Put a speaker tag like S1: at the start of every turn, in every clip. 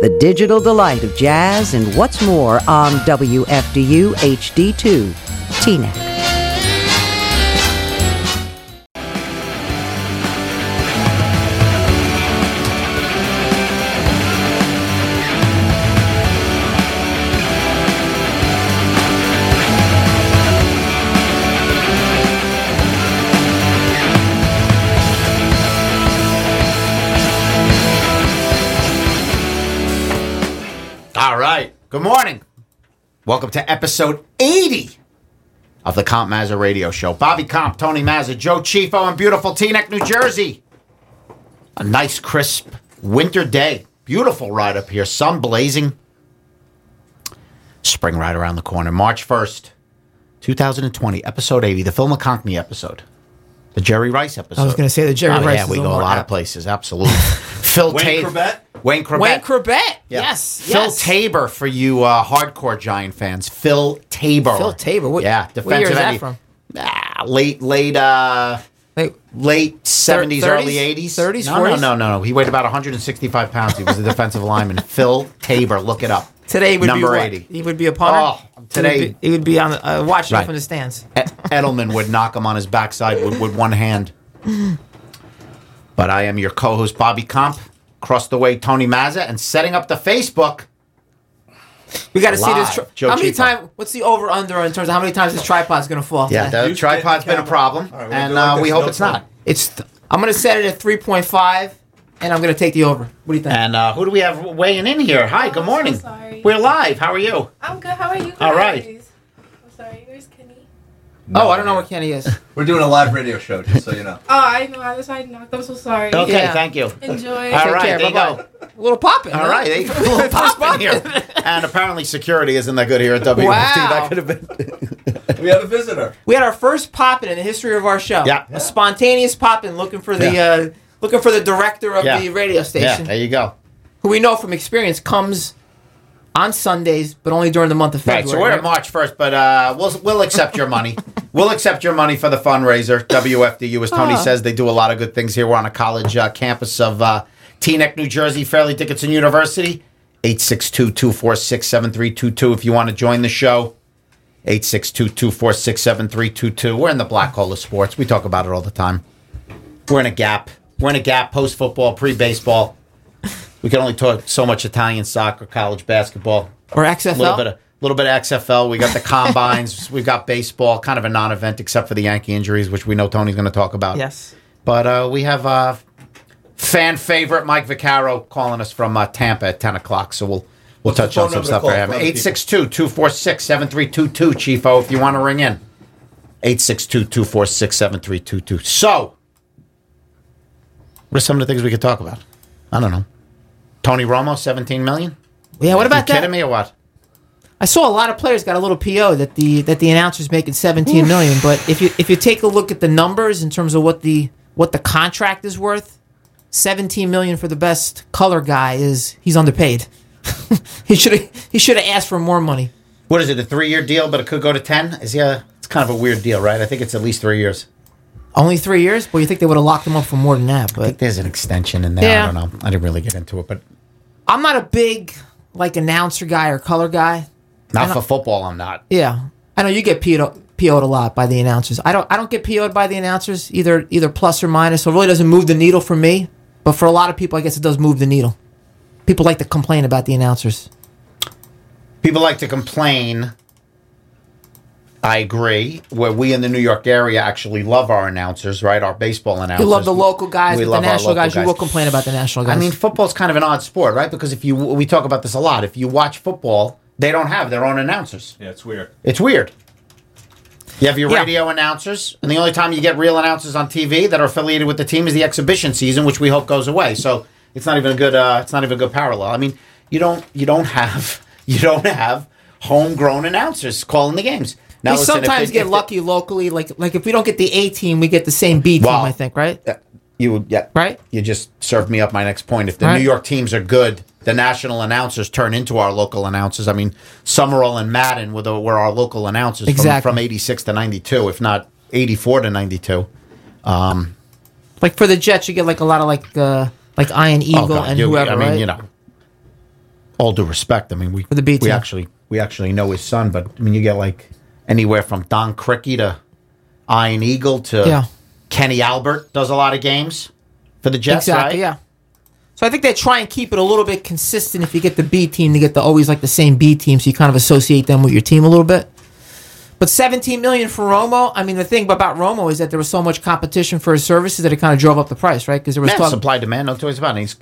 S1: the digital delight of jazz and what's more on WFDU HD2, TNEC.
S2: All right. Good morning. Welcome to episode 80 of the Comp Mazza Radio Show. Bobby Comp, Tony Mazza, Joe Chifo in beautiful Teaneck, New Jersey. A nice, crisp winter day. Beautiful ride up here. Sun blazing. Spring right around the corner. March 1st, 2020, episode 80, the Phil McConkney episode. The Jerry Rice episode.
S3: I was going to say the Jerry
S2: Oh,
S3: Rice.
S2: Yeah,
S3: is
S2: we
S3: a
S2: go a
S3: little
S2: lot
S3: more
S2: of places. Absolutely. Phil
S4: Wayne
S2: Tab-
S4: Corbett?
S2: Wayne Corbett.
S3: Wayne Corbett.
S2: Yeah.
S3: Yes.
S2: Phil
S3: yes.
S2: Tabor for you uh, hardcore Giant fans. Phil Tabor.
S3: Phil Tabor. What-
S2: yeah,
S3: what
S2: defensive
S3: year is that
S2: end.
S3: from?
S2: Ah, late, late, uh,
S3: Wait,
S2: late seventies, early eighties,
S3: 30s,
S2: No, no,
S3: 40s?
S2: no, no, no. He weighed about 165 pounds. He was a defensive lineman. Phil Tabor. Look it up.
S3: today would
S2: number
S3: be what?
S2: 80.
S3: He would be a punter.
S2: Oh, today-
S3: he would be, he would be on the, uh, watching
S2: Right.
S3: from the stands.
S2: E- Edelman would knock him on his backside with, with one hand. But I am your co-host Bobby Comp, across the way Tony Mazza, and setting up the Facebook.
S3: We got to see
S2: Live.
S3: this. Tri-
S2: Joe
S3: how many
S2: Chico.
S3: times? What's the over under in terms of how many times this tripod's going to fall?
S2: Yeah, the
S4: You
S2: tripod's
S4: get the
S2: been a
S4: camera.
S2: problem,
S4: All right, we'll
S2: and
S4: do it like
S2: uh, we
S4: this,
S2: hope
S4: no
S2: it's
S4: problem.
S2: not.
S3: it's. Th- I'm going to set it at 3.5, and I'm going to take the over. What do you think?
S2: And uh, who do we have weighing in here? Hi, good
S5: I'm so
S2: morning.
S5: sorry.
S2: We're live. How are you?
S5: I'm good. How are you guys?
S2: All right.
S5: I'm sorry. Where's Kenny?
S3: oh, I don't know where Kenny is.
S4: We're doing a live radio show, just so you know.
S5: Oh, I know. I just I knocked. I'm so sorry.
S2: Okay,
S3: Yeah.
S2: thank you.
S5: Enjoy.
S2: All right,
S3: care,
S2: there you go.
S3: bye-bye. A little popping.
S2: All right, there you go. A little pop in here. And apparently security isn't that good here at WFT. That
S3: Wow.
S2: could have been.
S4: We have a visitor.
S3: We had our first popping in the history of our show.
S2: Yeah.
S3: A spontaneous popping looking for the
S2: Yeah.
S3: uh, looking for the director of
S2: Yeah.
S3: the radio
S2: Yeah,
S3: station,
S2: there you go.
S3: who we know from experience comes on Sundays, but only during the month of February.
S2: Right, so we're at March 1st, but uh, we'll, we'll accept your money. we'll accept your money for the fundraiser. WFDU, as Tony says, they do a lot of good things here. We're on a college uh, campus of uh, Teaneck, New Jersey, Fairleigh Dickinson University. 862-246-7322 if you want to join the show. 862-246-7322. We're in the black hole of sports. We talk about it all the time. We're in a gap. We're in a gap post-football, pre-baseball. We can only talk so much Italian soccer, college basketball
S3: or XFL.
S2: little bit of little bit of XFL. We got the combines. We've got baseball, kind of a non-event except for the Yankee injuries, which we know Tony's going to talk about.
S3: yes.
S2: But uh, we have uh, fan favorite Mike Vaccaro calling us from uh, Tampa at ten o'clock, so we'll we'll
S4: What's the
S2: touch on
S4: phone
S2: some
S4: number to
S2: stuff
S4: call
S2: for him.
S4: for other people?
S2: 862-246-7322, Chifo, if you want to ring in. 862-246-7322. So, what are some of the things we could talk about? I don't know. Tony Romo, 17 million?
S3: Yeah. What about
S2: you
S3: that?
S2: kidding me or what?
S3: I saw a lot of players got a little PO that the that the announcer's making seventeen million. But if you if you take a look at the numbers in terms of what the what the contract is worth, seventeen million for the best color guy is he's underpaid. he should he should have asked for more money.
S2: what is it a three year deal but it could go to 10 is yeah it's kind of a weird deal right i think it's at least three years
S3: Only three years? Well, you think they would have locked him up for more than that?
S2: i
S3: But
S2: think there's an extension in there
S3: Yeah.
S2: i don't know i didn't really get into it but
S3: I'm not a big like announcer guy or color guy.
S2: not
S3: And
S2: for
S3: I-
S2: football i'm not
S3: Yeah, I know you get PO'd, PO'd a lot by the announcers. I don't. I don't get PO'd by the announcers either. Either plus or minus. So it really doesn't move the needle for me. But for a lot of people, I guess it does move the needle. People like to complain about the announcers.
S2: people like to complain i agree where we in the new york area actually love our announcers right our baseball announcers
S3: You love the local guys,
S2: Oh, We
S3: but the
S2: love our
S3: national
S2: local
S3: guys, You
S2: guys.
S3: will complain about the national guys.
S2: I mean, football's kind of an odd sport, right? Because if you, we talk about this a lot. If you watch football, they don't have their own announcers.
S4: Yeah, it's weird.
S2: It's weird. You have your
S3: Yeah.
S2: radio announcers, and the only time you get real announcers on TV that are affiliated with the team is the exhibition season, which we hope goes away. So it's not even a good. Uh, it's not even a good parallel. I mean, you don't you don't have you don't have homegrown announcers calling the games. Now,
S3: we
S2: listen, if
S3: sometimes
S2: they- if
S3: get
S2: they-
S3: lucky locally. Like like if we don't get the A team, we get the same B team.
S2: Wow.
S3: I think right.
S2: You yeah
S3: Right?
S2: You just served me up my next point. If the
S3: Right.
S2: New York teams are good, the national announcers turn into our local announcers. I mean, Summerall and Madden were, the, were our local announcers from-
S3: Exactly.
S2: from eighty six to ninety two, if not eighty four to ninety two.
S3: Like for the Jets, you get like a lot of like uh, like Iron Eagle
S2: Oh, God,
S3: and
S2: you-
S3: whoever.
S2: I mean,
S3: right?
S2: you know. all due respect, I mean, we
S3: For the B
S2: we
S3: team.
S2: actually we actually know his son, but I mean, you get like anywhere from Don Cricky to Iron Eagle to
S3: Yeah.
S2: Kenny Albert does a lot of games for the Jets,
S3: exactly.
S2: right?
S3: Yeah. So I think they try and keep it a little bit consistent. If you get the B team, to get the always like the same B team, so you kind of associate them with your team a little bit. But 17 million for Romo. I mean, the thing about Romo is that there was so much competition for his services that it kind of drove up the price, right? Because there was
S2: Man,
S3: talk-
S2: supply demand, no two ways about it. He's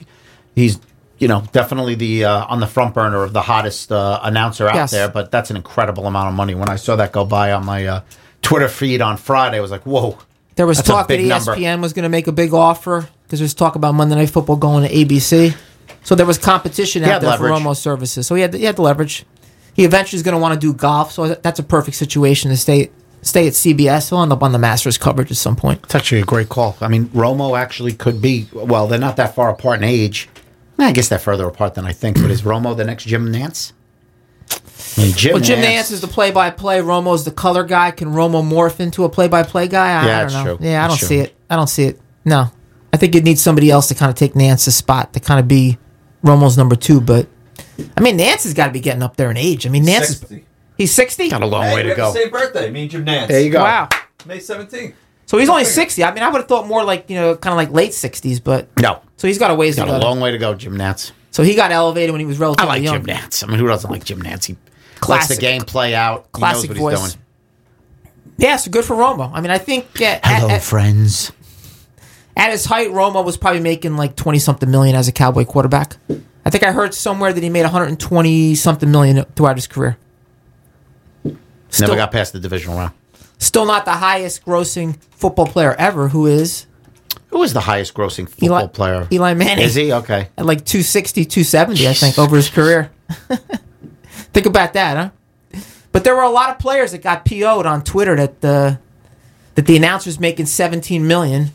S2: he's you know definitely the uh, on the front burner of the hottest uh, announcer out
S3: Yes.
S2: there, but that's an incredible amount of money. When I saw that go by on my uh, Twitter feed on Friday, I was like, whoa.
S3: There was
S2: That's a
S3: talk that E
S2: big
S3: ESPN
S2: number.
S3: was going to make a big offer because there's talk about Monday Night Football going to ABC. So there was competition
S2: had
S3: out there
S2: leverage.
S3: for Romo's services. So he had, he had the leverage. He eventually is going to want to do golf. So that's a perfect situation to stay stay at CBS. He'll end up on the Masters coverage at some point.
S2: It's actually a great call. I mean, Romo actually could be. Well, they're not that far apart in age. Nah, I guess they're further apart than I think. But is Romo the next Jim Nance? I mean, Jim,
S3: Well, Jim Nance is the play by play. Romo's the color guy. Can Romo morph into a play by play guy? I,
S2: Yeah,
S3: I don't
S2: that's
S3: know.
S2: true.
S3: Yeah, I
S2: That's true.
S3: don't see it. I don't see it. No. I think you'd need somebody else to kind of take Nance's spot to kind of be Romo's number two. But, I mean, Nance has got to be getting up there in age. I mean, Nance is.
S4: 60.
S3: He's 60?
S2: got a long
S4: Hey,
S2: way
S4: we
S2: to
S4: have
S2: go.
S4: the same birthday. Me and Jim Nance.
S2: There you go.
S3: Wow.
S4: May 17th.
S3: So he's only 60. I mean, I would have thought more like, you know, kind of like late 60s, but.
S2: No,
S3: So he's got a ways
S2: got
S3: to
S2: a
S3: go.
S2: long way to go, Jim Nance.
S3: so he got elevated when he
S2: I
S3: was relatively
S2: like
S3: young.
S2: Jim Nance. I mean, who doesn't like Jim Nance? He lets the
S3: Classic.
S2: game play out. He
S3: Classic
S2: knows what
S3: voice.
S2: he's doing.
S3: Yeah, so good for Romo. I mean, I think at, at-
S2: Hello,
S3: at-
S2: friends.
S3: at his height, Romo was probably making like 20 something million as a Cowboy quarterback. I think I heard somewhere that he made 120 something million throughout his career. Still,
S2: Never got past the divisional round.
S3: still not the highest grossing football player ever, who is
S2: Who is the highest grossing football
S3: Eli,
S2: player?
S3: Eli Manning.
S2: Is he okay?
S3: At like 260, 270, I think, over his career. think about that, huh? But there were a lot of players that got PO'd on Twitter that the that the announcer's making 17 million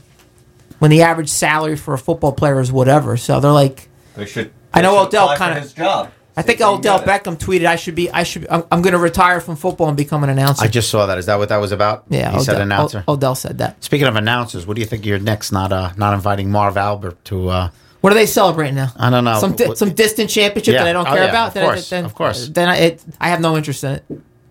S3: when the average salary for a football player is whatever. So they're like,
S4: They should.
S3: I know
S4: they should
S3: Odell
S4: apply for
S3: kinda-
S4: his job.
S3: I think Odell Beckham tweeted, "I should be, I should, I'm, I'm going to retire from football and become an announcer."
S2: I just saw that. Is that what that was about?
S3: yeah,
S2: he
S3: Odell,
S2: said announcer.
S3: O- Odell said that.
S2: Speaking of announcers, what do you think of your next? Not uh, not inviting Marv Albert to. Uh,
S3: What are they celebrating now?
S2: I don't know.
S3: Some di-
S2: What-
S3: some distant championship
S2: Yeah.
S3: that I don't
S2: Oh,
S3: care
S2: yeah,
S3: about.
S2: of
S3: then I-
S2: course,
S3: then,
S2: of course.
S3: Then I, it, I have no interest in it.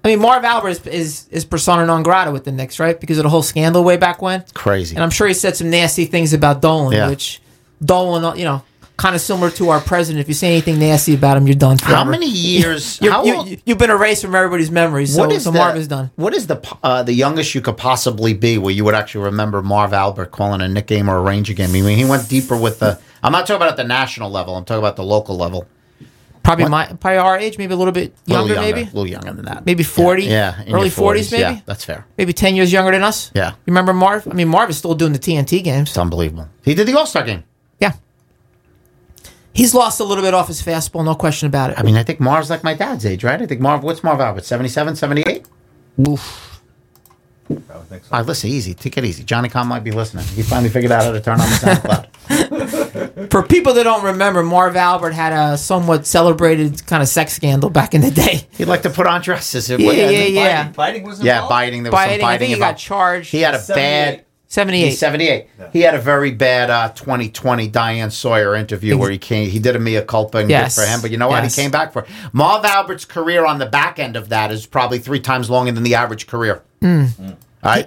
S3: I mean, Marv Albert is, is is persona non grata with the Knicks, right? Because of the whole scandal way back when.
S2: crazy.
S3: And I'm sure he said some nasty things about Dolan,
S2: Yeah.
S3: which Dolan, you know, kind of similar to our president. If you say anything nasty about him, you're done. Forever.
S2: how many years?
S3: You're,
S2: how
S3: you,
S2: old-
S3: you, have been erased from everybody's memories. So, so Marv is done.
S2: What is the po- uh, the youngest you could possibly be where you would actually remember Marv Albert calling a Nick game or a Ranger game? I mean, he went deeper with the. I'm not talking about at the national level. I'm talking about the local level.
S3: Probably my probably our age, maybe a little bit
S2: A little
S3: younger, maybe.
S2: a little younger than that.
S3: Maybe 40?
S2: Yeah, in
S3: Early
S2: your
S3: 40s,
S2: Yeah,
S3: maybe?
S2: that's fair.
S3: maybe 10 years younger than us.
S2: Yeah.
S3: You remember Marv? I mean, Marv is still doing the TNT games.
S2: It's unbelievable. He did the All Star game.
S3: Yeah. He's lost a little bit off his fastball, no question about it.
S2: I mean, I think Marv's like my dad's age, right? I think Marv. What's Marv Albert? 77, 78.
S4: I would think so.
S2: All right, listen, easy. Take it easy. Johnny Con might be listening. He finally figured out how to turn on the SoundCloud.
S3: For people that don't remember, Marv Albert had a somewhat celebrated kind of sex scandal back in the day.
S2: He'd like to put on dresses. It
S3: Yeah,
S2: was-
S3: yeah,
S2: and-
S3: yeah.
S4: Biting, biting was involved.
S2: Yeah, biting. There was
S3: Biting,
S2: some
S3: I think
S2: biting
S3: he got
S2: involved.
S3: charged.
S2: He had a bad.
S4: 78.
S2: He's
S3: 78.
S2: 78. He had a very bad uh, 2020 Diane Sawyer interview where he came. He did a mea culpa and
S3: Yes.
S2: good for him. But you know what?
S3: Yes.
S2: He came back for it. Marv Albert's career on the back end of that is probably three times longer than the average career. All right.
S3: Hmm.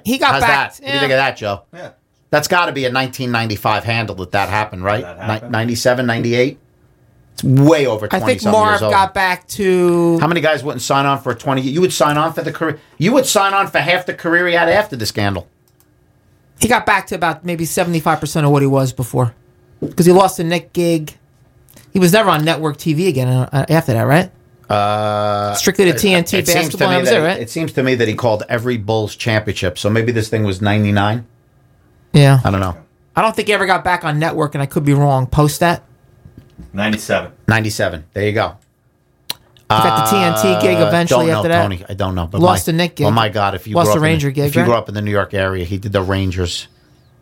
S3: He- he got
S2: How's
S3: back-
S2: That? What do you think
S3: yeah.
S2: of that, Joe?
S4: Yeah.
S2: That's got to be a 1995 handle that that happened, right?
S4: That happened.
S2: Ni- 97, 98. It's way over. 20
S3: I think Marv got back to.
S2: How many guys wouldn't sign on for a 20? You would sign on for the career. You would sign on for half the career he had after the scandal.
S3: He got back to about maybe 75% of what he was before. Because he lost the Nick gig. He was never on network TV again uh, after that, right?
S2: Uh,
S3: Strictly to TNT
S2: it seems to
S3: basketball.
S2: me
S3: I was
S2: that
S3: there,
S2: he-
S3: right?
S2: It seems to me that he called every Bulls championship. So maybe this thing was 99.
S3: yeah.
S2: I don't know.
S3: I don't think he ever got back on network, and I could be wrong. Post that.
S4: 97.
S2: 97. There you go.
S3: He got the TNT gig
S2: Uh,
S3: eventually
S2: don't know,
S3: after that.
S2: Tony. I don't know. But
S3: Lost
S2: my,
S3: the Knick gig.
S2: Oh my God! If you
S3: Lost
S2: grew up
S3: the
S2: in
S3: Ranger gig,
S2: if you
S3: right?
S2: grew up in the New York area, he did the Rangers.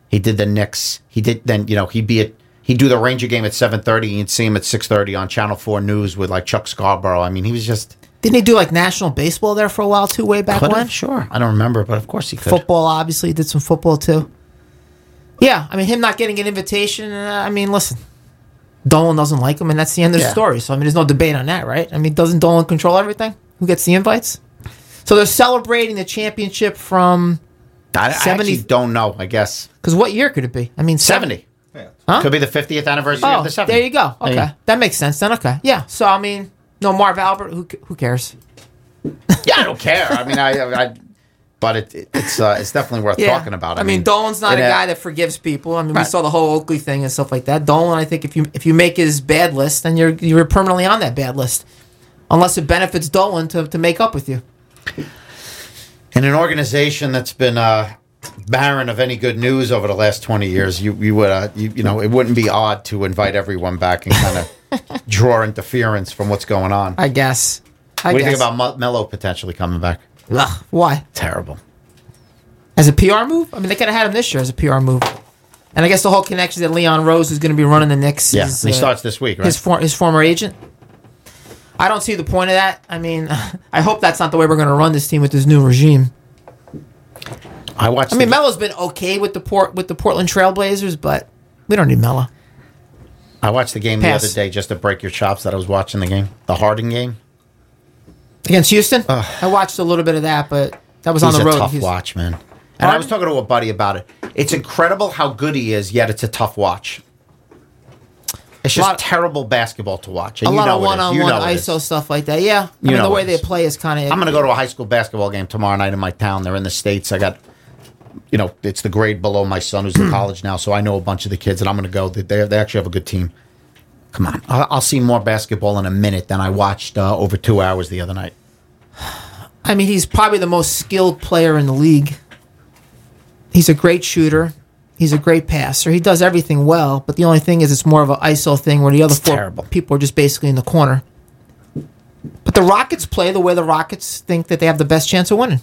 S2: He did the Knicks. He did then. You know, he'd be at he'd do the Ranger game at seven thirty, and you'd see him at six thirty on Channel Four News with like Chuck Scarborough. I mean, he was just
S3: Didn't he do like national baseball there for a while too, way back
S2: could
S3: when?
S2: have, sure. I don't remember, but of course he could.
S3: Football, obviously, he did some football too. Yeah, I mean, him not getting an invitation. Uh, I mean, listen, Dolan doesn't like him, and that's the end of the
S2: Yeah.
S3: story. So I mean, there's no debate on that, right? I mean, doesn't Dolan control everything? Who gets the invites? So they're celebrating the championship from
S2: I, I actually
S3: 70
S2: don't know. I guess
S3: because what year could it be? I mean, seven-
S2: seventy
S4: Yeah.
S3: Huh?
S2: could be the fiftieth anniversary
S3: Oh,
S2: of the seventy.
S3: there you go. Okay,
S2: Yeah.
S3: that makes sense then. Okay, yeah. So I mean, no Marv Albert. Who c- who cares?
S2: Yeah, I don't care. I mean, I, I, I- but it, it- it's uh, it's definitely worth talking about.
S3: I, mean, Dolan's not a
S2: in
S3: guy that forgives people. I mean,
S2: Right.
S3: we saw the whole Oakley thing and stuff like that. Dolan, I think if you if you make his bad list, then you're you're permanently on that bad list, unless it benefits Dolan to, to make up with you.
S2: in an organization that's been uh, barren of any good news over the last twenty years, you you would uh, you, you know it wouldn't be odd to invite everyone back and kind of draw interference from what's going on.
S3: I guess. I
S2: what do
S3: guess.
S2: you think about Mo- Mello potentially coming back?
S3: Ugh, why?
S2: Terrible.
S3: As a PR move? I mean, they could have had him this year as a PR move. And I guess the whole connection that Leon Rose is going to be running the Knicks.
S2: Yeah,
S3: is,
S2: and he
S3: uh,
S2: starts this week, right?
S3: his for, his former agent. I don't see the point of that. I mean, I hope that's not the way we're going to run this team with this new regime.
S2: I watched.
S3: I mean,
S2: the-
S3: Melo's been okay with the port with the Portland Trailblazers, but we don't need Melo.
S2: I watched the game
S3: Pass.
S2: the other day just to break your chops that I was watching the game, the Harden game.
S3: Against Houston, I watched a little bit of that, but that was on
S2: He's
S3: the
S2: a
S3: road.
S2: tough
S3: He's-
S2: watch, man. And I was talking to a buddy about it. It's incredible how good he is, yet it's a tough watch. It's just
S3: Lot-
S2: terrible basketball to watch. And
S3: A
S2: you
S3: lot
S2: know it
S3: of
S2: is.
S3: one-on-one
S2: You know it is.
S3: ISO stuff like that. Yeah, I
S2: You
S3: mean,
S2: know
S3: the way
S2: it
S3: they
S2: is.
S3: play is kind of.
S2: I'm going to go to a high school basketball game tomorrow night in my town. They're in the states. I got, you know, it's the grade below my son who's in college now, so I know a bunch of the kids, and I'm going to go. They they they actually have a good team. Come on, I'll, I'll see more basketball in a minute than I watched uh, over two hours the other night.
S3: I mean, he's probably the most skilled player in the league. He's a great shooter. He's a great passer. He does everything well, but the only thing is, it's more of an ISO thing where the other four
S2: terrible.
S3: people are just basically in the corner. But the Rockets play the way the Rockets think that they have the best chance of winning,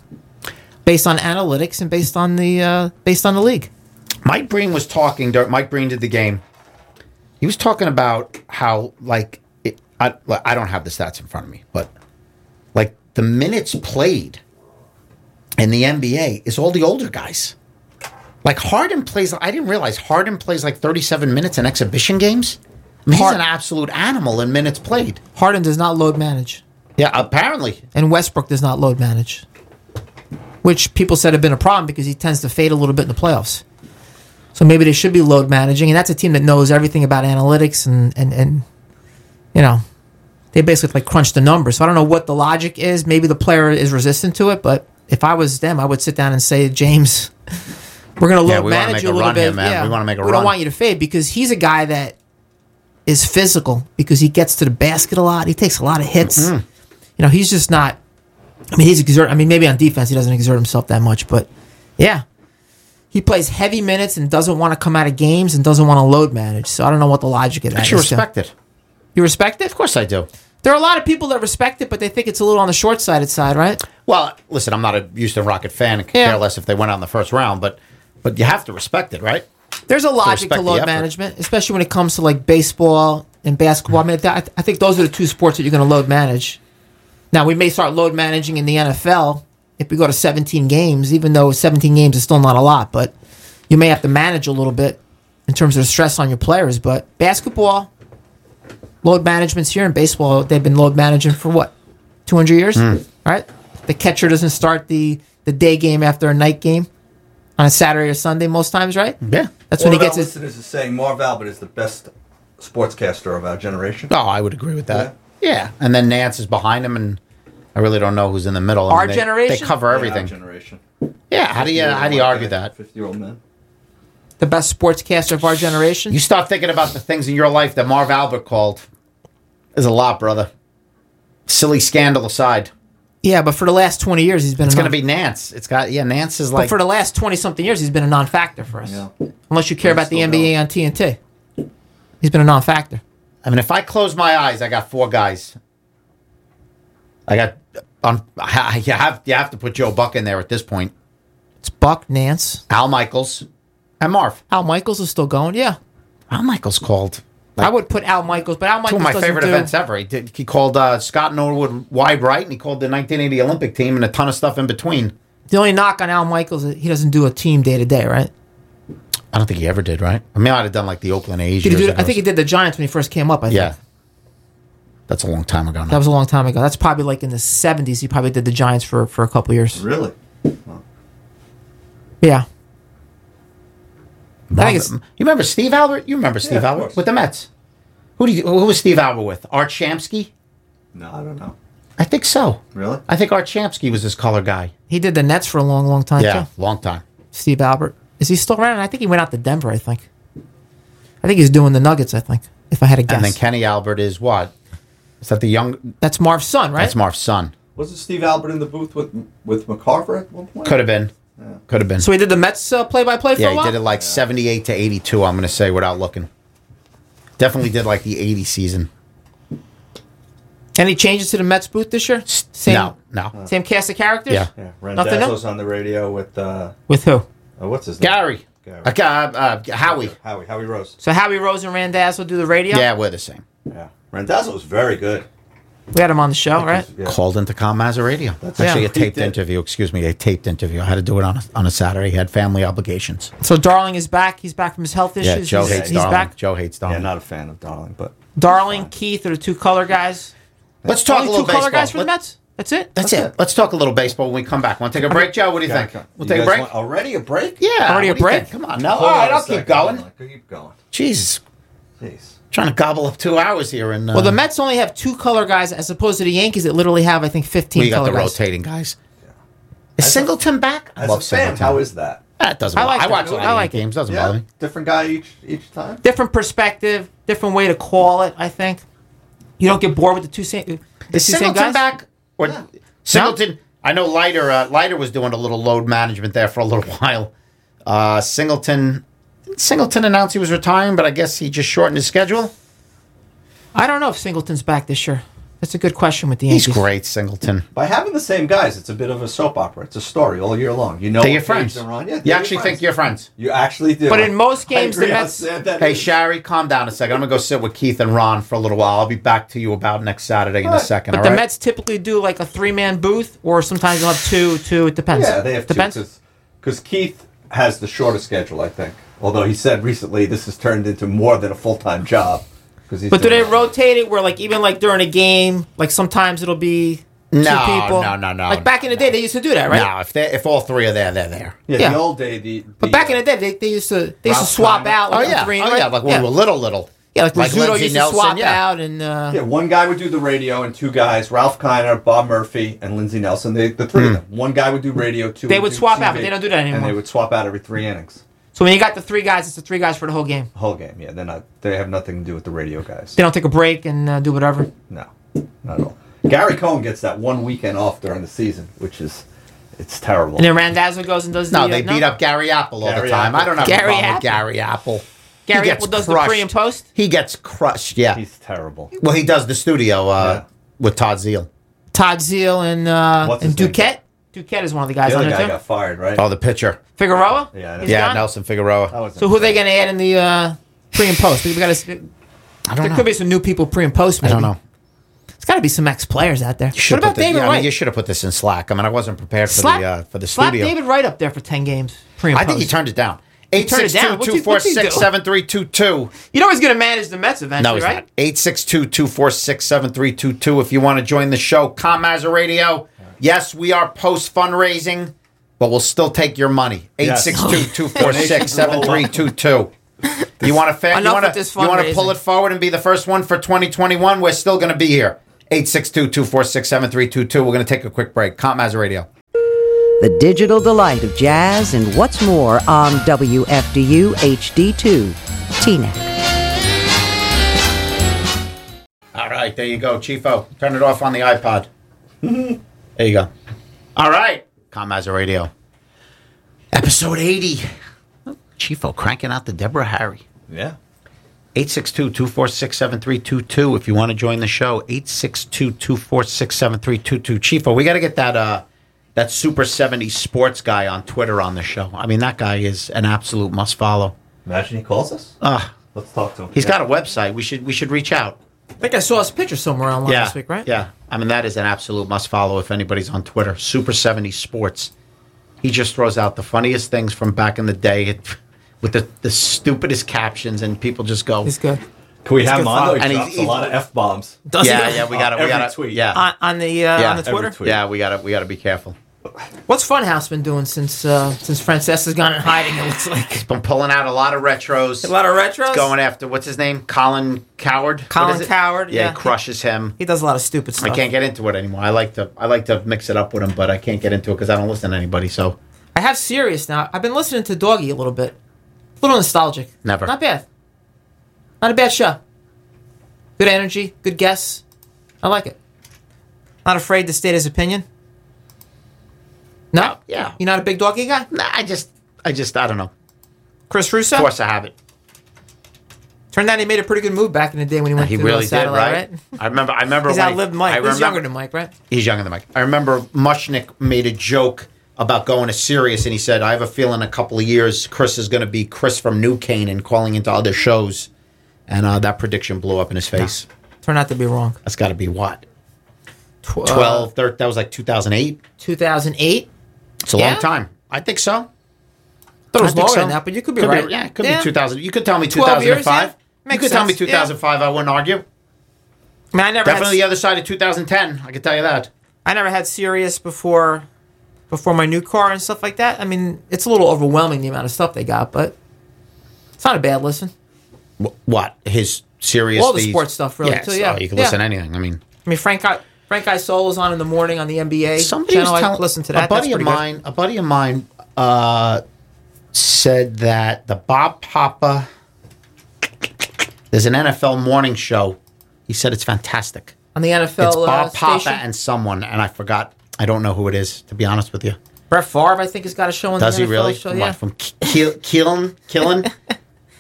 S3: based on analytics and based on the uh, based on the league.
S2: Mike Breen was talking. dur- Mike Breen did the game. He was talking about how like it, I like, I don't have the stats in front of me, but like the minutes played in the NBA is all the older guys. Like Harden plays. I didn't realize Harden plays like 37 minutes in exhibition games. I mean, he's
S3: Har-
S2: an absolute animal in minutes played.
S3: Harden does not load manage,
S2: Yeah, apparently.
S3: and Westbrook does not load manage, which people said have been a problem because he tends to fade a little bit in the playoffs. So maybe they should be load managing, and that's a team that knows everything about analytics and and and you know they basically like crunch the numbers. So I don't know what the logic is. Maybe the player is resistant to it, but if I was them, I would sit down and say, James, we're going to
S2: Yeah,
S3: load
S2: we wanna
S3: manage
S2: make
S3: you
S2: a
S3: a little
S2: run
S3: bit.
S2: here, man.
S3: Yeah,
S2: We wanna make a
S3: we
S2: run.
S3: don't want you to fade because he's a guy that is physical because he gets to the basket a lot. He takes a lot of hits.
S2: Mm-hmm.
S3: You know, he's just not. I mean, he's exert. I mean, maybe on defense he doesn't exert himself that much, but yeah, he plays heavy minutes and doesn't want to come out of games and doesn't want to load manage. So I don't know what the logic of that
S2: I
S3: is.
S2: should respect it.
S3: You respect it?
S2: Of course I do.
S3: There are a lot of people that respect it, but they think it's a little on the short-sighted side, right?
S2: Well, listen, I'm not a Houston Rocket fan and could
S3: Yeah.
S2: care less if they went out in the first round, but but you have to respect it, right?
S3: There's a logic
S2: respect the
S3: to load
S2: effort.
S3: management, especially when it comes to like baseball and basketball. I mean, that, I think those are the two sports that you're going to load manage. Now we may start load managing in the NFL if we go to 17 games, even though 17 games is still not a lot, but you may have to manage a little bit in terms of the stress on your players. But basketball, load management's here, and baseball they've been load managing for what 200 years,
S2: Hmm.
S3: right? The catcher doesn't start the the day game after a night game on a Saturday or Sunday most times, right?
S2: Yeah.
S3: That's when
S4: One
S3: he
S4: of
S3: gets
S4: our
S3: his.
S4: listeners is saying Marv Albert is the best sportscaster of our generation.
S2: Oh, I would agree with that. Yeah. And then Nance is behind him, and I really don't know who's in the middle. I
S3: Our
S2: mean, they, They
S3: generation?
S2: cover
S4: Yeah, our
S2: everything. Yeah.
S4: generation.
S2: how do you how do you argue that?
S4: Fifty-year-old man.
S3: the best sportscaster of our generation.
S2: You start thinking about the things in your life that Marv Albert called. Is a lot, brother. Silly scandal aside,
S3: yeah, but for the last 20 years, he's been
S2: it's
S3: a
S2: going to be
S3: non-
S2: Nance. It's got yeah. Nance is
S3: but
S2: like
S3: for the last 20 something years, he's been a non factor for us.
S4: Yeah.
S3: Unless you care about the
S4: still
S3: NBA on TNT, he's been a non factor.
S2: I mean, if I close my eyes, I got four guys. I got um, you have you have to put Joe Buck in there at this point.
S3: It's Buck, Nance.
S2: Al Michaels and Marv.
S3: Al Michaels is still going. Yeah.
S2: Al Michaels called.
S3: I would put Al Michaels, but Al
S2: two
S3: Michaels
S2: of my
S3: doesn't
S2: favorite
S3: do,
S2: events ever. He, did, he called uh, Scott Norwood wide right, and he called the 1980 Olympic team, and a ton of stuff in between.
S3: The only knock on Al Michaels is he doesn't do a team day to day, right?
S2: I don't think he ever did, right? I mean, I'd have done like the Oakland A's.
S3: Did he
S2: years
S3: do,
S2: that
S3: I think he
S2: was-
S3: did the Giants when he first came up. I think.
S2: Yeah, that's a long time ago. Now.
S3: That was a long time ago. That's probably like in the '70s. He probably did the Giants for for a couple years.
S4: Really?
S3: Yeah. I think
S2: Bob-
S3: it's-
S2: Um, you remember Steve Albert? You remember Steve
S4: of
S2: Albert
S4: course.
S2: with the Mets? Who do you, who was Steve Albert with? Art Shamsky?
S4: No, I don't know.
S2: I think so.
S4: Really?
S2: I think Art Shamsky was his color guy.
S3: He did the Nets for a long, long time
S2: Yeah,
S3: too.
S2: long time.
S3: Steve Albert. Is he still around? I think he went out to Denver. I think. I think he's doing the Nuggets. I think, if I had to guess.
S2: And then Kenny Albert is what? Is that the young?
S3: That's Marv's son, right?
S2: That's Marv's son.
S4: Wasn't Steve Albert in the booth with with McCarver at one point?
S2: Could have been. Could have been.
S3: So he did the Mets uh, play-by-play for
S2: yeah,
S3: a
S2: he
S3: while.
S2: did it like seventy-eight to eighty-two. I'm gonna say without looking. Definitely did like the eighty season.
S3: Any changes to the Mets booth this year? Same,
S2: No, no.
S3: same cast of characters.
S2: Yeah.
S4: Yeah,
S3: Nothing
S4: Rendazzo's
S3: else?
S4: was on the radio with uh,
S3: With who?
S4: uh, what's his name?
S2: Gary.
S4: Gary.
S2: Uh, uh, uh, Howie.
S4: Howie. Howie Rose.
S3: So Howie Rose and Randazzo will do the radio.
S2: Yeah, we're the same.
S4: Yeah. Rendazzo was very good.
S3: we had him on the show, right?
S4: Yeah.
S2: called into Commaza Radio. That's actually
S3: Yeah.
S2: a taped
S4: He did.
S2: interview. Excuse me, a taped interview. I had to do it on a, on a Saturday. He had family obligations.
S3: So Darling is back. He's back from his health issues.
S2: Yeah, Joe
S3: he's,
S2: hates
S3: he's
S2: Darling.
S3: back.
S2: Joe hates
S4: Yeah,
S2: Darling.
S4: not a fan of Darling, but
S3: Darling, Keith are the two color guys.
S2: Let's talk a
S3: Only
S2: little
S3: two
S2: baseball.
S3: color guys for the
S2: Let-
S3: Mets. That's it.
S2: That's it. Let's talk a little baseball when we come back. Want to take a break, Joe? What do you
S4: Yeah,
S2: think?
S4: come-
S2: We'll
S4: you
S2: take a
S4: guys
S2: break.
S4: want- already a break?
S2: yeah.
S3: Already a
S2: what do you
S3: break?
S2: think? Come on. No. All
S4: Hold
S2: right.
S4: on a
S2: I'll
S4: second.
S2: keep going.
S4: Hold on, Keep going.
S2: Jesus,
S4: Jeez.
S2: trying to gobble up two hours here. And uh,
S3: Well, the Mets only have two color guys as opposed to the Yankees that literally have, I think, 15
S2: we got
S3: color
S2: the
S3: guys.
S2: rotating guys. Is Singleton back? I
S4: As a
S2: love
S4: fan,
S2: Singleton.
S4: how is that?
S2: that? Doesn't.
S3: I
S2: bother-
S3: like
S2: I
S3: that.
S2: watch a lot
S3: I
S2: of
S3: like
S2: Yankee
S3: it.
S2: games. Doesn't bother
S4: Yeah,
S2: me.
S4: different guy each each time.
S3: Different perspective, different way to call it, I think. You don't get bored with the two same, the two
S2: Is
S3: same
S2: Singleton
S3: guys.
S2: back? Or
S4: Yeah.
S2: Singleton? I know Leiter. Uh, Leiter was doing a little load management there for a little while. Uh, Singleton. didn't Singleton announced he was retiring, but I guess he just shortened his schedule.
S3: I don't know if Singleton's back this year. That's a good question with the
S2: He's
S3: Yankees.
S2: great, Singleton.
S4: By having the same guys, it's a bit of a soap opera. It's a story all year long. You know,
S2: They're your
S4: what page
S2: friends.
S4: they're on. Oh, Yeah,
S2: you
S4: they're
S2: actually think
S4: your friends.
S2: you're friends.
S4: You actually do.
S3: But in most
S4: I
S3: games, the
S4: agree, I
S3: Mets-
S4: said that
S2: Hey,
S4: is-
S2: Shari, calm down a second. I'm gonna go sit with Keith and Ron for a little while. I'll be back to you about next Saturday in a
S4: All right.
S2: second.
S3: But
S2: all
S3: the
S2: right?
S3: Mets typically do like a three man booth, or sometimes they'll have two, two. It depends.
S4: Yeah, they have
S3: depends.
S4: two. Because Keith has the shortest schedule, I think. Although he said recently this has turned into more than a full time job. 'cause he's
S3: But do they
S4: doing-
S3: rotate it where, like, even like during a game, like sometimes it'll be two
S2: No,
S3: people?
S2: no, no, no,
S3: Like back in the day, they used to do that, right?
S2: Now, if they if all three are there, they're there.
S4: Yeah,
S3: yeah.
S4: the old day, the. uh,
S3: But back in the day, they, they used to they used to
S4: Ralph
S3: swap
S4: Kiner.
S3: out.
S2: Oh
S3: Like,
S2: yeah,
S3: three,
S2: oh
S3: right?
S2: yeah. Like when
S3: yeah.
S2: we were little, little.
S3: Yeah, like, Rizzuto
S2: Lindsey
S3: used
S2: Nelson,
S3: to swap
S2: yeah.
S3: out, and uh,
S4: Yeah, one guy would do the radio and two guys, Ralph Kiner, Bob Murphy, and Lindsey Nelson, they, the three of them. One guy would do radio, two
S3: Hmm. They would
S4: would do
S3: swap
S4: TV,
S3: out, but they don't do that
S4: And
S3: anymore.
S4: they would swap out every three innings.
S3: so when you got the three guys, it's the three guys for the whole game.
S4: Whole game, yeah. They're not, they have nothing to do with the radio guys.
S3: They don't take a break and uh, do whatever.
S4: No, not at all. Gary Cohen gets that one weekend off during the season, which is, it's terrible.
S3: And then Randazzo goes and does the
S2: No,
S3: uh,
S2: they beat up Gary Apple all
S4: Gary
S2: the time. I
S4: Apple.
S2: don't have
S3: Gary
S2: a problem
S3: Apple.
S2: with Gary Apple. He
S3: Gary
S2: gets
S3: Apple does the pre and post.
S2: He gets crushed. Yeah.
S4: He's terrible.
S2: well, he does the studio uh,
S4: Yeah.
S2: with Todd Zeal.
S3: Todd Zeal and uh,
S4: What's
S3: and
S4: his name?
S3: Duquette. Duquette is one of the guys
S4: The
S3: on
S4: other
S3: there
S4: guy
S3: too.
S4: got fired, right?
S2: Oh, the pitcher.
S3: Figueroa.
S4: Yeah,
S3: He's
S2: Yeah,
S3: gone?
S2: Nelson Figueroa.
S4: That was
S3: So who are they going to add in the uh, pre and post? We got to.
S2: I
S3: There
S2: don't know.
S3: could be some new people pre and post.
S2: I
S3: Maybe.
S2: don't know.
S3: It's got to be some ex players out there.
S2: Should've
S3: what about
S2: put the-
S3: David
S2: yeah, I mean,
S3: Wright?
S2: you should have put this in Slack. I mean, I wasn't prepared for
S3: slap,
S2: the uh, for the
S3: slap
S2: studio.
S3: David Wright up there for ten games pre and
S2: I
S3: post.
S2: think he turned it down. Eight
S3: turned
S2: six
S3: it down?
S2: two
S3: What's
S2: two
S3: he-
S2: four
S3: what's he
S2: six
S3: do?
S2: seven three two two.
S3: You know he's going to manage the Mets eventually,
S2: No, he's
S3: right?
S2: not. 862-246-7322 if you want to join the show. Comaz Radio. Yes, we are post fundraising, but we'll still take your money.
S4: Yes.
S2: 862-246-7322. You want to fa- you
S3: Enough
S2: want
S3: with this
S2: to you want to pull
S3: fundraising.
S2: it forward and be the first one for 2021. We're still going to be here. 862-246-7322. We're going to take a quick break. Comaz Radio.
S1: The digital delight of jazz and what's more on WFDU HD2, TNEC.
S2: All right, there you go, Chifo. Turn it off on the iPod. there you go. All right, Commazer Radio, episode eighty. Chifo cranking out the Deborah Harry.
S4: Yeah.
S2: 862-246-7322 if you want to join the show 862-246-7322 Chifo we got to get that uh that super 70 sports guy on Twitter on the show I mean that guy is an absolute must follow
S4: Imagine he calls us.
S2: Ah,
S4: Let's talk to him.
S2: He's
S4: Yeah.
S2: got a website we should we should reach out
S3: I think I saw his picture somewhere online this week, right?
S2: Yeah. I mean, that is an absolute must follow if anybody's on Twitter. Super 70 Sports. He just throws out the funniest things from back in the day. It, with the, the stupidest captions, and people just go.
S3: He's good.
S4: Can we have him on?
S3: follow.
S4: Though? He
S2: And
S4: drops
S2: he's-
S4: a lot of f bombs.
S3: Does
S2: yeah,
S3: he?
S2: yeah, we got to, we
S4: Every
S2: got to,
S4: tweet.
S2: yeah,
S3: on, on the uh,
S2: Yeah,
S3: on the
S4: every
S3: Twitter.
S4: tweet.
S2: yeah, we got to, we got to be careful.
S3: What's Funhouse been doing since uh, since Franceska's gone in hiding? It looks like
S2: Been pulling out a lot of retros.
S3: a lot of retros.
S2: going after what's his name, Colin Coward. What
S3: Colin
S2: is it?
S3: Coward,
S2: Yeah,
S3: yeah.
S2: he crushes him.
S3: he does a lot of stupid
S2: I
S3: stuff.
S2: can't get into it anymore. I like to I like to mix it up with him, but I can't get into it because I don't listen to anybody. So
S3: I have serious now. I've been listening to Doggy a little bit, a little nostalgic.
S2: Never.
S3: Not bad. Not a bad show. Good energy. Good guess. I like it. Not afraid to state his opinion. No.
S2: yeah.
S3: You're not a big Doggy guy.
S2: nah, I just I just I don't know.
S3: Chris Russo.
S2: Of course I have it.
S3: Turned out he made a pretty good move back in the day when he went
S2: He
S3: to
S2: really
S3: the
S2: did,
S3: satellite,
S2: right? I remember. I remember.
S3: He's
S2: when-
S3: outlived Mike.
S2: I
S3: He's
S2: remember-
S3: younger than Mike, right?
S2: He's younger than Mike. I remember Mushnick made a joke about going to Sirius, and he said, "I have a feeling a couple of years Chris is going to be Chris from New Canaan and calling into other shows," and uh, that prediction blew up in his face.
S3: Turned out to be wrong.
S2: That's got to be what
S3: Tw- uh,
S2: 12, 13, that was like 2008.
S3: 2008.
S2: It's a
S3: Yeah.
S2: long time. I think so.
S3: thought it
S2: I
S3: was
S2: think
S3: lower
S2: so.
S3: than that, but you could be right.
S2: yeah, it could be 2000. You could tell me 2005.
S3: 12 years, yeah.
S2: You
S3: Makes
S2: could tell me
S3: sense, yeah.
S2: 2005. I wouldn't argue.
S3: I mean, I never
S2: Definitely the
S3: had,
S2: other side of 2010. I could tell you that.
S3: I never had Sirius before, before my new car and stuff like that. I mean, it's a little overwhelming the amount of stuff they got, but it's not a bad listen.
S2: What his serious
S3: All the sports stuff, really, too,
S2: so
S3: yeah.
S2: you can
S3: Yeah.
S2: listen to anything. I mean,
S3: I mean, Frank I, Frank Isola's on in the morning on the NBA
S2: somebody
S3: channel.
S2: was
S3: I
S2: telling
S3: listen to that.
S2: a buddy
S3: That's
S2: of
S3: pretty good.
S2: mine. A buddy of mine uh, said that the Bob Papa. There's an NFL morning show. He said it's fantastic.
S3: on the NFL
S2: It's Bob
S3: uh,
S2: Papa
S3: station.
S2: and someone, and I forgot. I don't know who it is. To be honest with you,
S3: Brett Favre, I think, has got a show on
S2: does
S3: the
S2: he
S3: NFL
S2: really?
S3: show.
S2: from
S3: yeah,
S2: what, from Kiel, Kiln, Kiln?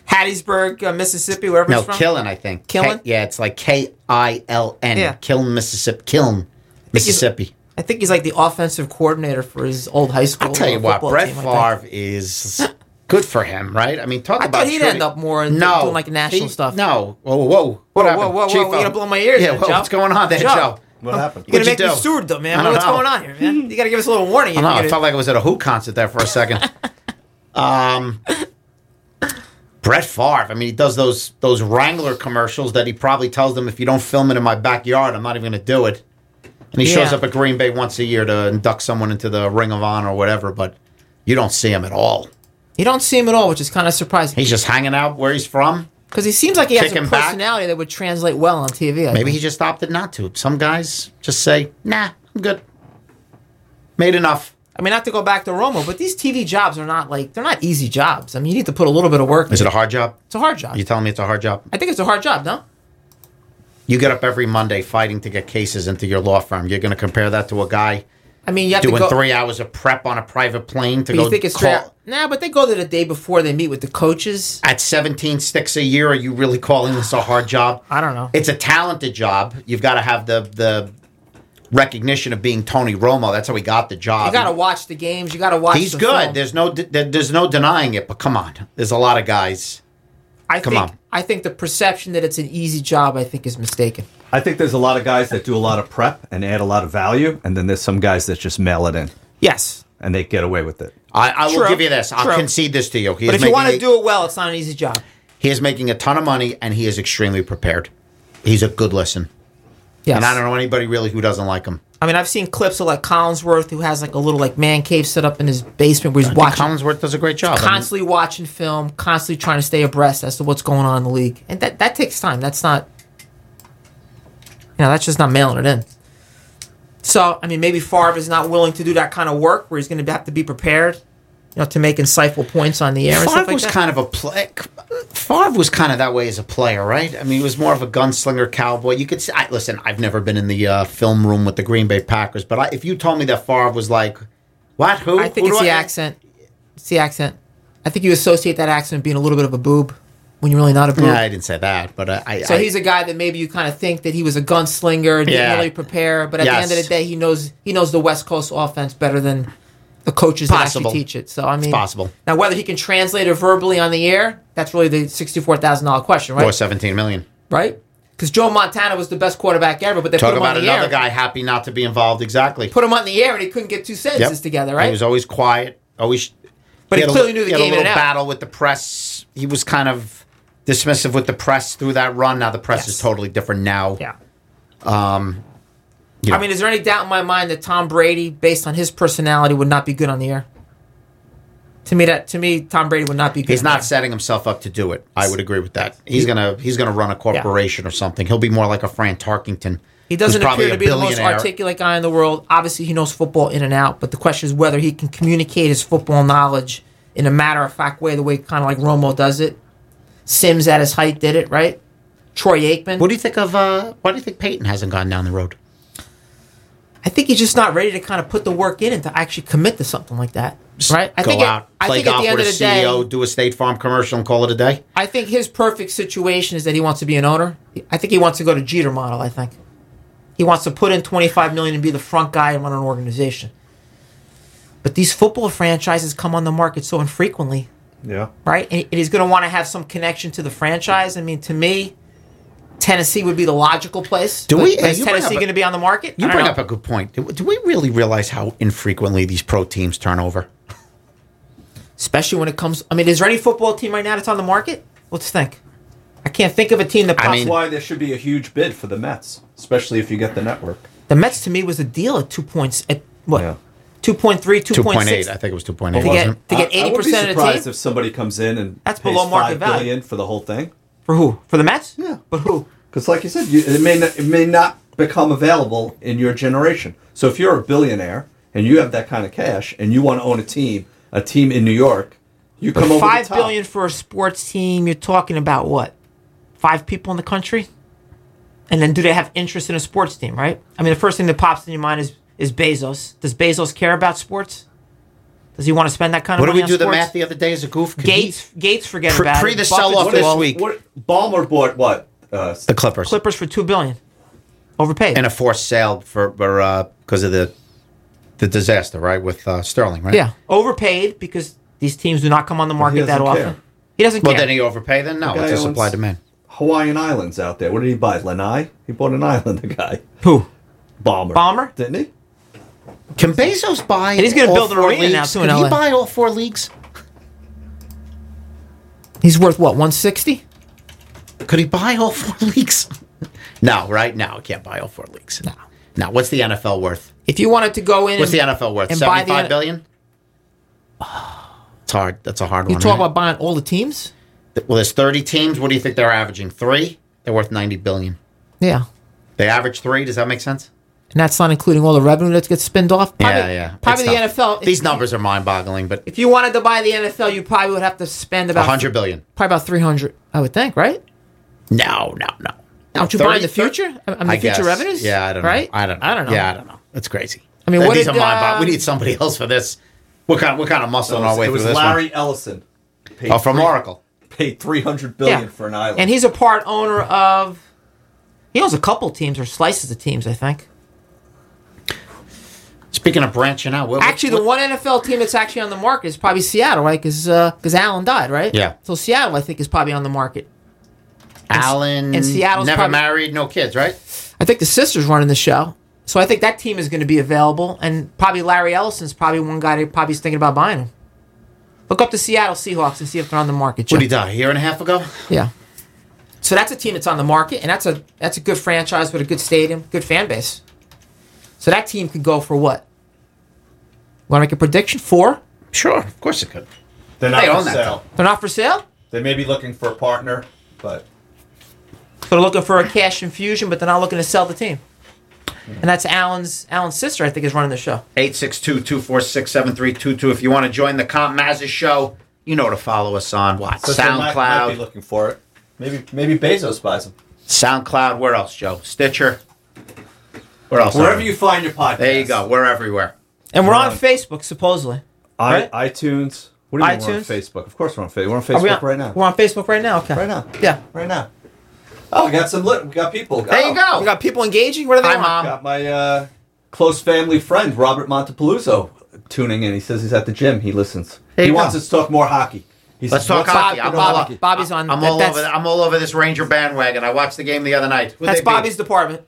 S3: Hattiesburg, uh, Mississippi, wherever
S2: no,
S3: he's from.
S2: Kiln. I think K-
S3: Killen?
S2: yeah, it's like K I L N.
S3: Yeah.
S2: Kiln, Mississippi. Kiln, Mississippi.
S3: I think he's like the offensive coordinator for his old high school.
S2: I'll tell you
S3: uh,
S2: what,
S3: football
S2: Brett
S3: team, I think.
S2: Favre is good for him, right? I mean, talk
S3: I
S2: about.
S3: thought he'd
S2: treating-
S3: end up more in-
S2: no,
S3: doing, like, national stuff.
S2: No, whoa, whoa, whoa, what
S3: Whoa,
S2: happened?
S3: whoa, whoa, whoa,
S2: Chief, um,
S3: you're gonna blow my ears
S2: Yeah,
S3: in,
S2: whoa,
S3: Joe.
S2: what's going on there,
S3: Joe.
S2: Joe?
S4: What happened?
S3: You're gonna
S2: What'd
S3: make
S2: you
S3: me
S2: do?
S3: steward though,
S2: I
S3: man.
S2: don't
S3: What's
S2: know.
S3: going on here, man? You gotta give us a little
S2: I
S3: warning. if
S2: don't know.
S3: you're
S2: I
S3: gonna-
S2: felt like I was at a Who concert there for a second. um, Brett Favre. I mean, he does those those Wrangler commercials that he probably tells them if you don't film it in my backyard, I'm not even going to do it. And he shows
S3: Yeah.
S2: up at Green Bay once a year to induct someone into the Ring of Honor or whatever, but you don't see him at all.
S3: you don't see him at all, which is kind of surprising
S2: He's just hanging out where he's from.
S3: because he seems like he has a
S2: kicking back.
S3: personality that would translate well on TV. I
S2: Maybe
S3: think.
S2: he just opted not to. Some guys just say, "Nah, I'm good. Made enough."
S3: I mean, not to go back to Romo, but these TV jobs are not like they're not easy jobs. I mean, you need to put a little bit of work.
S2: Is
S3: in.
S2: it a hard job?
S3: It's a hard job.
S2: You telling me it's a hard job?
S3: I think it's a hard job, no?
S2: You get up every Monday fighting to get cases into your law firm. You're going to compare that to a guy
S3: I mean, you have
S2: doing
S3: to go.
S2: three hours of prep on a private plane to
S3: but
S2: go
S3: you think it's
S2: call.
S3: fair- Nah, but they go there the day before they meet with the coaches.
S2: At 17 sticks a year, are you really calling this a hard job?
S3: I don't know.
S2: It's a talented job. You've got to have the the recognition of being Tony Romo. That's how he got the job.
S3: you gotta watch the games. You gotta watch.
S2: Um, He's
S3: the
S2: good.
S3: film.
S2: There's no there- there's no denying it. But come on, there's a lot of guys.
S3: I
S2: Come
S3: think,
S2: on.
S3: I think the perception that it's an easy job, I think, is mistaken.
S4: I think there's a lot of guys that do a lot of prep and add a lot of value, and then there's some guys that just mail it in
S3: Yes,
S4: and they get away with it.
S2: I, I
S3: True.
S2: will give you this. I'll
S3: True.
S2: concede this to you. He
S3: but
S2: is
S3: if you
S2: making
S3: want to
S2: a-
S3: do it well, it's not an easy job.
S2: he is making a ton of money, and he is extremely prepared. He's a good listen,
S3: Yes.
S2: and I don't know anybody really who doesn't like him.
S3: I mean, I've seen clips of like Collinsworth, who has like a little like man cave set up in his basement where he's
S2: Watch
S3: watching,
S2: Collinsworth does a great job. I mean,
S3: constantly watching film, constantly trying to stay abreast as to what's going on in the league, and that that takes time. That's not, you know, that's just not mailing it in. So, I mean, maybe Favre is not willing to do that kind of work where he's going to have to be prepared, you know, to make insightful points on the air. and stuff
S2: Favre
S3: like
S2: was
S3: that.
S2: kind of a play. Favre was kind of that way as a player, right? I mean, he was more of a gunslinger cowboy. You could say, I, listen, I've never been in the uh, film room with the Green Bay Packers, but I, if you told me that Favre was like, what? Who?
S3: I think
S2: Who
S3: it's
S2: do
S3: the accent. It's the accent. I think you associate that accent with being a little bit of a boob when you're really not a boob.
S2: Yeah, I didn't say that, but I. I
S3: so
S2: I-
S3: he's a guy that maybe you kind of think that he was a gunslinger, didn't
S2: Yeah.
S3: really prepare, but at
S2: Yes.
S3: the end of the day, he knows he knows the West Coast offense better than the coaches that
S2: Possible.
S3: actually teach it. So I mean,
S2: possible.
S3: Now whether he can translate it verbally on the air, that's really the sixty-four thousand dollar question, right?
S2: or seventeen million.
S3: Right? Because Joe Montana was the best quarterback ever, but they
S2: Talk
S3: put him
S2: about
S3: on the
S2: another
S3: air.
S2: guy happy not to be involved. Exactly.
S3: Put him on the air, and he couldn't get two sentences together, right?
S2: He was always quiet. Always.
S3: But he
S2: had a
S3: clearly
S2: li-
S3: knew the
S2: had
S3: game
S2: a
S3: in
S2: little
S3: and out.
S2: battle with the press. He was kind of dismissive with the press through that run. Now the press
S3: Yes.
S2: is totally different now.
S3: Yeah.
S2: Um, Yeah.
S3: I mean, is there any doubt in my mind that Tom Brady, based on his personality, would not be good on the air? To me, that to me, Tom Brady would not be good.
S2: He's
S3: on the
S2: not
S3: air.
S2: setting himself up to do it. I would agree with that. He's gonna he's gonna run a corporation or something. He'll be more like a Fran Tarkington.
S3: He
S2: who's
S3: doesn't
S2: probably
S3: appear
S2: a
S3: to be the most
S2: billionaire.
S3: articulate guy in the world. Obviously, he knows football in and out, but the question is whether he can communicate his football knowledge in a matter of fact way, the way kind of like Romo does it. Sims at his height did it, right? Troy Aikman.
S2: What do you think of? Uh, why do you think Peyton hasn't gone down the road?
S3: I think he's just not ready to kind of put the work in and to actually commit to something like that, right? I
S2: Go
S3: think
S2: out,
S3: At, I
S2: play
S3: think at
S2: golf
S3: the end of
S2: with a E
S3: the day,
S2: CEO, do a State Farm commercial, and call it a day.
S3: I think his perfect situation is that he wants to be an owner. I think he wants to go to Jeter model. I think he wants to put in twenty five million and be the front guy and run an organization. But these football franchises come on the market so infrequently,
S4: Yeah.
S3: right? And and he's going to want to have some connection to the franchise. I mean, to me, Tennessee would be the logical place.
S2: Do
S3: But-
S2: we-
S3: but
S2: you
S3: Is
S2: bring
S3: Tennessee
S2: up a-
S3: going to be on the market?
S2: You
S3: I don't
S2: bring
S3: know.
S2: up a good point. Do do we really realize how infrequently these pro teams turn over?
S3: especially when it comes. I mean, is there any football team right now that's on the market? Let's think. I can't think of a team that.
S2: I
S3: pops-
S2: mean-
S4: That's why there should be a huge bid for the Mets, especially if you get the network.
S3: the Mets to me was a deal at two points at what.
S4: Yeah.
S3: 2.3, 2.6.
S2: Two point eight. I think it was two point eight.
S3: To get-
S2: Wasn't it?
S3: to get
S4: I- I would
S3: 80% of
S4: be
S3: the team?
S4: surprised if somebody comes in and
S3: That's
S4: pays
S3: below market
S4: $5
S3: value.
S4: billion for the whole thing.
S3: For who? For the Mets?
S4: Yeah.
S3: But who?
S4: Because, like you said, you, it may not, it may not become available in your generation. So, if you're a billionaire and you have that kind of cash and you want to own a team, a team in New York, you come over
S3: Five
S4: the top.
S3: billion for a sports team. You're talking about what? Five people in the country? And then do they have interest in a sports team? Right. I mean, the first thing that pops in your mind is is Bezos. Does Bezos care about sports? Does he want to spend that kind of
S2: What did
S3: money
S2: we
S3: on
S2: do the
S3: sports?
S2: math the other day as a goof? Could he-
S3: Gates Gates forget
S2: Pre-
S3: about
S2: pre
S3: it.
S2: the
S3: Buffett-
S2: sell-off
S3: what
S2: this
S3: is-
S2: week.
S4: What, Ballmer bought what? Uh,
S2: The Clippers
S3: Clippers for two billion, overpaid.
S2: and a forced sale for because of the the disaster, right? With uh, Sterling, right?
S3: yeah, overpaid because these teams do not come on the market that
S4: doesn't
S3: often.
S4: care.
S3: He doesn't
S2: Well,
S3: care.
S2: then he overpay. Then no,
S4: The guy
S2: it's a
S4: owns-
S2: supply demand.
S4: Hawaiian Islands out there. What did he buy? Lanai? He bought an island, the guy.
S3: who?
S4: Bomber.
S3: Ballmer?
S4: Didn't he?
S2: Can Bezos buy?
S3: he's gonna
S2: all
S3: build an
S2: four
S3: arena now,
S2: leagues?
S3: too, in
S2: Can he
S3: LA.
S2: buy all four leagues?
S3: He's worth what? One sixty?
S2: Could he buy all four leagues? no, right now he can't buy all four leagues. No. Now, what's the NFL worth?
S3: If you wanted to go in,
S2: What's
S3: and-
S2: the NFL worth?
S3: and buy the
S2: Seventy-five
S3: N-
S2: billion. It's hard. That's a hard
S3: You
S2: one.
S3: talk
S2: right?
S3: about buying all the teams?
S2: well, there's thirty teams. What do you think they're averaging? Three. They're worth ninety billion.
S3: Yeah.
S2: They average three. Does that make sense?
S3: And that's not including all the revenue that gets spinned off. Probably,
S2: yeah, yeah.
S3: Probably
S2: It's
S3: the
S2: tough.
S3: NFL. if-
S2: These numbers are mind-boggling, but
S3: If you wanted to buy the NFL, you probably would have to spend about
S2: hundred billion.
S3: Probably about three hundred, I would think, right?
S2: No, no, no.
S3: Aren't you
S2: buy
S3: buying the future? I mean, the future revenues?
S2: Yeah, I don't know.
S3: Right?
S2: I don't. Know.
S3: I don't know.
S2: Yeah, I don't know. It's crazy.
S3: I mean, what
S2: these
S3: did,
S2: are my bo-
S3: um,
S2: We need somebody else for this. What kind? What kind of muscle on our way
S4: it was
S2: through this
S4: Larry
S2: one?
S4: Ellison. Paid
S2: Oh, from
S4: three-
S2: Oracle.
S4: Paid 300 billion
S3: Yeah.
S4: for an island.
S3: And he's a part owner of. He owns a couple teams or slices of teams, I think.
S2: Speaking of branching out, what, what-
S3: Actually, the
S2: what-
S3: one NFL team that's actually on the market is probably Seattle, right? Because because Allen died, right?
S2: Yeah.
S3: So Seattle, I think, is probably on the market.
S2: Allen
S3: and Seattle's
S2: never
S3: probably-
S2: married, no kids, right?
S3: I think the sister's running the show. So I think that team is going to be available. And probably Larry Ellison's probably one guy that probably is thinking about buying him. Look up the Seattle Seahawks and see if they're on the market.
S2: What
S3: Joe.
S2: did he die? A year and a half ago?
S3: yeah. So that's a team that's on the market, and that's a that's a good franchise with a good stadium, good fan base. So that team could go for what? Want to make a prediction? Four?
S2: Sure, of course it could.
S4: They're
S2: They
S4: not
S2: own
S4: for
S2: that,
S4: sale.
S3: They're not for sale.
S4: They may be looking for a partner, but
S3: They're looking for a cash infusion, but they're not looking to sell the team. And that's Allen's Allen's sister, I think, is running the show.
S2: 862-246-7322. If you want to join the Comp Mazza show, you know to follow us on what?
S4: so they
S2: SoundCloud.
S4: might- might be looking for it. Maybe maybe Bezos buys them.
S2: SoundCloud. Where else, Joe? Stitcher. Where else?
S4: Wherever you find your podcast.
S2: There you go. We're everywhere.
S3: And we're
S4: Right.
S3: on Facebook, supposedly.
S4: I,
S3: Right?
S4: iTunes. What do you mean we're on
S3: iTunes?
S4: Facebook? Of course we're on Facebook. We're on
S3: Are we
S4: Facebook
S3: on-
S4: right now.
S3: We're on Facebook right now. Okay.
S4: Right now.
S3: Yeah.
S4: Right now. Oh, we got some lit. We got people. Oh.
S2: There you go. Um,
S3: We got people engaging. What are they
S2: Hi,
S3: want?
S2: Mom.
S4: Got my uh, close family friend Robert Montepaluzzo tuning in. He says he's at the gym. He listens.
S2: There
S4: he
S2: you
S4: wants
S2: go.
S4: us to talk more hockey. He
S2: Let's
S4: says,
S2: talk
S4: "What's
S2: hockey.
S4: up
S2: I'm
S4: with
S2: all,
S4: hockey?"
S3: Bobby's on-
S2: I'm all
S3: that's-
S2: over. I'm all over this Ranger bandwagon. I watched the game the other night. Who'd
S3: That's
S2: they beat?
S3: Bobby's department.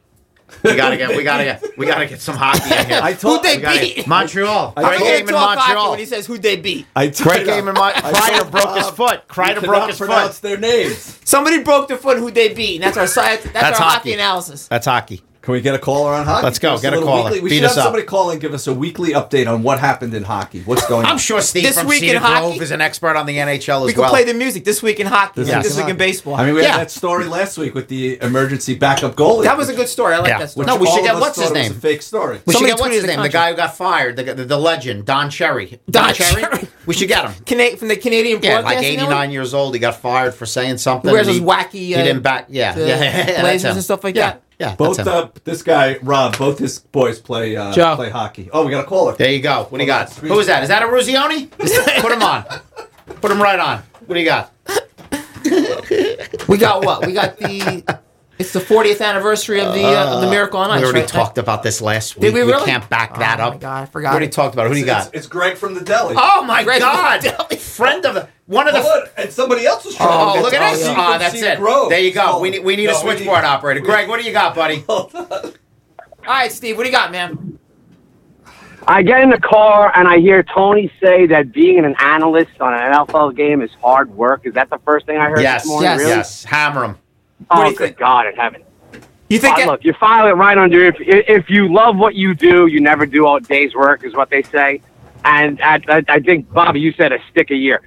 S2: We gotta get, we gotta get, we gotta get some hockey in here.
S4: I told-
S2: We
S4: Who'd
S3: they
S2: gotta-
S3: beat?
S2: Montreal.
S4: I
S2: Great
S4: told-
S2: game in Montreal.
S3: says who they beat.
S4: I told
S2: Great game in Montreal. Kreider broke his foot.
S4: I
S2: Kreider broke
S4: cannot
S2: his
S4: pronounce
S2: foot.
S4: their names.
S3: Somebody broke their foot. Who they beat? And that's our science. That's,
S2: That's
S3: our hockey.
S2: hockey.
S3: analysis.
S2: That's hockey.
S4: Can we get a caller on hockey?
S2: Let's go,
S4: Give us
S2: get a
S4: little
S2: caller.
S4: Weekly, we
S2: Beat
S4: should
S2: us
S4: have
S2: up.
S4: somebody call and give us a weekly update on what happened in hockey. What's going on?
S2: I'm sure Steve
S3: This
S2: from
S3: week in
S2: Cedar
S3: hockey-
S2: Grove is an expert on the NHL as
S3: We can
S2: well.
S3: play the music this week in hockey. This,
S2: Yes.
S3: this week in baseball.
S4: I mean, we
S2: Yeah.
S4: had that story last week with the emergency backup goalie.
S3: that was a good story. I like
S2: Yeah.
S3: that story.
S4: Which
S2: No, we should
S4: all of
S2: get-
S4: us
S2: what's his
S4: thought it was
S2: name?
S4: a fake story.
S2: We should
S3: Somebody
S2: get what's
S3: tweeted
S2: his
S3: the
S2: name? The
S3: contract.
S2: guy who got fired, the, the, the legend, Don Cherry.
S3: Don Cherry.
S2: We should get him.
S3: Cana- from the Canadian
S2: Yeah, like
S3: Broadcasting
S2: 89
S3: Network?
S2: years old. He got fired for saying something.
S3: Wears
S2: and
S3: those wacky,
S2: He
S3: uh,
S2: didn't back. Yeah,
S3: the
S2: yeah, yeah, yeah, that's
S3: blazers
S2: him.
S3: and stuff like
S2: Yeah,
S3: that.
S2: Yeah,
S4: Both
S2: that's him.
S4: uh, this guy Rob, both his boys play uh,
S3: Joe.
S4: play hockey. Oh, we got a caller.
S2: There you go. What do you
S4: Hold on,
S2: got?
S4: screen-
S2: Who is that? Is that a Ruzioni? Put him on. Put him right on. What do you got?
S3: We got what? We got the. It's the 40th anniversary of the uh, of the Miracle on Ice.
S2: We already
S3: right?
S2: talked about this last week.
S3: we really?
S2: can't back
S3: Oh
S2: that
S3: my
S2: up.
S3: God, I forgot
S2: We already
S3: it.
S2: talked about it. Who do you
S4: It's,
S2: got?
S4: it's Greg from the deli.
S2: Oh my
S3: Greg-
S2: God! Friend of the one of the.
S4: Hold on, and somebody else was trying.
S2: Oh,
S4: to get
S2: look
S4: to
S2: at
S4: us.
S2: this! Ah,
S4: You can
S2: that's
S4: see
S2: it.
S4: Grove.
S2: There you go.
S4: Oh,
S2: we need we need
S4: no,
S2: a
S4: we
S2: switchboard
S4: need-
S2: operator. Greg, what do you got, buddy?
S3: All right, Steve, what do you got, man?
S6: I get in the car and I hear Tony say that being an analyst on an NFL game is hard work. Is that the first thing I heard
S2: Yes,
S6: this morning?
S3: yes,
S6: really?
S2: yes. Hammer him.
S3: What do
S6: Oh,
S3: you
S6: good
S3: think?
S6: God in heaven.
S3: You think?
S6: Oh, look, you file it right under. If, if you love what you do, you never do all day's work, is what they say. And I, I, I think, Bobby, you said a stick a year.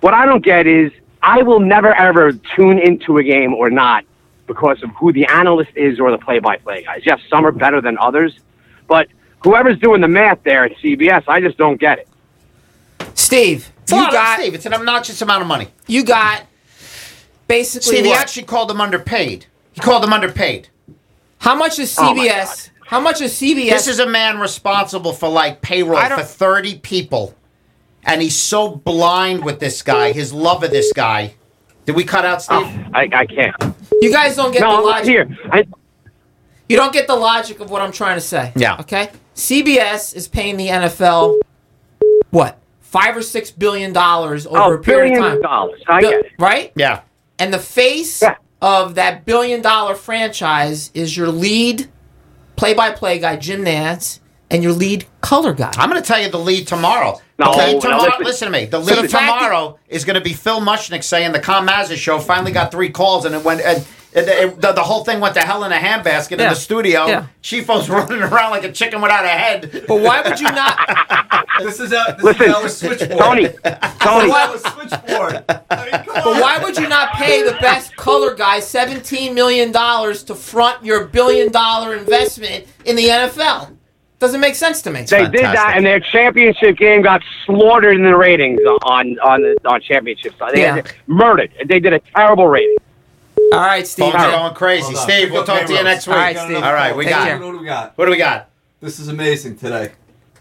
S6: What I don't get is I will never, ever tune into a game or not because of who the analyst is or the play by play guys. Yes, some are better than others, but whoever's doing the math there at CBS, I just don't get it.
S3: Steve,
S2: It's a lot
S3: you
S2: of-
S3: got
S2: Steve. It's an obnoxious amount of money.
S3: you got basically
S2: Steve, he
S3: what?
S2: actually called them underpaid. He called them underpaid.
S3: How much is
S6: Oh, my
S3: CBS? how much is CBS?
S2: This is a man responsible for like payroll
S3: I
S2: for
S3: don't-
S2: 30 people. And he's so blind with this guy, his love of this guy. Did we cut out Steve?
S3: Oh.
S6: I, I can't.
S3: you guys don't get
S6: No,
S3: the
S6: I'm not
S3: logic.
S6: here. I,
S3: You don't get the logic of what I'm trying to say.
S2: Yeah.
S3: Okay. CBS is paying the NFL what five or six billion dollars over
S6: oh,
S3: a period of time,
S6: billion dollars. I
S3: Bi-
S6: get it.
S3: right?
S2: Yeah.
S3: And the face
S6: Yeah.
S3: of that billion dollar franchise is your lead play by play guy, Jim Nance, and your lead color guy.
S2: I'm going to tell you the lead tomorrow.
S6: No,
S2: the lead
S6: no,
S2: tomorrow. listen.
S6: listen.
S2: to me. The lead
S3: the fact
S2: tomorrow is going to be Phil Mushnick saying the Com Mazza show finally got three calls and it went and. and it- the, the whole thing went to hell in a handbasket in
S3: Yeah.
S2: the studio.
S3: Yeah.
S2: Chifo's running around like a chicken without a head.
S3: But why would you not?
S4: This is a, this
S6: Listen,
S4: is our switchboard.
S6: Tony, Tony,
S4: Our switchboard.
S3: But why would you not pay the best color guy seventeen million dollars to front your billion dollar investment in the NFL? Doesn't make sense to me.
S6: They did
S2: Fantastic.
S6: that, and their championship game got slaughtered in the ratings on on the on championship side. They
S3: Yeah.
S6: murdered. They did a terrible rating.
S3: All right, Steve.
S2: Phones are going crazy.
S4: Hold on.
S2: Steve, we'll
S4: Pick up
S2: talk to you next
S4: Melrose.
S2: week.
S3: All right, Steve.
S2: All right, we
S3: Take
S2: got
S3: care.
S2: it.
S4: What do we got?
S2: What do we got?
S4: This is amazing today.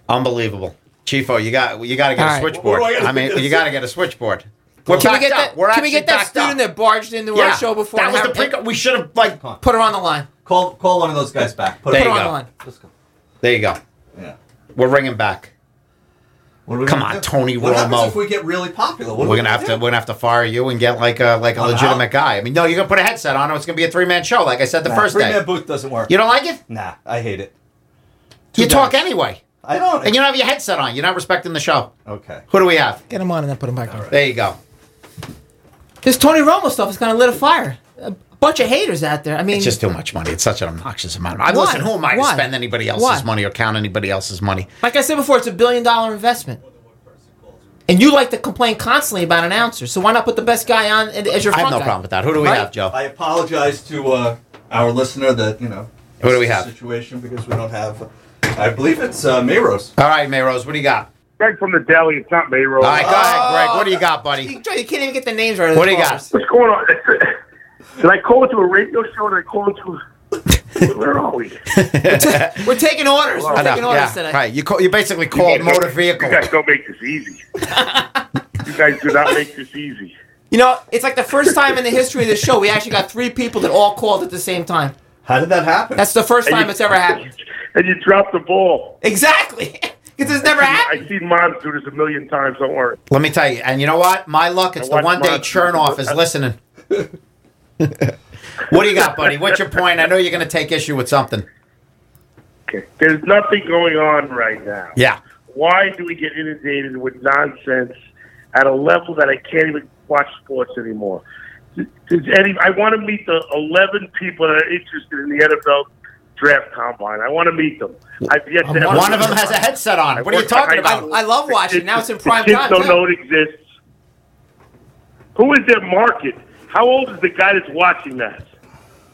S2: Unbelievable, Chifo. You got you got to get
S3: All
S2: a
S3: right.
S2: switchboard.
S4: What do I gotta
S2: I mean,
S4: do?
S2: you got to get a switchboard. We're
S3: Can we
S2: backed
S3: get
S2: up.
S3: that?
S2: We're
S3: can we
S2: actually
S3: get that
S2: backed up.
S3: student that barged into
S2: Yeah,
S3: our show before?
S2: That
S3: and
S2: was the
S3: have-
S2: pre. We should have like.
S4: Come on.
S3: Put her on the line.
S4: Call call one of those guys back. Put
S2: There
S3: Put
S4: him
S3: her
S2: you
S3: on
S2: go.
S3: the line.
S4: Let's go.
S2: There you go.
S4: Yeah.
S2: We're ringing back.
S4: What are we
S2: Come
S4: gonna
S2: on,
S4: do?
S2: Tony
S4: What happens
S2: Romo.
S4: if we get really popular? What are
S2: We're
S4: we
S2: gonna have to
S4: do?
S2: we're gonna have to fire you and get like a like a
S3: Uh-huh.
S4: I'm
S2: legitimate
S4: out.
S2: guy. I mean, no, you're gonna put a headset on. or It's gonna be a three man show, like I said the
S4: Nah,
S2: first
S4: three-man
S2: day.
S4: booth doesn't work.
S2: You don't like it?
S4: Nah, I hate it.
S2: You
S4: Two
S2: talk
S4: guys.
S2: anyway,
S4: I don't.
S2: and you don't have your headset on. You're not respecting the show.
S4: okay.
S2: Who do we have?
S3: Get him on and then put him back on.
S2: There you go.
S3: This Tony Romo stuff is kind of lit a fire. A bunch of haters out there. I mean,
S2: It's just too much money. It's such an obnoxious amount. Of money.
S3: Why?
S2: Listen, who am I
S3: Why?
S2: to spend anybody else's
S3: Why?
S2: money or count anybody else's money?
S3: like I said before, it's a billion dollar investment. And you like to complain constantly about an announcer, so why not put the best guy on and- as your
S2: I have
S3: front
S2: no
S3: guy?
S2: problem with that. Who do we
S3: Right?
S2: have, Joe?
S4: I apologize to uh, our listener that you know.
S2: What do we
S4: this
S2: have?
S4: Situation because we don't have. I believe it's uh, Mayros.
S2: All right, Mayrose, what do you got?
S7: Greg from the deli. It's not me, Roll.
S2: All right, go ahead, Greg. What do you got, buddy?
S3: You, Joe, you can't even get the names right. of the
S2: What do you got?
S3: callers.
S7: What's going on? Did I call into a radio show? Did I call into? Where are we?
S3: We're taking orders. We're
S2: Enough.
S3: taking orders
S2: Yeah,
S3: today.
S2: right. You call, you basically called motor vehicle.
S7: You guys don't make this easy. you guys do not make this easy.
S3: You know, it's like the first time in the history of the show we actually got three people that all called at the same time.
S4: How did that happen?
S3: That's the first time
S7: you-
S3: it's ever happened.
S7: And you drop the ball.
S3: Exactly. Because it's never happened.
S7: I see moms do this a million times. Don't worry.
S2: Let me tell you. And you know what? My luck. It's
S7: I
S2: the
S7: watch
S2: one day
S7: Mark-
S2: Chernoff is listening. what do you got, buddy? What's your point? I know you're going to take issue with something.
S7: Okay. There's nothing going on right now.
S2: Yeah.
S7: Why do we get inundated with nonsense at a level that I can't even watch sports anymore? Does any, I want to meet the 11 people that are interested in the NFL draft combine. I want to meet them. I've yet to
S3: One
S2: One of them has a headset on. What are you talking about?
S3: I love watching. Now it's in prime
S7: Kids
S3: time,
S7: don't
S3: too.
S7: know it exists. Who is their market? How old is the guy that's watching that?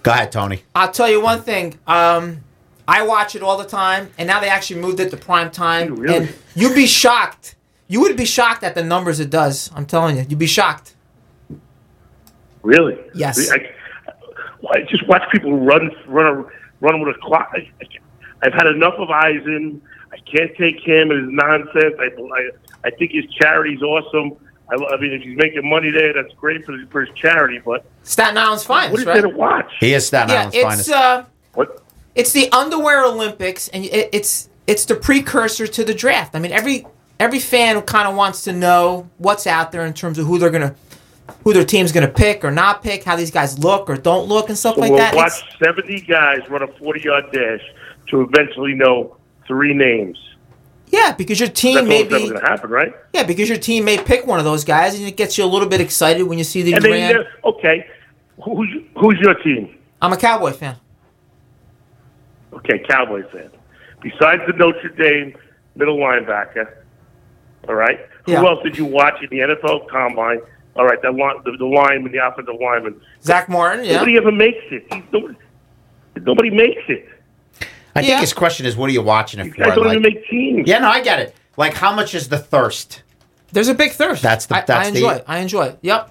S2: Go ahead, Tony.
S3: I'll tell you one thing. Um, I watch it all the time, and now they actually moved it to prime time.
S7: Ooh, really?
S3: And you'd be shocked. You would be shocked at the numbers it does. I'm telling you, you'd be shocked.
S7: Really?
S3: Yes.
S7: I, I just watch people run, run, run with a clock. I, I, have had enough of Eisen. I can't take him and his nonsense. I, I, I think his charity's awesome. I, lo- I mean, if he's making money there, that's great for his, for his charity. But
S3: Staten Island's
S7: what
S3: finest,
S7: is there
S3: right?
S7: to watch?
S2: He is Staten
S3: Yeah,
S2: Island's
S3: it's
S2: finest.
S3: uh,
S7: What?
S3: it's the underwear Olympics, and it, it's it's the precursor to the draft. I mean, every every fan kind of wants to know what's out there in terms of who they're gonna, who their team's gonna pick or not pick, how these guys look or don't look, and stuff
S7: So
S3: like
S7: we'll
S3: that.
S7: watch
S3: It's-
S7: 70 guys run a 40 yard dash to eventually know three names.
S3: yeah, because your
S7: That's
S3: team may
S7: almost never
S3: be
S7: going to happen, right?
S3: yeah, because your team may pick one of those guys, and it gets you a little bit excited when you see the
S7: And then,
S3: brand.
S7: you know- okay, who's, who's your team?
S3: I'm a Cowboy fan.
S7: Okay, Cowboy fan. Besides the Notre Dame middle linebacker, all right.
S3: Yeah.
S7: Who else did you watch in the NFL Combine? All right, that line, the, the lineman, the offensive lineman.
S3: Zach Martin, yeah.
S7: Nobody ever makes it. He's- Nobody, nobody makes it.
S2: I think
S3: Yeah.
S2: his question is, what are you watching it
S7: These
S2: for?
S7: guys don't
S2: Like-
S7: even make teams.
S2: yeah, no, I get it. Like, how much is the thirst?
S3: There's a big thirst.
S2: That's the-
S3: I,
S2: that's
S3: I
S2: the-
S3: enjoy. it. I enjoy. it. Yep.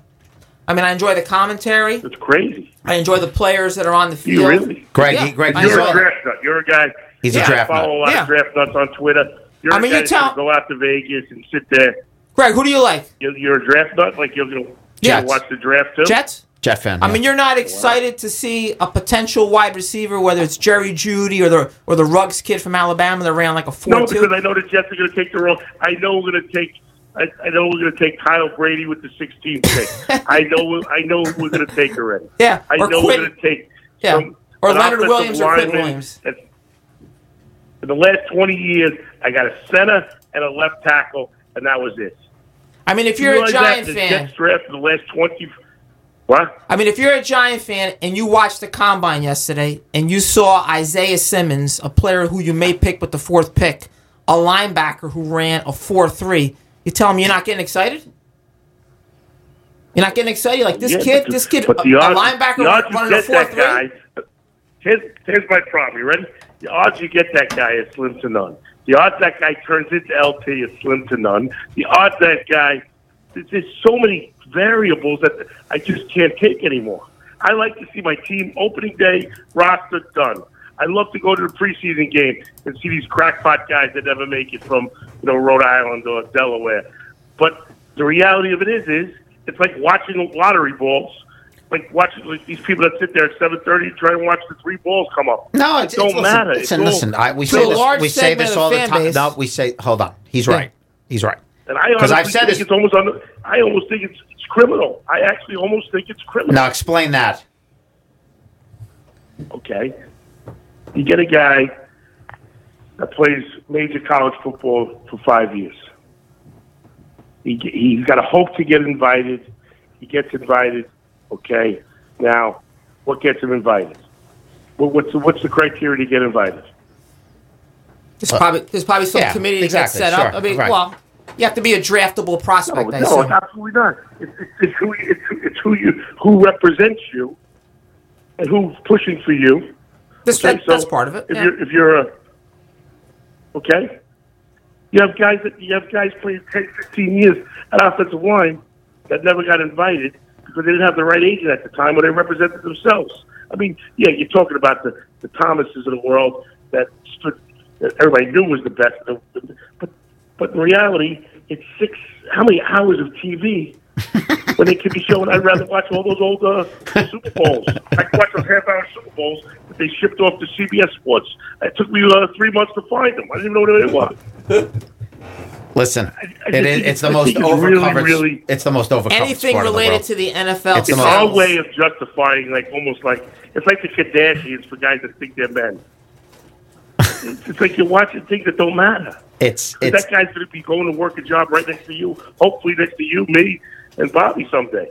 S3: I mean, I enjoy the commentary.
S7: It's crazy.
S3: I enjoy the players that are on the
S7: You
S3: field.
S7: really?
S2: Greg,
S3: Yeah,
S2: he- Greg,
S3: I
S2: you
S7: You're
S3: enjoy
S7: a
S3: it.
S7: draft nut. You're a guy.
S2: He's
S3: Yeah.
S2: a draft
S7: follow
S2: nut.
S7: a lot
S3: Yeah.
S7: of draft nuts on Twitter. You're
S3: I
S7: a
S3: mean,
S7: guy
S3: you
S7: that's
S3: tell-
S7: gonna go out to Vegas and sit there.
S3: Greg, who do you like?
S7: You're, you're a draft nut. Like you're gonna
S2: Jets.
S7: you're gonna watch the draft too.
S3: Jets.
S2: Jeff fan.
S3: I mean, you're not excited to see a potential wide receiver, whether it's Jerry Judy or the or the Ruggs kid from Alabama that ran like a four
S7: No,
S3: two.
S7: because I know the Jets are going to take the role. I know we're going to take. I, I know we're going to take Kyle Brady with the 16th pick. I know. I know we're going to take already.
S3: Yeah,
S7: I
S3: or
S7: know
S3: Quinn.
S7: we're going to take.
S3: Yeah,
S7: some-
S3: or
S7: an
S3: Leonard
S7: offensive
S3: Williams or Quinn
S7: lineman
S3: Williams.
S7: that's- In the last 20 years, I got a center and a left tackle, and that was it.
S3: I mean, if
S7: You
S3: you're a
S7: realize that
S3: Giant
S7: the
S3: fan,
S7: Jets draft in the last 20. What?
S3: I mean, if you're a Giant fan and you watched the combine yesterday and you saw Isaiah Simmons, a player who you may pick with the fourth pick, a linebacker who ran a 4 3, you tell me you're not getting excited? You're not getting excited? Like, this
S7: Yeah,
S3: kid,
S7: but the-
S3: this kid,
S7: but
S3: a,
S7: the
S3: a
S7: odds-
S3: linebacker
S7: the odds you
S3: running a
S7: get
S3: 4
S7: that
S3: 3?
S7: guy- Here's, here's my problem. You ready? The odds you get that guy is slim to none. The odds that guy turns into LP is slim to none. The odds that guy, there's, there's so many variables that I just can't take anymore. I like to see my team opening day roster done. I love to go to the preseason game and see these crackpot guys that never make it from you know Rhode Island or Delaware. But the reality of it is, is it's like watching lottery balls. Like watching like these people that sit there at seven thirty trying to watch the three balls come up.
S2: No,
S7: it
S2: it's,
S7: don't
S2: it's, listen,
S7: matter.
S2: Listen,
S7: It's all-
S2: listen. I, we
S3: To
S2: say
S3: a
S2: this.
S3: large
S2: we say
S3: segment
S2: this
S3: of
S2: all
S3: the
S2: the
S3: fan
S2: time.
S3: base.
S2: No, we say. Hold on. He's right. He's right.
S7: And I
S2: 'Cause
S7: honestly
S2: I've said
S7: think
S2: this-
S7: it's almost on. I almost think it's, it's criminal. I actually almost think it's criminal.
S2: Now explain that.
S7: okay? You get a guy that plays major college football for five years. He, he's got a hope to get invited. He gets invited. Okay. Now, what gets him invited? What, what's, the, what's the criteria to get invited?
S3: There's probably, there's probably some
S2: Yeah,
S3: committee that
S2: exactly,
S3: gets set up.
S2: sure,
S3: I mean,
S2: right.
S3: well, you have to be a draftable prospect, I
S7: no,
S3: assume.
S7: absolutely not. It's, it's, it's who it's, it's who you who represents you, and who's pushing for you.
S3: This-
S7: Okay,
S3: that- that's part of it.
S7: If
S3: yeah.
S7: you're if you're a okay, you have guys that you have guys playing 10, 15 years at offensive line that never got invited because they didn't have the right agent at the time or they represented themselves. I mean, yeah, you're talking about the the Thomases of the world that stood that everybody knew was the best, the- the- but but in reality, it's six how many hours of TV. when they could be showing, I'd rather watch all those old uh, Super Bowls. I could watch those half-hour Super Bowls that they shipped off to CBS Sports. It took me uh, three months to find them. I didn't even know what they were.
S2: Listen,
S7: I
S2: it
S7: just
S2: is. It's
S7: think
S2: the
S7: it's- I
S2: most
S7: think it's really,
S2: overcovered.
S7: really-
S2: it's the most overcovered.
S3: Anything
S2: sport in the
S3: related
S2: world.
S3: to the NFL
S2: It's a
S7: It's
S2: Sounds-
S7: our
S3: sells.
S7: way of justifying, like almost like it's like the Kardashians for guys that think they're men. It's it's like you're watching things that don't matter.
S2: It's it's
S7: That guy's going to be going to work a job right next to you, hopefully next to you, me, and Bobby someday.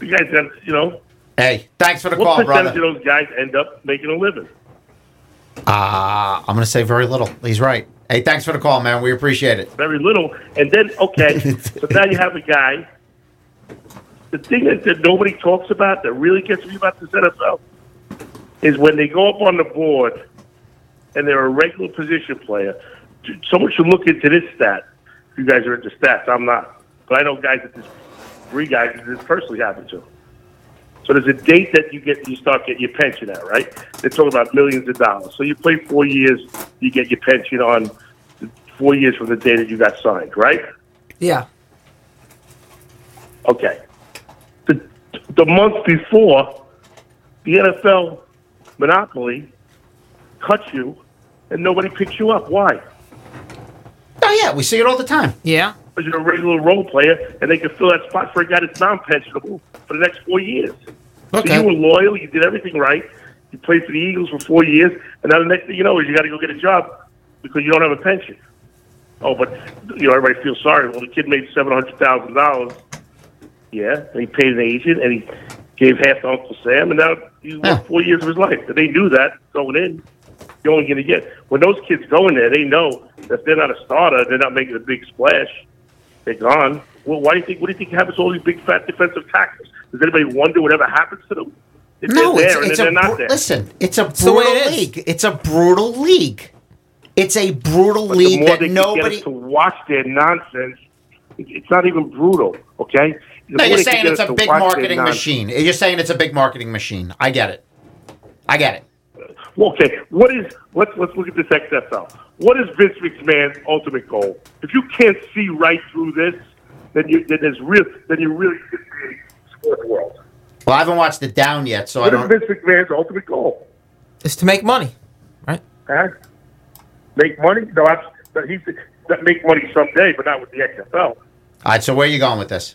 S7: You guys got, you know,
S2: hey. Thanks for the
S7: what
S2: call,
S7: percentage
S2: brother.
S7: of those guys end up making a living?
S2: Uh, I'm gonna say very little. He's right. Hey, thanks for the call, man. We appreciate it.
S7: Very little. And then, okay, so now you have a guy. The thing that, that nobody talks about that really gets me about this NFL is when they go up on the board and they're a regular position player. Dude, Someone should look into this stat. If you guys are into stats, I'm not. But I know guys that this, three guys that this personally happened to. So there's a date that you get, you start getting your pension at, right? They're talking about millions of dollars. So you play four years, you get your pension on four years from the day that you got signed, right?
S3: Yeah.
S7: Okay. The, the month before, the NFL monopoly cuts you, and nobody picks you up. Why?
S2: Oh yeah, we see it all the time.
S3: Yeah.
S7: Because you're a regular role player, and they can fill that spot for a guy that's non-pensionable for the next four years. So
S2: Okay.
S7: you were loyal. You did everything right. You played for the Eagles for four years, and now the next thing you know is you got to go get a job because you don't have a pension. Oh, but you know everybody feels sorry. Well, the kid made seven hundred thousand dollars. Yeah, and he paid an agent, and he gave half to Uncle Sam, and now he's
S2: Yeah.
S7: worth four years of his life. And they knew that going in. You're only going to get when those kids go in there. They know that if they're not a starter, they're not making a big splash. They're gone. Well, why do you think? What do you think happens to all these big fat defensive tackles? Does anybody wonder whatever happens to them? If
S2: No,
S7: they're
S2: it's,
S7: there and
S2: it's
S7: then
S2: a
S7: they're not
S2: bru-
S7: there.
S2: listen. It's a
S3: the way
S2: brutal
S3: it is.
S2: league. It's a brutal league. It's a brutal
S7: But the
S2: league
S7: more
S2: that
S7: they can get
S2: nobody.
S7: us to watch their nonsense, it- it's not even brutal. Okay. The
S2: No,
S7: more
S2: you're
S7: they can
S2: saying
S7: get
S2: it's
S7: us
S2: a
S7: to
S2: big
S7: watch their
S2: marketing
S7: nonsense-
S2: machine. You're saying it's a big marketing machine. I get it. I get it.
S7: Okay, what is let's let's look at this XFL. What is Vince McMahon's ultimate goal? If you can't see right through this, then you then there's real then you really should be in the sport world.
S2: Well, I haven't watched it down yet, so I
S7: What is
S2: don't.
S7: Vince McMahon's ultimate goal?
S3: It's to make money, right?
S7: Huh? Make money? No, I'm, but he's that make money someday, but not with the XFL.
S2: All right, so where are you going with this?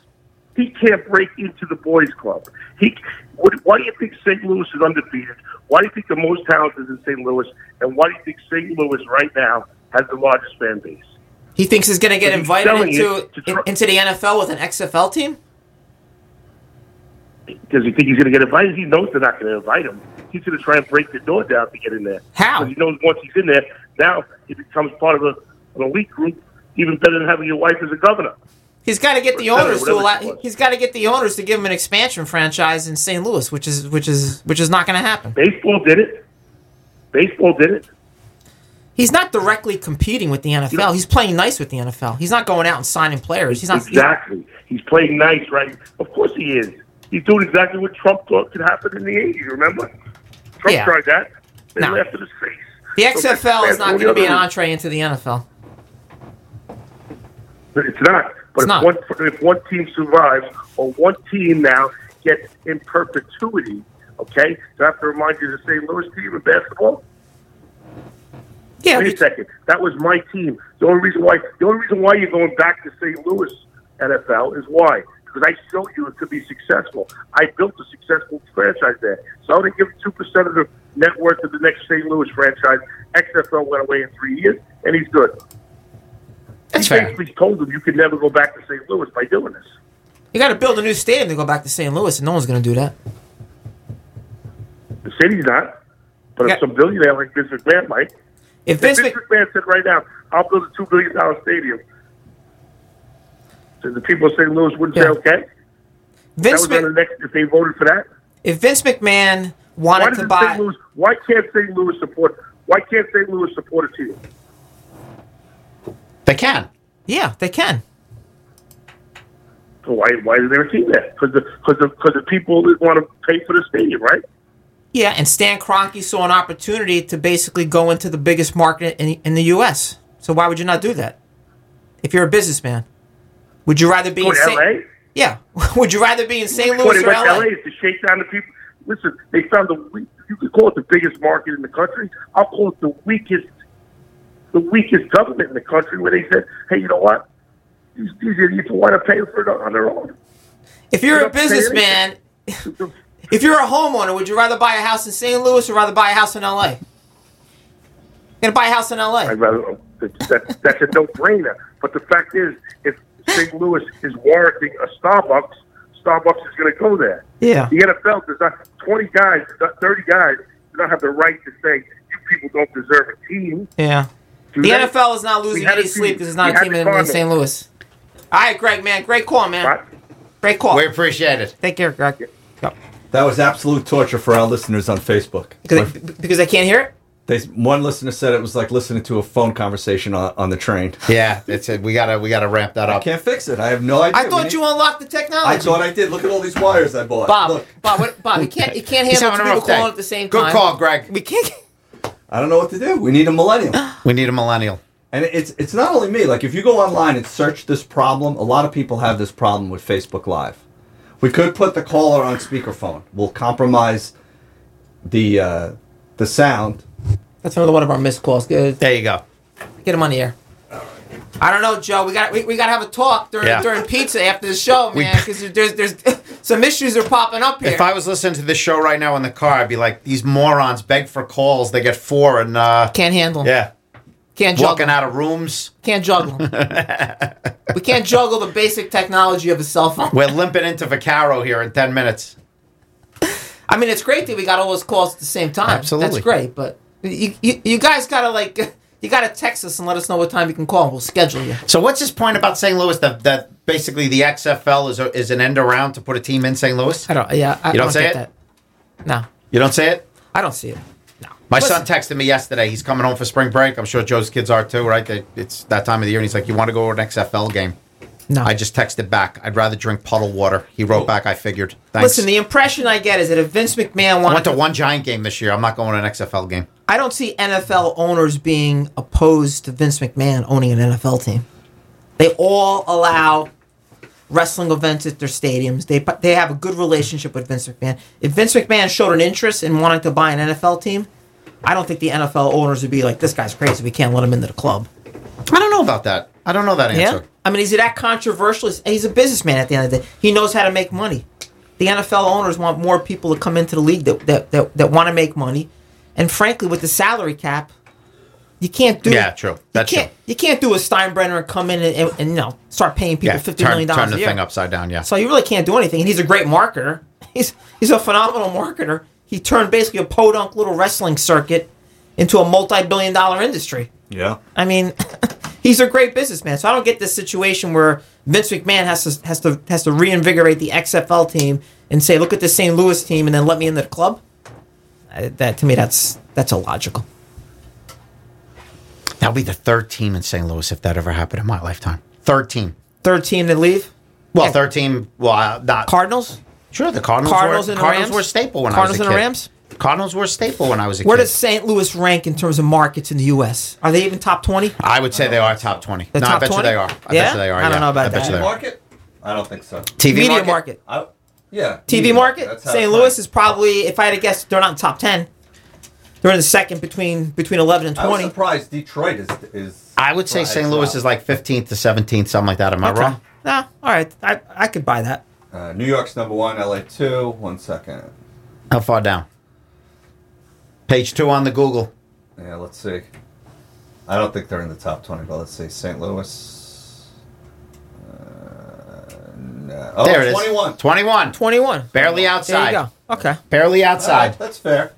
S7: He can't break into the boys' club. He. What, why do you think St. Louis is undefeated? Why do you think the most talented is in St. Louis? And why do you think St. Louis right now has the largest fan base?
S3: He thinks he's going to get
S7: But he's
S3: invited
S7: selling
S3: into
S7: it to
S3: in-
S7: try-
S3: into the NFL with an XFL team.
S7: Does he think he's going to get invited? He knows they're not going to invite him. He's going to try and break the door down to get in there.
S3: How?
S7: Because he knows once he's in there, now he becomes part of a, an elite group, even better than having your wife as a governor.
S3: He's got to get the
S7: Or seven,
S3: owners to
S7: whatever
S3: allow.
S7: it was.
S3: He's got to get the owners to give him an expansion franchise in St. Louis, which is which is which is not going to happen.
S7: Baseball did it. Baseball did it.
S3: He's not directly competing with the NFL. He's playing nice with the NFL. He's not going out and signing players. He's not.
S7: Exactly. He's playing nice, right? Of course he is. He's doing exactly what Trump thought could happen in the 80s, remember? Trump
S3: Yeah.
S7: tried that. They
S3: No.
S7: laughed in his face.
S3: The
S7: So
S3: XFL is not
S7: all the
S3: going to be an
S7: other-
S3: entree into the NFL.
S7: It's not.
S3: It's
S7: But if,
S3: not.
S7: One, if one team survives or one team now gets in perpetuity, okay? Do I have to remind you of the St. Louis team in basketball?
S3: Yeah,
S7: Wait a second. That was my team. The only reason why the only reason why you're going back to St. Louis NFL is why because I showed you it could be successful. I built a successful franchise there. So I'm going to give two percent of the net worth of the next St. Louis franchise. XFL went away in three years, and he's good.
S2: That's
S7: he
S2: fair.
S7: basically told them you could never go back to St. Louis by doing this.
S3: you got to build a new stadium to go back to St. Louis, and no one's going to do that.
S7: The city's not, but
S3: Yeah.
S7: if some billionaire like Vince McMahon might.
S3: If
S7: If
S3: Vince,
S7: Vince
S3: Mc-
S7: McMahon said right now, I'll build a two billion dollar stadium. So the people of St. Louis wouldn't
S3: Yeah.
S7: say okay.
S3: Vince,
S7: that was
S3: Mc-
S7: on the next if they voted for that.
S3: if Vince McMahon
S7: Why
S3: wanted
S7: does
S3: to
S7: St.
S3: buy,
S7: Louis? Why can't St. Louis support? Why can't St. Louis support a team?
S2: They can.
S3: yeah, they can.
S7: So why why is there a team there? Because the because the because the people that want to pay for the stadium, right?
S3: Yeah, and Stan Kroenke saw an opportunity to basically go into the biggest market in, in the U.S. So why would you not do that? If you're a businessman, would you rather be
S7: Go
S3: in
S7: to
S3: St.
S7: L.A.
S3: Yeah, would you rather be in St.
S7: What
S3: Louis
S7: they
S3: or
S7: went to
S3: L.A.?
S7: L.A. is to shake down the people. Listen, they found the we- you could call it the biggest market in the country. I'll call it the weakest, the weakest government in the country where they said, hey, you know what? These these idiots want to pay for it on their own.
S3: If you're a
S7: They're not paying
S3: businessman, if you're a homeowner, would you rather buy a house in St. Louis or rather buy a house in L.A.? gonna buy a house in L.A.
S7: I'd rather that, that's a no-brainer. But the fact is, if St. Louis is warranting a Starbucks, Starbucks is going to go there.
S3: Yeah.
S7: The NFL does not. Twenty guys, thirty guys, do not have the right to say you people don't deserve a team.
S3: Yeah.
S7: Do
S3: The
S7: they?
S3: NFL is not losing
S7: had
S3: any
S7: a team.
S3: sleep because there's
S7: We
S3: not a
S7: had
S3: team
S7: the
S3: in, in
S7: Cardinals.
S3: St. Louis. All right, Greg, man. Great call, man.
S7: Right?
S3: Great call.
S2: We appreciate it.
S3: Take care, Greg. Yep.
S4: That was absolute torture for our listeners on Facebook.
S3: Because because I can't hear it?
S4: They, one listener said it was like listening to a phone conversation on, on the train.
S2: Yeah, it's it. We gotta we gotta ramp that
S4: I
S2: up.
S4: can't fix it. I have no idea.
S3: I
S4: We
S3: thought
S4: need-
S3: you unlocked the technology.
S4: I thought I did. Look at all these wires I bought.
S3: Bob,
S4: Look,
S3: Bob, what, Bob, you can't, you can't handle two people calling at the same
S2: Good
S3: time.
S2: call, Greg.
S3: We can't.
S4: I don't know what to do. We need a millennial.
S2: We need a millennial.
S4: And it's it's not only me. Like if you go online and search this problem, a lot of people have this problem with Facebook Live. We could put the caller on speakerphone. We'll compromise the uh, the sound.
S3: That's another one of our missed calls. Get,
S2: There you go.
S3: get him on the air. I don't know, Joe. We got we, we got to have a talk during
S2: Yeah.
S3: during pizza after the show, man. Because there's there's some issues are popping up here.
S2: If I was listening to this show right now in the car, I'd be like, these morons beg for calls. They get four and uh,
S3: can't handle. 'em.
S2: yeah,
S3: Can't juggle.
S2: walking out of rooms.
S3: Can't juggle. 'em. we can't juggle the basic technology of a cell phone.
S2: We're limping into Vaccaro here in ten minutes.
S3: I mean, it's great that we got all those calls at the same time.
S2: Absolutely.
S3: that's great. But you, you you guys gotta like you gotta text us and let us know what time you can call. and We'll schedule you.
S2: So what's his point about St. Louis that, that basically the XFL is a, is an end around to put a team in St. Louis?
S3: I don't. Yeah, I
S2: You don't
S3: I
S2: say
S3: get
S2: it?
S3: That. No,
S2: You don't say it.
S3: I don't see it.
S2: My son
S3: Listen.
S2: texted me yesterday. He's coming home for spring break. I'm sure Joe's kids are too, right? They, it's that time of the year, and he's like, "You want to go to an XFL game?"
S3: No,
S2: I just texted back. I'd rather drink puddle water. He wrote back. I figured. Thanks.
S3: listen. The impression I get is that if Vince McMahon
S2: I
S3: wanted,
S2: went to one giant game this year. I'm not going to an XFL game.
S3: I don't see NFL owners being opposed to Vince McMahon owning an NFL team. They all allow wrestling events at their stadiums. They they have a good relationship with Vince McMahon. If Vince McMahon showed an interest in wanting to buy an NFL team, I don't think the NFL owners would be like, "This guy's crazy. We can't let him into the club."
S2: I don't know about that. I don't know that
S3: Yeah.
S2: answer.
S3: I mean, is he that controversial? He's a businessman at the end of the day. He knows how to make money. The NFL owners want more people to come into the league that that, that, that want to make money. And frankly, with the salary cap, you can't do
S2: Yeah, true. That's
S3: you can't,
S2: true.
S3: You can't do a Steinbrenner and come in and, and, and, you know start paying people
S2: Yeah,
S3: fifty
S2: turn,
S3: million
S2: turn
S3: dollars
S2: the
S3: a year.
S2: thing upside down. Yeah.
S3: So you really can't do anything. And he's a great marketer. He's he's a phenomenal marketer. He turned basically a podunk little wrestling circuit into a multi-billion dollar industry.
S4: Yeah.
S3: I mean, he's a great businessman. So I don't get this situation where Vince McMahon has to has to has to reinvigorate the XFL team and say, "Look at the St. Louis team," and then let me in the club. Uh, That to me, that's that's illogical.
S2: That'll be the third team in St. Louis if that ever happened in my lifetime. Third team.
S3: Third team to leave,
S2: Well,
S3: Yeah.
S2: third team. Well, uh, not
S3: Cardinals.
S2: sure. The Cardinals.
S3: Cardinals
S2: were,
S3: and the
S2: Cardinals
S3: Rams?
S2: were a staple when I was
S3: Cardinals
S2: a
S3: and
S2: kid.
S3: the Rams?
S2: Cardinals were a staple when I was a
S3: Where
S2: kid.
S3: does St. Louis rank in terms of markets in the U.S.? Are they even top twenty?
S2: I would say they are top 20
S3: The
S2: no, I
S3: top
S2: bet you
S3: 20?
S2: they are. I
S3: Yeah?
S2: bet you they are.
S3: I don't
S2: yeah.
S3: know about
S2: I bet
S3: that.
S2: you they are.
S4: Market? I don't think so.
S2: TV
S3: Media market.
S4: I, yeah.
S3: TV market.
S4: That's how
S3: St.
S4: it's
S3: Louis
S4: done.
S3: is probably, if I had to guess, they're not in top ten. They're in the second between between eleven and
S4: I was
S3: twenty.
S4: surprised Detroit is is.
S2: I would say
S4: Right,
S2: St.
S4: it's
S2: Louis
S4: not.
S2: is like 15th to 17th, something like that. Am I
S3: Okay.
S2: wrong?
S3: Nah, all right, I I could buy that.
S4: Uh, New York's number one. LA two. One second.
S2: How far down? Page two on the Google.
S4: Yeah. Let's see. I don't think they're in the top twenty, but let's see. St. Louis. Uh, no. Oh,
S2: there it is.
S4: 21.
S2: 21.
S3: Twenty one.
S2: Barely outside.
S3: There you go. Ah, Okay.
S2: Barely
S4: All right,
S2: outside.
S4: that's fair.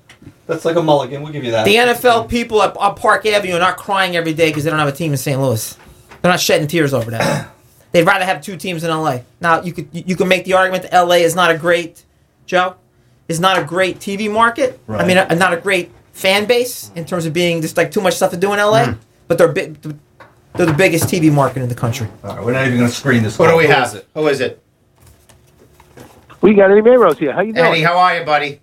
S4: That's like a mulligan. We'll give you that.
S3: The NFL people at, on Park Avenue are not crying every day because they don't have a team in St. Louis. They're not shedding tears over that. They'd rather have two teams in LA. Now you could you could make the argument that LA is not a great Joe, is not a great TV market. I
S4: Right.
S3: mean, uh, not a great fan base in terms of being just like too much stuff to do in LA. But they're big. They're the biggest TV market in the country.
S4: All right, we're not even going to screen this.
S2: What do
S4: call.
S2: we
S4: Who
S2: have?
S4: is it?
S2: Who is it?
S6: We got Eddie Mayrose here. How you doing?
S2: Eddie, how are you, buddy?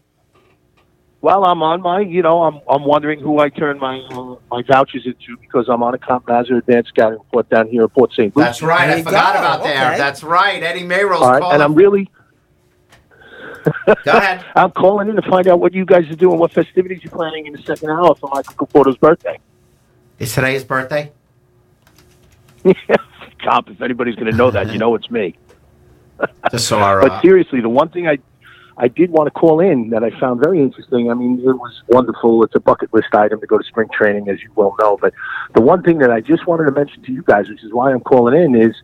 S6: Well, I'm on my, you know, I'm I'm wondering who I turn my uh, my vouchers into because I'm on a Comp Mazur Advanced Scouting Report down here in Port St. Lucie.
S2: That's right.
S3: There
S2: I
S3: you
S2: forgot
S3: go.
S2: about there.
S3: Okay.
S2: That's right. Eddie Mayroll's
S6: All right,
S2: calling.
S6: and I'm really
S2: go ahead.
S6: I'm calling in to find out what you guys are doing, what festivities you're planning in the second hour for Michael Caporto's birthday.
S2: Is today his birthday?
S6: Comp, if anybody's going to know that, you know it's me.
S2: Just so our, uh,
S6: But seriously, the one thing I
S8: I did want to call in that I found very interesting. I mean, it was wonderful. It's a bucket list item to go to spring training, as you well know. But the one thing that I just wanted to mention to you guys, which is why I'm calling in, is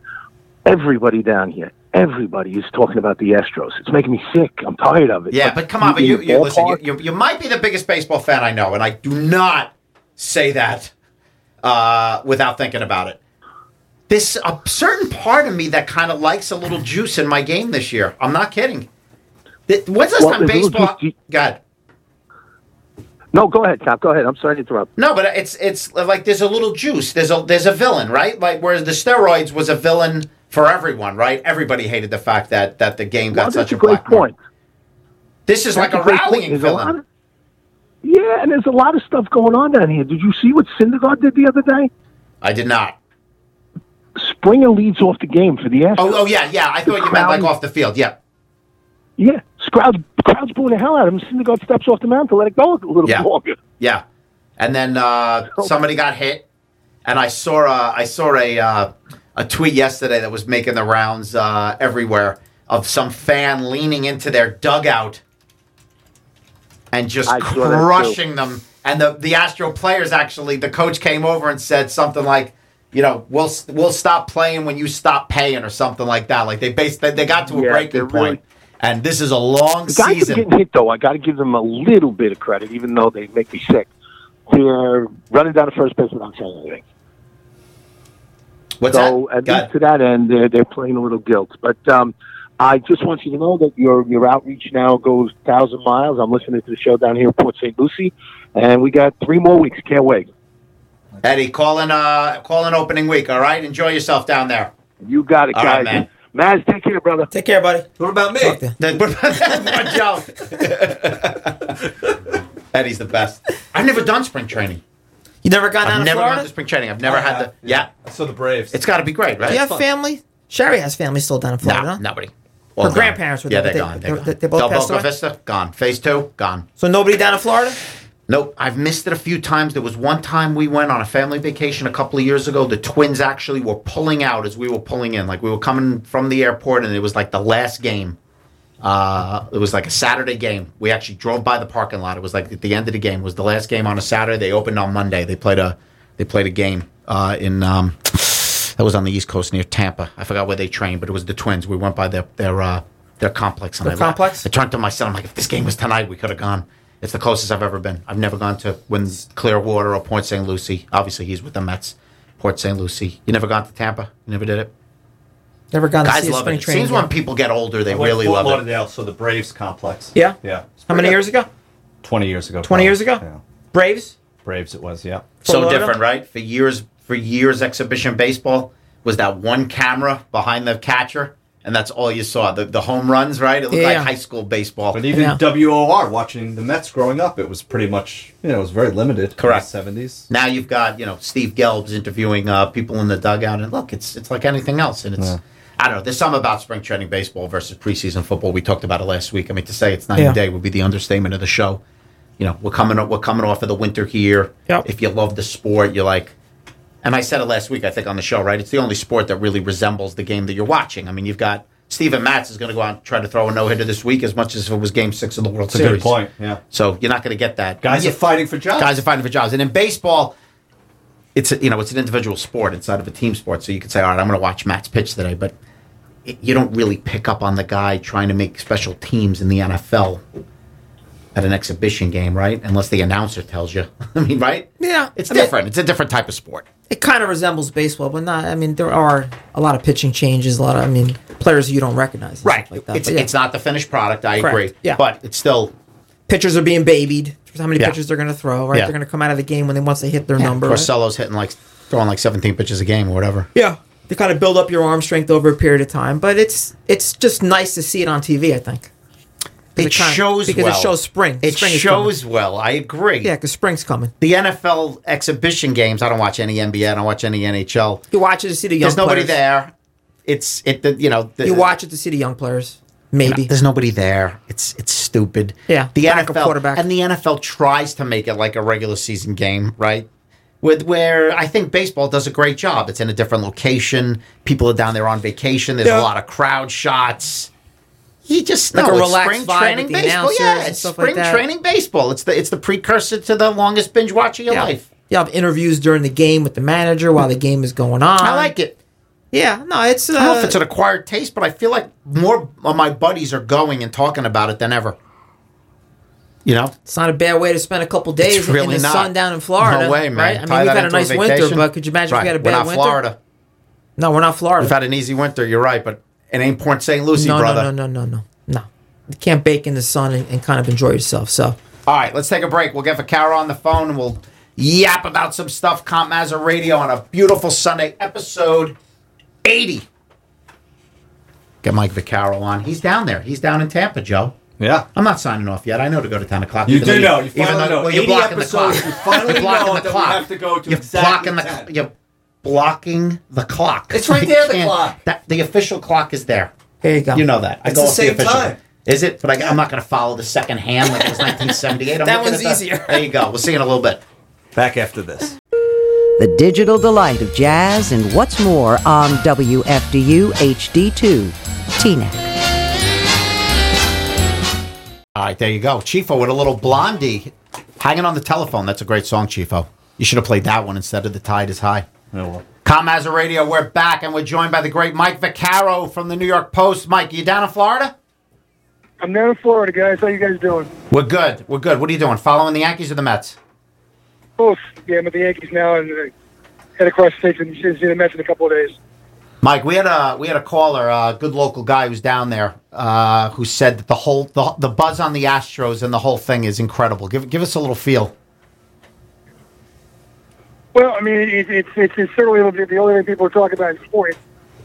S8: everybody down here, everybody is talking about the Astros. It's making me sick. I'm tired of it.
S2: Yeah,
S8: Like,
S2: but come on, but
S8: in
S2: you,
S8: the
S2: you listen.
S8: ballpark,
S2: You, you, you might be the biggest baseball fan I know, and I do not say that uh, without thinking about it. This a certain part of me that kind of likes a little juice in my game this year. I'm not kidding. Th- When's the last
S8: Well,
S2: time
S8: there's a little
S2: baseball?
S8: juice-
S2: God,
S8: No, go ahead, Tom. Go ahead. I'm sorry to interrupt.
S2: no, but it's it's like there's a little juice. There's a there's a villain, right? Like whereas the steroids was a villain for everyone, right? Everybody hated the fact that that the game got
S8: Well,
S2: such
S8: that's
S2: a,
S8: a great
S2: black mark.
S8: point.
S2: This is like
S8: That's
S2: a
S8: great point.
S2: rallying
S8: There's a lot
S2: villain.
S8: of- yeah, and there's a lot of stuff going on down here. Did you see what Syndergaard did the other day?
S2: I did not.
S8: Springer leads off the game for the Astros.
S2: Oh, oh yeah, yeah. I thought you meant like off the field. Yeah.
S8: Yeah, crowd, crowd's booing the hell out of him. Syndergaard steps off the mound to let it go a little
S2: Yeah.
S8: bit longer.
S2: Yeah, and then uh,
S8: Oh.
S2: somebody got hit, and I saw uh, I saw a uh, a tweet yesterday that was making the rounds uh, everywhere of some fan leaning into their dugout and just
S8: I saw that too.
S2: crushing them. And the the Astro players actually, the coach came over and said something like. You know, we'll we'll stop playing when you stop paying, or something like that. Like they based, they, they got to a
S8: Yeah,
S2: breaking
S8: they're really-
S2: point. and this is a long
S8: The guys
S2: season.
S8: are getting hit, though. I got to give them a little bit of credit, even though they make me sick. They're running down to first base without saying anything.
S2: What's
S8: So
S2: that?
S8: at
S2: Got
S8: least to that end, they're, they're playing a little guilt. But um, I just want you to know that your your outreach now goes thousand miles. I'm listening to the show down here in Port St. Lucie, and we got three more weeks. Can't wait.
S2: Eddie, call in, uh, call in opening week, all right? Enjoy yourself down there.
S8: You got it,
S2: All right,
S8: guys. Maz, take care, brother.
S3: Take care, buddy.
S4: What about me?
S3: Fuck that.
S2: Joe. Eddie's the best. I've never done spring training.
S3: You never gone down
S2: I've
S3: to
S2: never
S3: Florida? Oh,
S2: gone to spring training. I've never
S4: I
S2: had
S4: have,
S2: the. Yeah.
S4: So the Braves.
S2: It's got to be great, right?
S3: Do you have family? Sherry has family still down in Florida.
S2: No,
S3: huh?
S2: nobody.
S3: Her grandparents were
S2: yeah,
S3: there,
S2: they're
S3: but
S2: gone.
S3: they-
S2: They're
S3: they-
S2: gone.
S3: they both
S2: Del
S3: passed
S2: Boca
S3: away?
S2: Vista, gone. Phase two, gone.
S3: So nobody down in Florida?
S2: Nope, I've missed it a few times. There was one time we went on a family vacation a couple of years ago. The twins actually were pulling out as we were pulling in. Like we were coming from the airport, and it was like the last game. Uh, it was like a Saturday game. We actually drove by the parking lot. It was like at the end of the game. It was the last game on a Saturday. They opened on Monday. They played a they played a game uh, in um, that was on the East Coast near Tampa. I forgot where they trained, but it was the Twins. We went by their their uh, their complex. And
S3: Their
S2: I-
S3: complex?
S2: I turned to my son. I'm like, if this game was tonight, we could have gone. It's the closest I've ever been. I've never gone to when Clearwater or Port St. Lucie. Obviously, he's with the Mets. Port St. Lucie. You never gone to Tampa? You never did it?
S3: Never gone to
S2: Guys
S3: see a
S2: love
S3: spring
S2: it. It
S3: training.
S2: seems
S3: game.
S2: when people get older, they
S4: I went to
S2: really
S4: Fort
S2: love it.
S4: Lauderdale, so the Braves complex.
S3: Yeah?
S4: Yeah.
S3: How many years ago?
S4: 20 years ago.
S3: 20 years
S4: probably.
S3: ago? Braves?
S4: Yeah. Braves it was, yeah.
S2: so
S3: Florida?
S2: different, right? For years, for years, exhibition baseball was that one camera behind the catcher, and that's all you saw. The the home runs, right? It looked
S3: Yeah.
S2: like high school baseball.
S4: But even
S3: Yeah.
S4: WOR, watching the Mets growing up, it was pretty much, you know, it was very limited.
S2: Correct.
S4: In the 70s.
S2: now you've got you know Steve Gelb's interviewing uh, people in the dugout, and look, it's it's like anything else, and it's. I don't know. There's something about spring training baseball versus preseason football. We talked about it last week. I mean, to say it's night
S3: Yeah.
S2: and day would be the understatement of the show. You know, we're coming up. We're coming off of the winter here.
S3: Yep.
S2: If you love the sport, you're like, and I said it last week, I think on the show, right? It's the only sport that really resembles the game that you're watching. I mean, you've got Steven Matz is going to go out and try to throw a no hitter this week, as much as if it was Game Six of the World
S4: That's a
S2: Series.
S4: good point, yeah.
S2: So you're not going to get that.
S4: Guys
S2: Yeah
S4: are fighting for jobs.
S2: guys are fighting for jobs. And in baseball, it's a, you know it's an individual sport inside of a team sport. So you could say, all right, I'm going to watch Matt's pitch today, but it, you don't really pick up on the guy trying to make special teams in the NFL at an exhibition game, right? Unless the announcer tells you. I mean, right?
S3: Yeah.
S2: It's
S3: I mean,
S2: different. it's a different type of sport.
S3: it kind of resembles baseball, but not. I mean, there are a lot of pitching changes, a lot of, I mean, players you don't recognize. and stuff Like that.
S2: it's
S3: But yeah.
S2: it's not the finished product. I
S3: Correct.
S2: agree.
S3: Yeah.
S2: But it's still
S3: pitchers are being babied. How many
S2: Yeah.
S3: pitches they're going to throw, right?
S2: Yeah.
S3: They're going to come out of the game when they once they hit their number. right?
S2: Porcello's hitting like throwing like 17 pitches a game or whatever.
S3: Yeah. They kind of build up your arm strength over a period of time, but it's it's just nice to see it on TV. I think
S2: It,
S3: it kinda-
S2: shows
S3: because it
S2: well.
S3: shows spring.
S2: It
S3: Spring is
S2: shows well. I agree.
S3: yeah, because spring's coming.
S2: the NFL exhibition games. I don't watch any NBA. I don't watch any NHL.
S3: You watch it to see the young.
S2: There's nobody
S3: players.
S2: there. It's it. The, you know. The,
S3: You watch it to see the young players. Maybe
S2: There's nobody there. It's it's stupid.
S3: Yeah,
S2: The
S3: backup
S2: NFL
S3: quarterback.
S2: and the NFL tries to make it like a regular season game, right? With where I think baseball does a great job. It's in a different location. People are down there on vacation. There's
S3: Yeah.
S2: a lot of crowd shots. He just
S3: Like
S2: no,
S3: a
S2: it's
S3: relaxed
S2: spring
S3: vibe
S2: training
S3: with the
S2: baseball.
S3: announcers
S2: Yeah,
S3: and
S2: it's
S3: stuff like
S2: spring
S3: that.
S2: training baseball. It's the it's the precursor to the longest binge watch of your
S3: yeah.
S2: life.
S3: You'll have interviews during the game with the manager while the game is going on.
S2: I like it.
S3: Yeah, no, it's. Uh,
S2: I don't know if it's an acquired taste, but I feel like more of my buddies are going and talking about it than ever. You know,
S3: It's not a bad way to spend a couple days
S2: It's really
S3: in the
S2: not.
S3: sun down in Florida.
S2: No way, man.
S3: Right? I mean,
S2: Tie
S3: we've
S2: that
S3: had a
S2: into
S3: nice winter,
S2: vacation.
S3: but could you imagine
S2: Right.
S3: if we had a bad
S2: We're not
S3: winter?
S2: Florida.
S3: No, we're not Florida.
S2: We've had an easy winter. You're right, but it ain't Port St. Lucie,
S3: no,
S2: brother.
S3: no, no, no, no, no, no. You can't bake in the sun and, and kind of enjoy yourself. So
S2: All right, let's take a break. We'll get Vaccaro on the phone and we'll yap about some stuff. Comp Mazza Radio on a beautiful Sunday, episode 80. Get Mike Vaccaro on. He's down there. He's down in Tampa, Joe.
S4: Yeah.
S2: I'm not signing off yet. I know to go to 10 o'clock.
S4: You
S2: even
S4: do
S2: though
S4: know. You
S2: even though-
S4: finally know.
S2: Well, you're
S4: 80
S2: blocking the clock.
S4: episodes, you finally
S2: You're blocking
S4: know
S2: the
S4: that we
S2: clock.
S4: have to go to
S2: you're
S4: exactly
S2: blocking the
S4: 10.
S2: You're blocking the clock.
S4: It's right
S2: I
S4: there, the
S2: can't-
S4: clock.
S2: That, the official clock is there.
S3: there you go.
S2: You know that. I
S4: It's
S2: go
S4: the
S2: off
S4: same
S2: official.
S4: time.
S2: Is it? But I, I'm not going to follow the second hand like it was 1978. I'm
S3: That
S2: looking
S3: one's
S2: at the-
S3: easier.
S2: There you go. We'll see you in a little bit.
S4: Back after this.
S1: The digital delight of jazz and what's more on WFDU HD2, TNEC.
S2: All right, there you go. Chifo with a little blondie hanging on the telephone. That's a great song, Chifo. You should have played that one instead of The Tide is High.
S4: Oh, well.
S2: Commazer Radio, we're back and we're joined by the great Mike Vaccaro from the New York Post. Mike, you down in Florida?
S9: I'm down in Florida, guys. How you guys doing?
S2: We're good. We're good. What are you doing? Following the Yankees or the Mets?
S9: Both. Yeah, I'm at the Yankees now and uh, head across the state and see the Mets in a couple of days.
S2: Mike, we had a we had a caller, a good local guy who's down there, uh, who said that the whole the, the buzz on the Astros and the whole thing is incredible. Give give us a little feel.
S9: Well, I mean, it, it's it's it's certainly the the only thing people are talking about in sport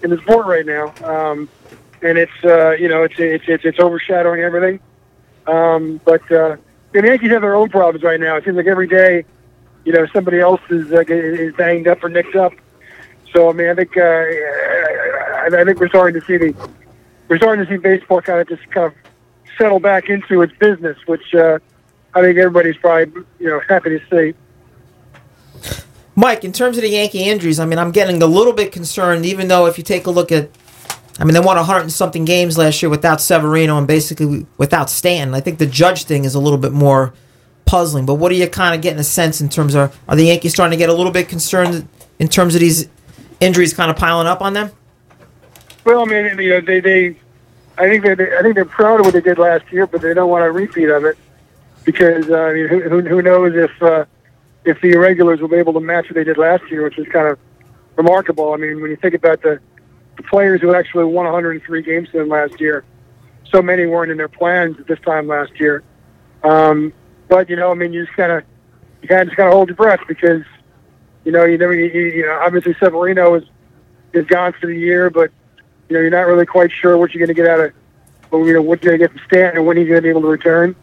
S9: in the sport right now, um, and it's uh, you know it's it's it's, it's overshadowing everything. Um, but uh, the Yankees have their own problems right now. It seems like every day, you know, somebody else is uh, is banged up or nicked up. So I mean, I think uh, I, I think we're starting to see the we're starting to see baseball kind of just kind of settle back into its business, which uh, I think everybody's probably you know happy to see.
S3: Mike, in terms of the Yankee injuries, I mean, I'm getting a little bit concerned, even though if you take a look at, I mean, they won 100 and something games last year without Severino and basically without Stanton. I think the judge thing is a little bit more puzzling. But what are you kind of getting a sense in terms of, are the Yankees starting to get a little bit concerned in terms of these injuries kind of piling up on them?
S9: Well, I mean, you know, they they, I think they, they I think they're proud of what they did last year, but they don't want a repeat of it because uh, I mean, who who who knows if uh, if the irregulars will be able to match what they did last year, which is kind of remarkable. I mean, when you think about the, the players who actually won 103 games to them last year, so many weren't in their plans at this time last year. Um, but you know, I mean, you just kind of you kind of just kind of hold your breath because you know you never you, you know obviously Severino is is gone for the year, but you know, you're not really quite sure what you're going to get out of, well, you know, what you're going to get from Stanton and when he's going to be able to return.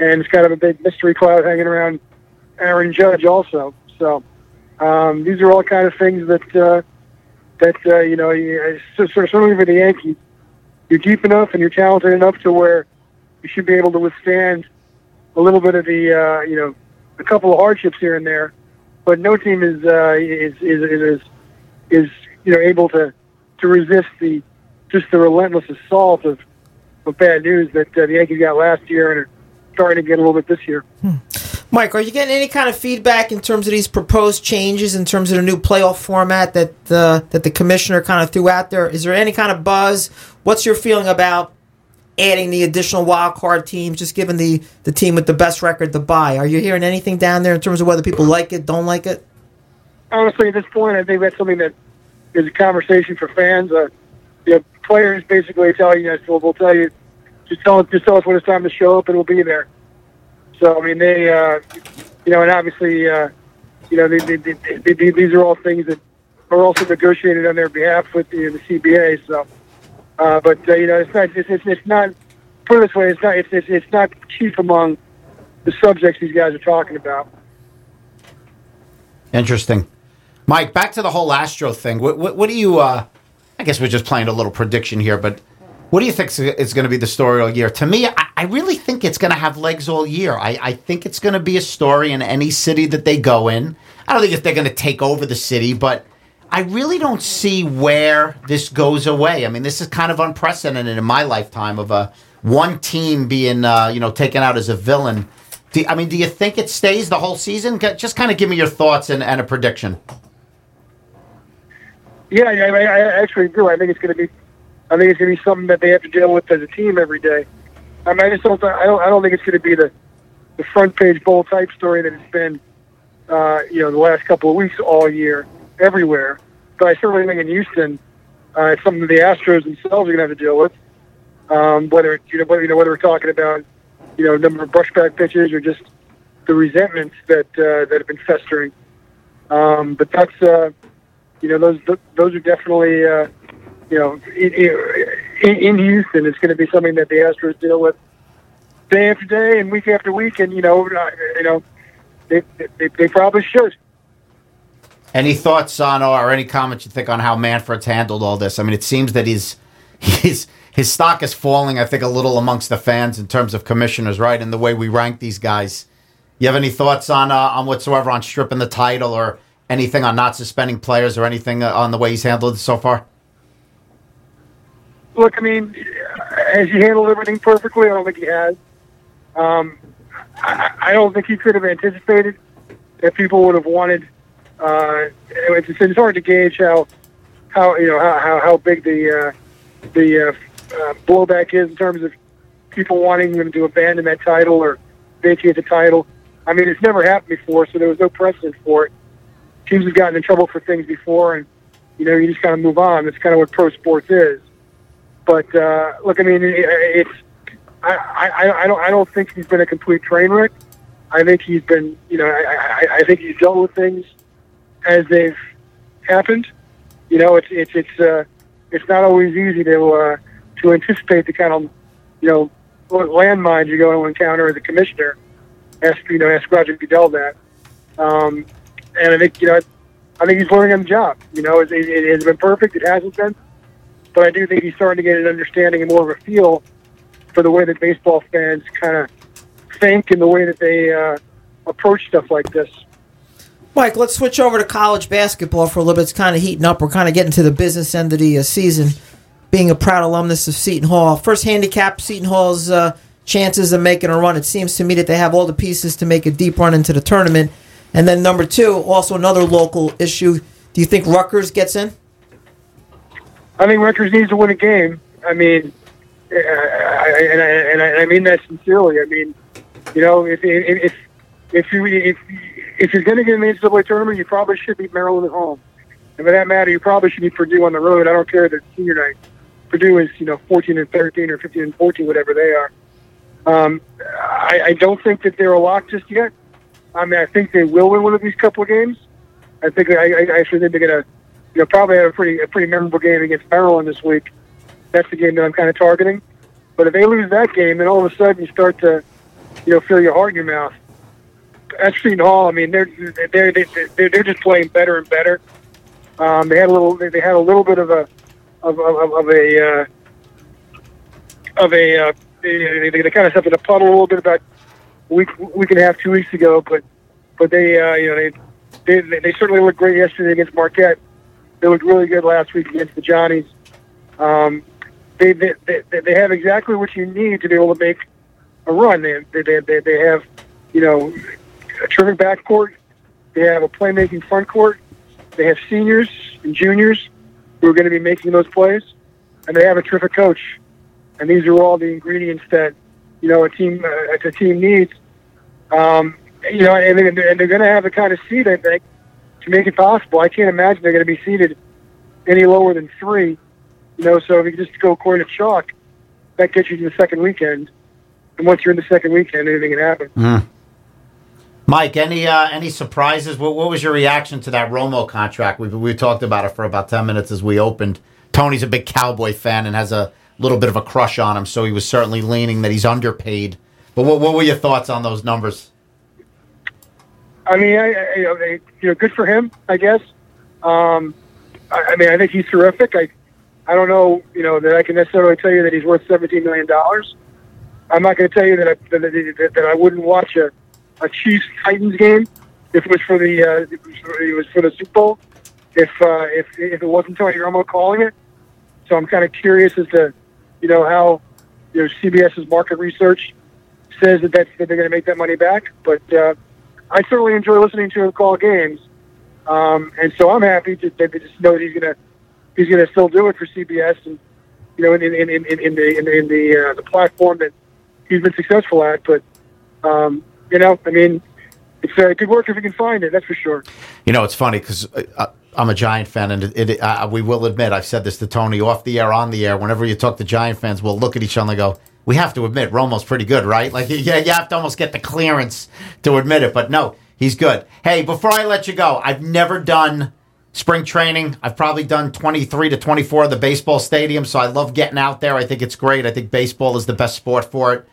S9: And it's kind of a big mystery cloud hanging around Aaron Judge also. So um, these are all kind of things that uh, that uh, you know, you, so, so certainly for the Yankees, you're deep enough and you're talented enough to where you should be able to withstand a little bit of the uh, you know a couple of hardships here and there. But no team is uh, is, is is is is you know able to to resist the just the relentless assault of, of bad news that uh, the Yankees got last year and are starting to get a little bit this year.
S3: Mike, are you getting any kind of feedback in terms of these proposed changes in terms of the new playoff format that the that the commissioner kind of threw out there? Is there any kind of buzz? What's your feeling about adding the additional wild card teams, just giving the the team with the best record the bye? Are you hearing anything down there in terms of whether people like it, don't like it?
S9: honestly, at this point, I think that's something that is a conversation for fans. Uh, you know, players basically tell you, yes, we'll, we'll tell you, just tell us, just tell us when it's time to show up, and we'll be there. So I mean, they, uh, you know, and obviously, uh, you know, they, they, they, they, they, these are all things that are also negotiated on their behalf with the, the CBA. So, uh, but uh, you know, it's not, it's, it's, it's not. Put it this way, it's not, it's, it's, it's not chief among the subjects these guys are talking about.
S2: Interesting. Mike, back to the whole Astro thing. What, what, what do you, uh, I guess we're just playing a little prediction here, but what do you think is going to be the story all year? To me, I, I really think it's going to have legs all year. I, I think it's going to be a story in any city that they go in. I don't think if they're going to take over the city, but I really don't see where this goes away. I mean, this is kind of unprecedented in my lifetime of a one team being, uh, you know, taken out as a villain. Do, I mean, do you think it stays the whole season? G- Just kind of give me your thoughts and, and a prediction.
S9: Yeah, yeah, I, I actually do. I think it's going to be, I think it's going to be something that they have to deal with as a team every day. I mean, I just don't, I don't, I don't think it's going to be the, the front page bowl type story that it's been, uh, you know, the last couple of weeks all year everywhere. But I certainly think in Houston, uh, it's something the Astros themselves are going to have to deal with. Um, whether it's, you know, whether you know whether we're talking about, you know, number of brushback pitches or just the resentments that uh, that have been festering. Um, but that's. Uh, you know those th- those are definitely uh, you know in, in, in Houston it's going to be something that the Astros deal with day after day and week after week and you know uh, you know they they, they probably should.
S2: Any thoughts on or any comments you think on how Manfred's handled all this? I mean, it seems that he's he's his stock is falling. I think a little amongst the fans in terms of commissioners, right? And the way we rank these guys. You have any thoughts on uh, on whatsoever on stripping the title or anything on not suspending players or anything uh, on the way he's handled it so far?
S9: Look, I mean, has he handled everything perfectly? I don't think he has. Um, I, I don't think he could have anticipated that people would have wanted. Uh, it's, it's hard to gauge how how you know how how, how big the uh, the uh, uh, blowback is in terms of people wanting them to abandon that title or vacate the title. I mean, it's never happened before, so there was no precedent for it teams have gotten in trouble for things before, and you know you just kind of move on. That's kind of what pro sports is. But uh, look, I mean, it, it's I, I, I don't I don't think he's been a complete train wreck. I think he's been you know I, I, I think he's dealt with things as they've happened. You know, it's it's it's uh, it's not always easy to uh, to anticipate the kind of you know landmines you're going to encounter as a commissioner. Ask you know ask Roger Goodell that. Um, and I think you know, I think he's learning on the job. You know, it, it, it has been perfect. It hasn't been, but I do think he's starting to get an understanding and more of a feel for the way that baseball fans kind of think and the way that they uh, approach stuff like this.
S3: Mike, let's switch over to college basketball for a little bit. It's kind of heating up. We're kind of getting to the business end of the uh, season. Being a proud alumnus of Seton Hall, first handicap Seton Hall's uh, chances of making a run. It seems to me that they have all the pieces to make a deep run into the tournament. And then number two, also another local issue. Do you think Rutgers gets in?
S9: I think Rutgers needs to win a game. I mean, uh, I, I, and, I, and I and I mean that sincerely. I mean, you know, if if if you if if you're going to get in the NCAA tournament, you probably should beat Maryland at home. And for that matter, you probably should beat Purdue on the road. I don't care that it's senior night. Purdue is you know 14 and 13 or 15 and 14, whatever they are. Um, I, I don't think that they're a lock just yet. I mean, I think they will win one of these couple of games. I think I, I actually think they're gonna, you know, probably have a pretty a pretty memorable game against Maryland this week. That's the game that I'm kind of targeting. But if they lose that game, then all of a sudden you start to, you know, feel your heart in your mouth. At Seton Hall, I mean, they're they're they're they're just playing better and better. Um, they had a little they had a little bit of a of of, of a uh, of a uh, they, they, they kind of stepped in a puddle a little bit about week week and a half, two weeks ago. But but they uh, you know they, they they certainly looked great yesterday against Marquette. They looked really good last week against the Johnnies. Um, they, they they they have exactly what you need to be able to make a run. They they they, they, they have you know a terrific backcourt. They have a playmaking front court. They have seniors and juniors who are going to be making those plays, and they have a terrific coach. And these are all the ingredients that you know a team uh, a team needs. Um, you know, and, and they're, and they're going to have the kind of seed I think to make it possible. I can't imagine they're going to be seeded any lower than three. You know, so if you just go according to chalk, that gets you to the second weekend. And once you're in the second weekend, anything can happen.
S2: Mike, any uh, any surprises? What, what was your reaction to that Romo contract? We we talked about it for about ten minutes as we opened. Tony's a big Cowboy fan and has a little bit of a crush on him, so he was certainly leaning that he's underpaid. But what what were your thoughts on those numbers?
S9: I mean, I, I, you, know, they, you know, good for him, I guess. Um, I, I mean, I think he's terrific. I, I don't know, you know, that I can necessarily tell you that he's worth seventeen million dollars. I'm not going to tell you that I, that, that, that I wouldn't watch a, a Chiefs Titans game if it was for the uh, if it was for the Super Bowl. if uh, if if it wasn't Tony Romo calling it. So I'm kind of curious as to you know how you know CBS's market research says that that's, that they're going to make that money back. But uh, I certainly enjoy listening to him call games, um, and so I'm happy to, that they just know that he's going to he's going to still do it for CBS and you know in in in, in, in the in, the- in the uh, the platform that he's been successful at. But um, you know, I mean, it's uh, good work if you can find it. That's for sure.
S2: You know, it's funny because I'm a Giant fan, and it, it, uh, we will admit, I've said this to Tony off the air, on the air. Whenever you talk to Giant fans, we'll look at each other and go, we have to admit Romo's pretty good, right? Like, yeah, you have to almost get the clearance to admit it, but no, he's good. Hey, before I let you go, I've never done spring training. I've probably done 23 to 24 of the baseball stadium, so I love getting out there. I think it's great. I think baseball is the best sport for it.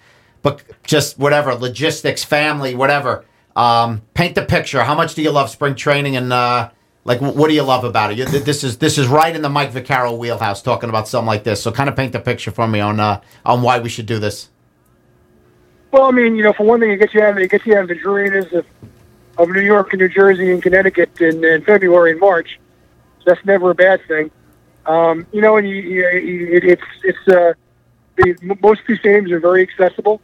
S2: But just whatever, logistics, family, whatever. Um, paint the picture. How much do you love spring training, and uh, like, wh- what do you love about it? You, th- this is this is right in the Mike Vaccaro wheelhouse, talking about something like this. So, kind of paint the picture for me on uh, on why we should do this.
S9: Well, I mean, you know, for one thing, it gets you out of it gets you out of the dreariness of of New York and New Jersey and Connecticut in, in February and March. So that's never a bad thing. Um, you know, and you, you, you, it, it's it's uh, the, m- most of these stadiums are very accessible,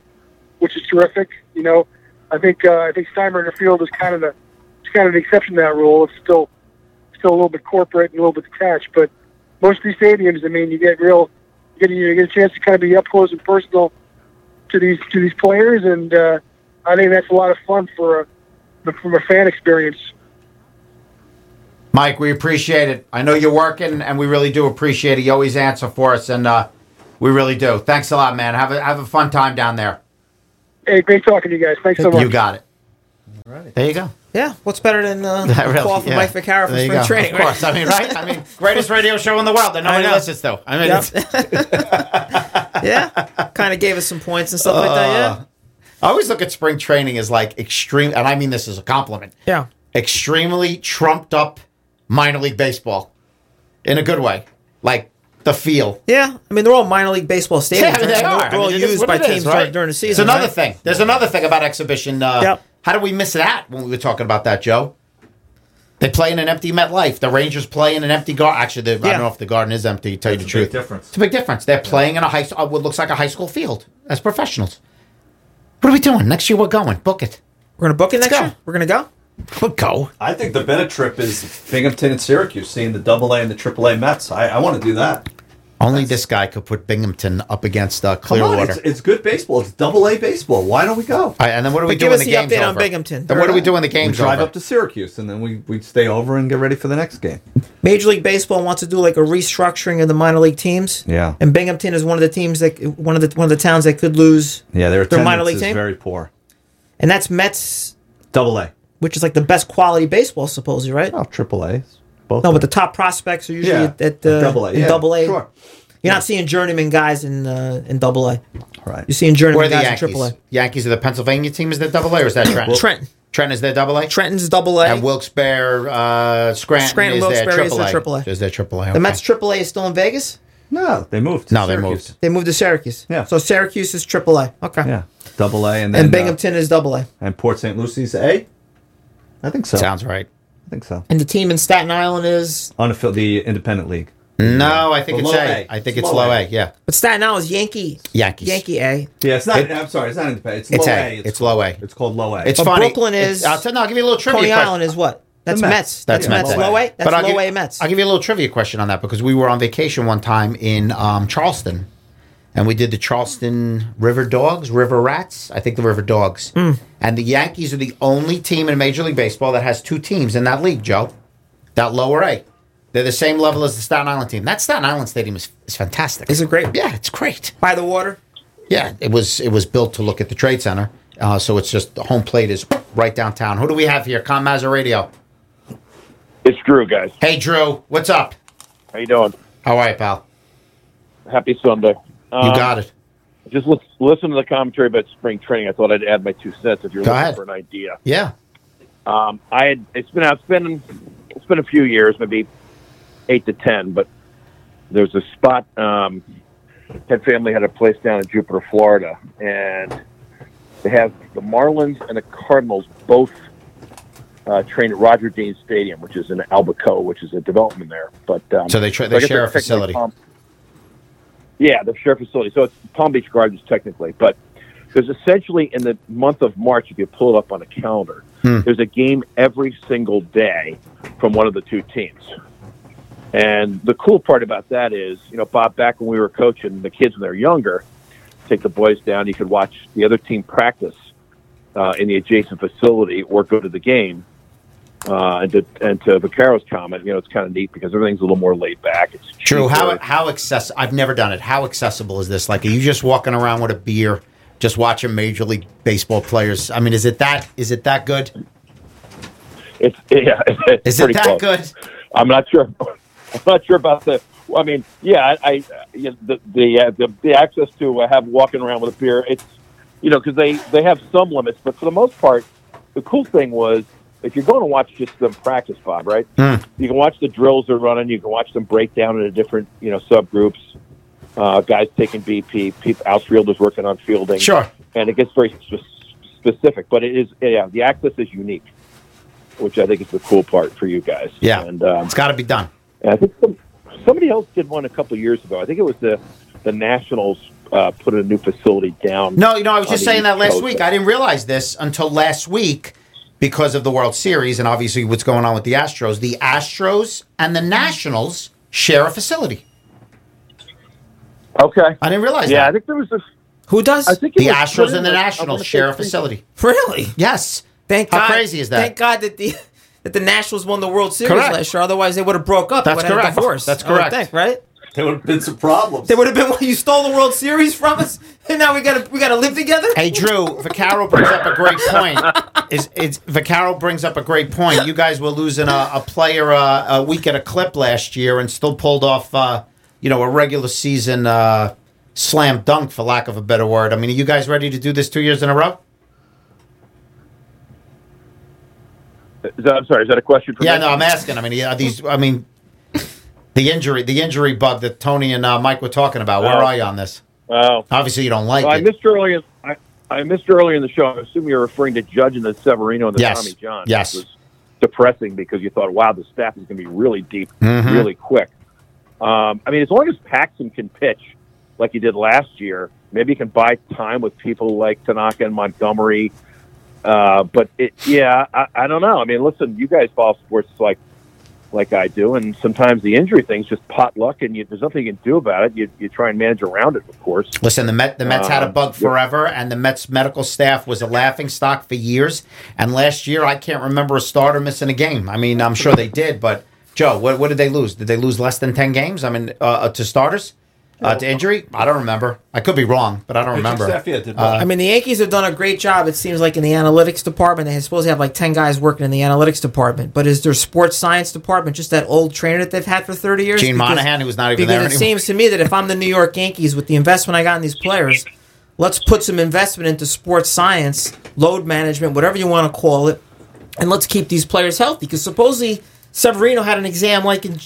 S9: which is terrific. You know, I think uh, I think Steinbrenner Field is kind of the it's kind of the exception to that rule. It's still still a little bit corporate and a little bit detached, but most of these stadiums, I mean, you get real you get, you get a chance to kind of be up close and personal to these to these players, and uh, I think that's a lot of fun for a from a fan experience.
S2: Mike, we appreciate it. I know you're working, and we really do appreciate it. You always answer for us, and uh, we really do. Thanks a lot, man. Have a have a fun time down there.
S9: Hey, great talking to you guys. Thanks so much.
S2: You got it. There you go.
S3: Yeah, what's better than uh,
S2: That really-
S3: call from
S2: yeah.
S3: Mike Vaccaro for
S2: There you
S3: spring
S2: go.
S3: training?
S2: Of course. I mean, right? I mean, greatest radio show in the world that nobody
S3: I know.
S2: listens to. I mean,
S3: Yep.
S2: it's,
S3: yeah, kind of gave us some points and stuff like
S2: Uh.
S3: that.
S2: I always look at spring training as like extreme, and I mean this as a compliment.
S3: Yeah,
S2: extremely trumped up minor league baseball in a good way, like the feel.
S3: yeah, yeah. I mean, they're all minor league baseball
S2: I
S3: stadiums.
S2: mean,
S3: right?
S2: they
S3: They're
S2: are. I
S3: all- They're
S2: mean,
S3: all
S2: it is
S3: used
S2: what
S3: by
S2: it is,
S3: teams
S2: right?
S3: during, during the season.
S2: It's another
S3: right?
S2: thing. There's another thing about exhibition. Uh,
S3: Yep.
S2: How did we miss that when we were talking about that, Joe? They play in an empty MetLife. The Rangers play in an empty garden. Actually, they, I
S3: Yeah.
S2: don't know if the garden is empty. To tell you the truth,
S4: difference.
S2: it's a big difference. They're playing in a high uh, what looks like a high school field as professionals. What are we doing next year? We're going. Book it.
S3: We're gonna book it next
S2: go.
S3: year. We're gonna go.
S2: We'll go.
S4: I think the better trip is Binghamton and Syracuse, seeing the Double A and the Triple A Mets. I, I want to do that.
S2: Only this guy could put Binghamton up against uh,
S4: Come on,
S2: Clearwater.
S4: it's, it's good baseball. It's Double A baseball. Why don't we go?
S2: All right, and then what do we
S3: But
S2: do
S3: give
S2: when
S3: us
S2: the
S3: the
S2: game's
S3: update on
S2: over?
S3: Binghamton. uh,
S2: Then what do we do when the game's
S4: drive
S2: over?
S4: up to Syracuse and then we we stay over and get ready for the next game.
S3: Major League Baseball wants to do like a restructuring of the minor league teams.
S4: Yeah.
S3: and Binghamton is one of the teams that one of the one of the towns that could lose.
S4: Yeah, their
S3: Their
S4: attendance
S3: minor league
S4: is
S3: team?
S4: very poor.
S3: and that's Mets,
S4: Double A,
S3: which is like the best quality baseball, supposedly, right?
S4: well, Triple A, both.
S3: No,
S4: of
S3: but the
S4: them.
S3: top prospects are usually
S4: Oh, yeah,
S3: at, at uh,
S4: Double A,
S3: in
S4: yeah,
S3: double A.
S4: sure.
S3: You're not seeing journeyman guys in uh, in double A.
S4: All right.
S3: You're seeing
S2: Where are the
S3: journeyman guys in
S2: Yankees?
S3: triple A.
S2: Yankees are the Pennsylvania team. Is their double A or is that Trent?
S3: Trenton.
S2: Trent is their double A.
S3: Trenton's double A.
S2: and Wilkes-Barre, uh, Scranton,
S3: Scranton,
S2: is their
S3: Wilkes-Barre is
S2: triple
S3: their
S2: A.
S3: triple A.
S2: Is their triple A?
S3: the Mets triple A is still in Vegas.
S4: no, they moved. to
S2: No, they
S4: Syracuse.
S2: moved.
S3: They moved to Syracuse.
S4: Yeah.
S3: So Syracuse is triple A. Okay.
S4: Yeah, Double A and then
S3: And,
S4: uh,
S3: Binghamton is double A.
S4: and Port St. Lucie's A. I think so.
S2: Sounds right.
S4: I think so.
S3: And the team in Staten Island is,
S4: Unaffiliated, the independent league.
S2: No, I think
S4: Well,
S2: it's
S4: low
S2: A.
S4: A.
S2: I think it's low A. Yeah,
S3: but Staten Island is Yankee.
S2: Yankees.
S3: Yankee eh? A.
S4: Yeah, it's not.
S2: It-
S4: I'm sorry, it's not independent. It's,
S2: It's
S4: low
S2: A.
S4: A.
S2: It's low A.
S4: It's called low A.
S2: It's
S3: But
S2: funny.
S3: Brooklyn
S2: It's-
S3: is-
S2: I'll, tell, no, I'll give you a little trivia.
S3: Coney
S2: question.
S3: Island is what? That's
S4: The Mets.
S3: Mets.
S2: That's Mets.
S3: That's low A. That's
S2: I'll
S3: low
S2: give,
S3: A Mets.
S2: I'll give you a little trivia question on that because we were on vacation one time in um, Charleston, and we did the Charleston River Dogs, River Rats. I think the River Dogs.
S3: Hmm.
S2: And the Yankees are the only team in Major League Baseball that has two teams in that league, Joe. That lower A. They're the same level as the Staten Island team. That Staten Island stadium is, is fantastic.
S3: Is it great?
S2: Yeah, it's great.
S3: By the water.
S2: Yeah, it was it was built to look at the Trade Center, uh, so it's just the home plate is right downtown. Who do we have here? Commazer Radio.
S10: It's Drew, guys.
S2: Hey, Drew, what's up?
S10: How you doing?
S2: How are you, pal?
S10: Happy Sunday.
S2: You
S8: Um,
S10: Uh,
S2: got it.
S10: Just lis- listen to the commentary about spring training. I thought I'd add my two cents if you're
S2: Go
S10: looking
S2: ahead.
S10: for an idea.
S2: Yeah.
S10: Um, I had it's been it's been it's been a few years, maybe eight to ten, but there's a spot. Um, Ted family had a place down in Jupiter, Florida, and they have the Marlins and the Cardinals both uh, uh, train at Roger Dean Stadium, which is in Albuquerque, which is a development there. But um,
S2: So they tra- they
S10: I guess
S2: share a
S10: it's technically
S2: facility.
S10: Palm- yeah, the share facility. So it's Palm Beach Gardens technically, but there's essentially in the month of March, if you pull it up on a calendar,
S2: Hmm.
S10: there's a game every single day from one of the two teams. And the cool part about that is, you know, Bob, back when we were coaching the kids when they were younger, take the boys down, you could watch the other team practice uh, in the adjacent facility or go to the game. Uh, and to and to Vaccaro's comment, you know, it's kind of neat because everything's a little more laid back. It's
S2: True. How how access? I've never done it. How accessible is this? Like, are you just walking around with a beer, just watching Major League Baseball players? I mean, is it that is it that good?
S10: It's yeah. It's
S2: Is it
S10: pretty
S2: that
S10: close.
S2: good?
S10: I'm not sure. I'm not sure about the. well, I mean, yeah, I, I yeah, the the, uh, the the access to uh, have walking around with a beer. It's you know because they they have some limits, but for the most part, the cool thing was if you're going to watch just them practice, Bob, right?
S2: Hmm.
S10: You can watch the drills they're running. You can watch them break down into different you know subgroups. Uh, guys taking BP, people, outfielders working on fielding.
S2: Sure.
S10: and it gets very sp- specific, but it is yeah. The access is unique, which I think is the cool part for you guys.
S2: Yeah,
S10: and um,
S2: it's got to be done.
S10: and I think some, somebody else did one a couple years ago. I think it was the the Nationals uh, put a new facility down.
S2: No, you know, I was
S10: on
S2: just
S10: the
S2: saying
S10: East
S2: that last
S10: Coast.
S2: week. I didn't realize this until last week because of the World Series and obviously what's going on with the Astros. The Astros and the Nationals share a facility.
S10: Okay,
S2: I didn't realize.
S10: Yeah,
S2: that.
S10: I think there was this.
S3: Who does?
S10: I think it
S2: the
S10: was
S2: Astros
S10: pretty
S2: and the
S10: much- I
S2: Nationals
S10: wanna say
S2: share a
S10: three-
S2: facility.
S3: Really?
S2: Yes.
S3: Thank
S2: How
S3: God.
S2: crazy is that?
S3: Thank God that the that the Nationals won the World Series
S2: Correct.
S3: last year. Otherwise, they would have broke up. They
S2: That's
S3: would have had a
S2: correct.
S3: divorce.
S2: That's
S3: I would
S2: correct.
S3: Think, right?
S4: There would have been some problems.
S3: They would have been. Well, you stole the World Series from us, and now we gotta we gotta live together.
S2: Hey Drew, Vaccaro brings up a great point. Is it's Vaccaro brings up a great point. You guys were losing a, a player uh, a week at a clip last year and still pulled off, uh, you know, a regular season uh, slam dunk, for lack of a better word. I mean, are you guys ready to do this two years in a row?
S10: Is that, I'm sorry. Is that a question for
S2: Yeah,
S10: me?
S2: no, I'm asking. I mean, are these? I mean, the injury, the injury bug that Tony and uh, Mike were talking about. Where
S10: Oh.
S2: are you on this?
S10: Oh,
S2: Obviously, you don't like
S10: well, I
S2: it.
S10: missed earlier. I, I missed earlier in the show. I assume you're referring to Judge and the Severino and the
S2: Yes.
S10: Tommy John.
S2: Yes.
S10: which was depressing because you thought, wow, the staff is going to be really deep,
S2: Mhm.
S10: really quick. Um, I mean, as long as Paxton can pitch like he did last year, maybe he can buy time with people like Tanaka and Montgomery. Uh, but it, yeah, I, I don't know. I mean, listen, you guys follow sports like like I do, and sometimes the injury thing's just pot luck, and you, there's nothing you can do about it. You, you try and manage around it, of course.
S2: Listen, the Met the Mets had a
S10: Um,
S2: bug
S10: yeah.
S2: forever, and the Mets medical staff was a laughing stock for years. And last year, I can't remember a starter missing a game. I mean, I'm sure they did, but Joe, what, what did they lose? Did they lose less than ten games? I mean, uh, uh, to starters, uh, to injury? I don't remember. I could be wrong, but I don't
S4: Richard
S2: remember.
S4: Safia did
S2: Uh,
S4: well.
S3: I mean, the Yankees have done a great job. It seems like in the analytics department, they supposed to have like ten guys working in the analytics department. But is their sports science department just that old trainer that they've had for thirty years?
S2: Gene Monahan, who was not even
S3: because
S2: there
S3: it
S2: anymore.
S3: seems to me that if I'm the New York Yankees with the investment I got in these players, let's put some investment into sports science, load management, whatever you want to call it, and let's keep these players healthy. Because supposedly Severino had an exam like in,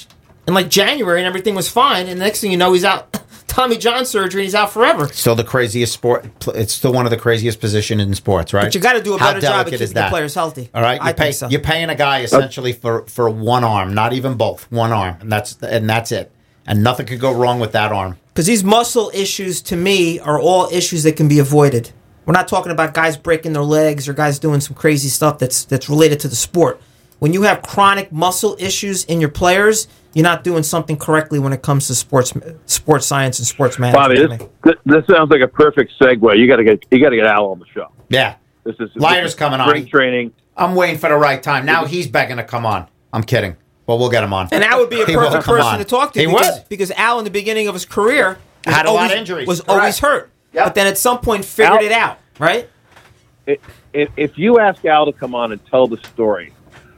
S3: in like January and everything was fine, and the next thing you know, he's out. Tommy John surgery, and he's out forever.
S2: still the craziest sport. pl- It's still one of the craziest positions in sports, right?
S3: But you got to do a
S2: How
S3: better job at
S2: delicate
S3: keeping
S2: is that?
S3: the players healthy.
S2: All right, you
S3: I
S2: pay,
S3: think so.
S2: you're paying a guy essentially for for one arm, not even both, one arm, and that's and that's it, and nothing could go wrong with that arm.
S3: Because these muscle issues, to me, are all issues that can be avoided. We're not talking about guys breaking their legs or guys doing some crazy stuff that's that's related to the sport. When you have chronic muscle issues in your players, you're not doing something correctly when it comes to sports sports science and sports management.
S10: Bobby, this, this this sounds like a perfect segue. You got to get you got to get Al on the show.
S2: Yeah,
S10: This is
S2: Liar's
S10: this is
S2: coming on.
S10: spring training.
S2: I'm waiting for the right time. Now he's begging to come on. I'm kidding, but we'll get him on.
S3: and that would be a
S2: He will
S3: perfect
S2: come
S3: person
S2: on.
S3: to talk to.
S2: He
S3: because,
S2: would.
S3: because Al, in the beginning of his career, was
S2: Had a lot of
S3: always-
S2: injuries.
S3: Was
S2: Correct.
S3: always hurt, but then at some point figured
S10: Al-
S3: it out, right?
S10: I- If, if you ask Al to come on and tell the story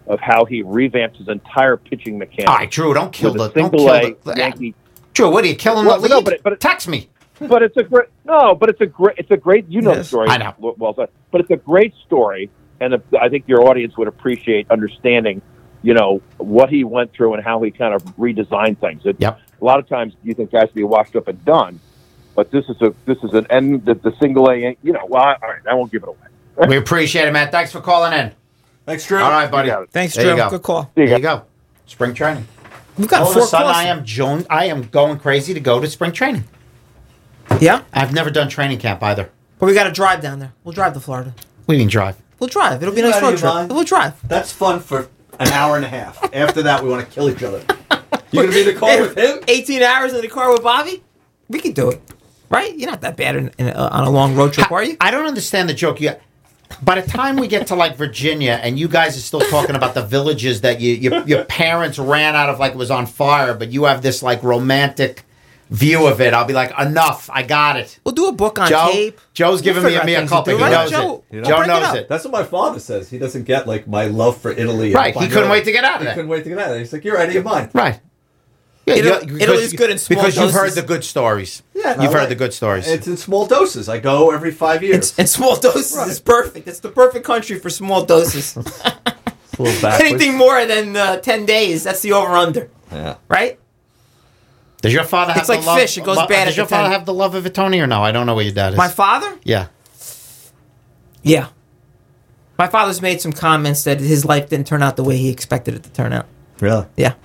S10: of how he revamped his entire pitching mechanics,
S2: All right, Drew, don't kill
S10: with
S2: the
S10: a
S2: don't
S10: single
S2: kill
S10: A
S2: the
S10: Yankee
S2: Drew, what are you killing
S10: Well,
S2: the lead?
S10: no, but it- but it-
S2: Text me.
S10: but it's a great no, but it's a great it's a great you know the
S3: Yes.
S10: story.
S2: I know.
S10: Well, well, but but it's a great story, and if- I think your audience would appreciate understanding, you know, what he went through and how he kind of redesigned things. It,
S2: Yep.
S10: A lot of times you think guys can be washed up and done, but this is a this is an end that the single A. You know, well, I, all right, I won't give it away.
S2: We appreciate it, man. Thanks for calling in. Thanks, Drew. All right, buddy.
S11: Thanks,
S2: There you
S11: Drew.
S2: go.
S11: Good call.
S2: There you go. Spring training.
S11: We've got
S2: All
S11: four
S2: of a sudden,
S11: calls.
S2: I am Joan. I am going crazy to go to spring training.
S3: Yeah,
S2: I've never done training camp either.
S3: But we got to drive down there. We'll drive to Florida.
S2: We didn't drive.
S3: We'll drive. It'll be a
S4: You
S3: nice
S4: out
S3: road
S4: of your
S3: trip.
S4: mind?
S3: We'll drive.
S4: That's fun for an hour and a half. After that, we want to kill each other. You gonna be in the car with him?
S3: 18 hours in the car with Bobby? We could do it. Right? You're not that bad in, in, uh, on a long road trip, are you?
S2: I don't understand the joke. You, by the time we get to like Virginia, and you guys are still talking about the villages that you, your your parents ran out of, like it was on fire, but you have this like romantic view of it. I'll be like, enough. I got it.
S3: We'll do a book on
S2: Joe,
S3: tape.
S2: Joe's giving
S3: We'll
S2: me a
S3: figure out
S2: mea
S3: things to
S2: culpa.
S3: do,
S2: He
S3: right?
S2: knows
S3: Joe-
S2: it. Joe
S4: break
S2: knows
S4: up.
S2: it.
S4: That's what my father says. He doesn't get like my love for Italy. and
S2: Right, he
S4: Spagnolo.
S2: couldn't wait to get out of
S4: He
S2: there.
S4: couldn't wait to get out of there. He's like, you're out of your mind.
S2: Right.
S4: Italy-
S2: you-
S4: Italy's
S2: because-
S4: good in small
S2: Because you've heard
S4: doses.
S2: the good stories.
S4: Yeah, and I
S2: you've heard
S4: like-
S2: the good stories.
S4: It's in small doses. I go every five years.
S3: And small doses is perfect. It's the perfect country for small doses.
S4: It's a little backwards.
S3: Anything more than uh, 10 days, that's the over under.
S4: Yeah.
S3: Right?
S2: Does your father have
S3: It's like
S2: the love,
S3: fish, it goes
S2: lo-
S3: bad
S2: Does
S3: at
S2: your
S3: the
S2: father
S3: time.
S2: have the love of Tony or no? I don't know what your dad is.
S3: My father?
S2: yeah.
S3: Yeah. My father's made some comments that his life didn't turn out the way he expected it to turn out.
S4: Really?
S3: Yeah.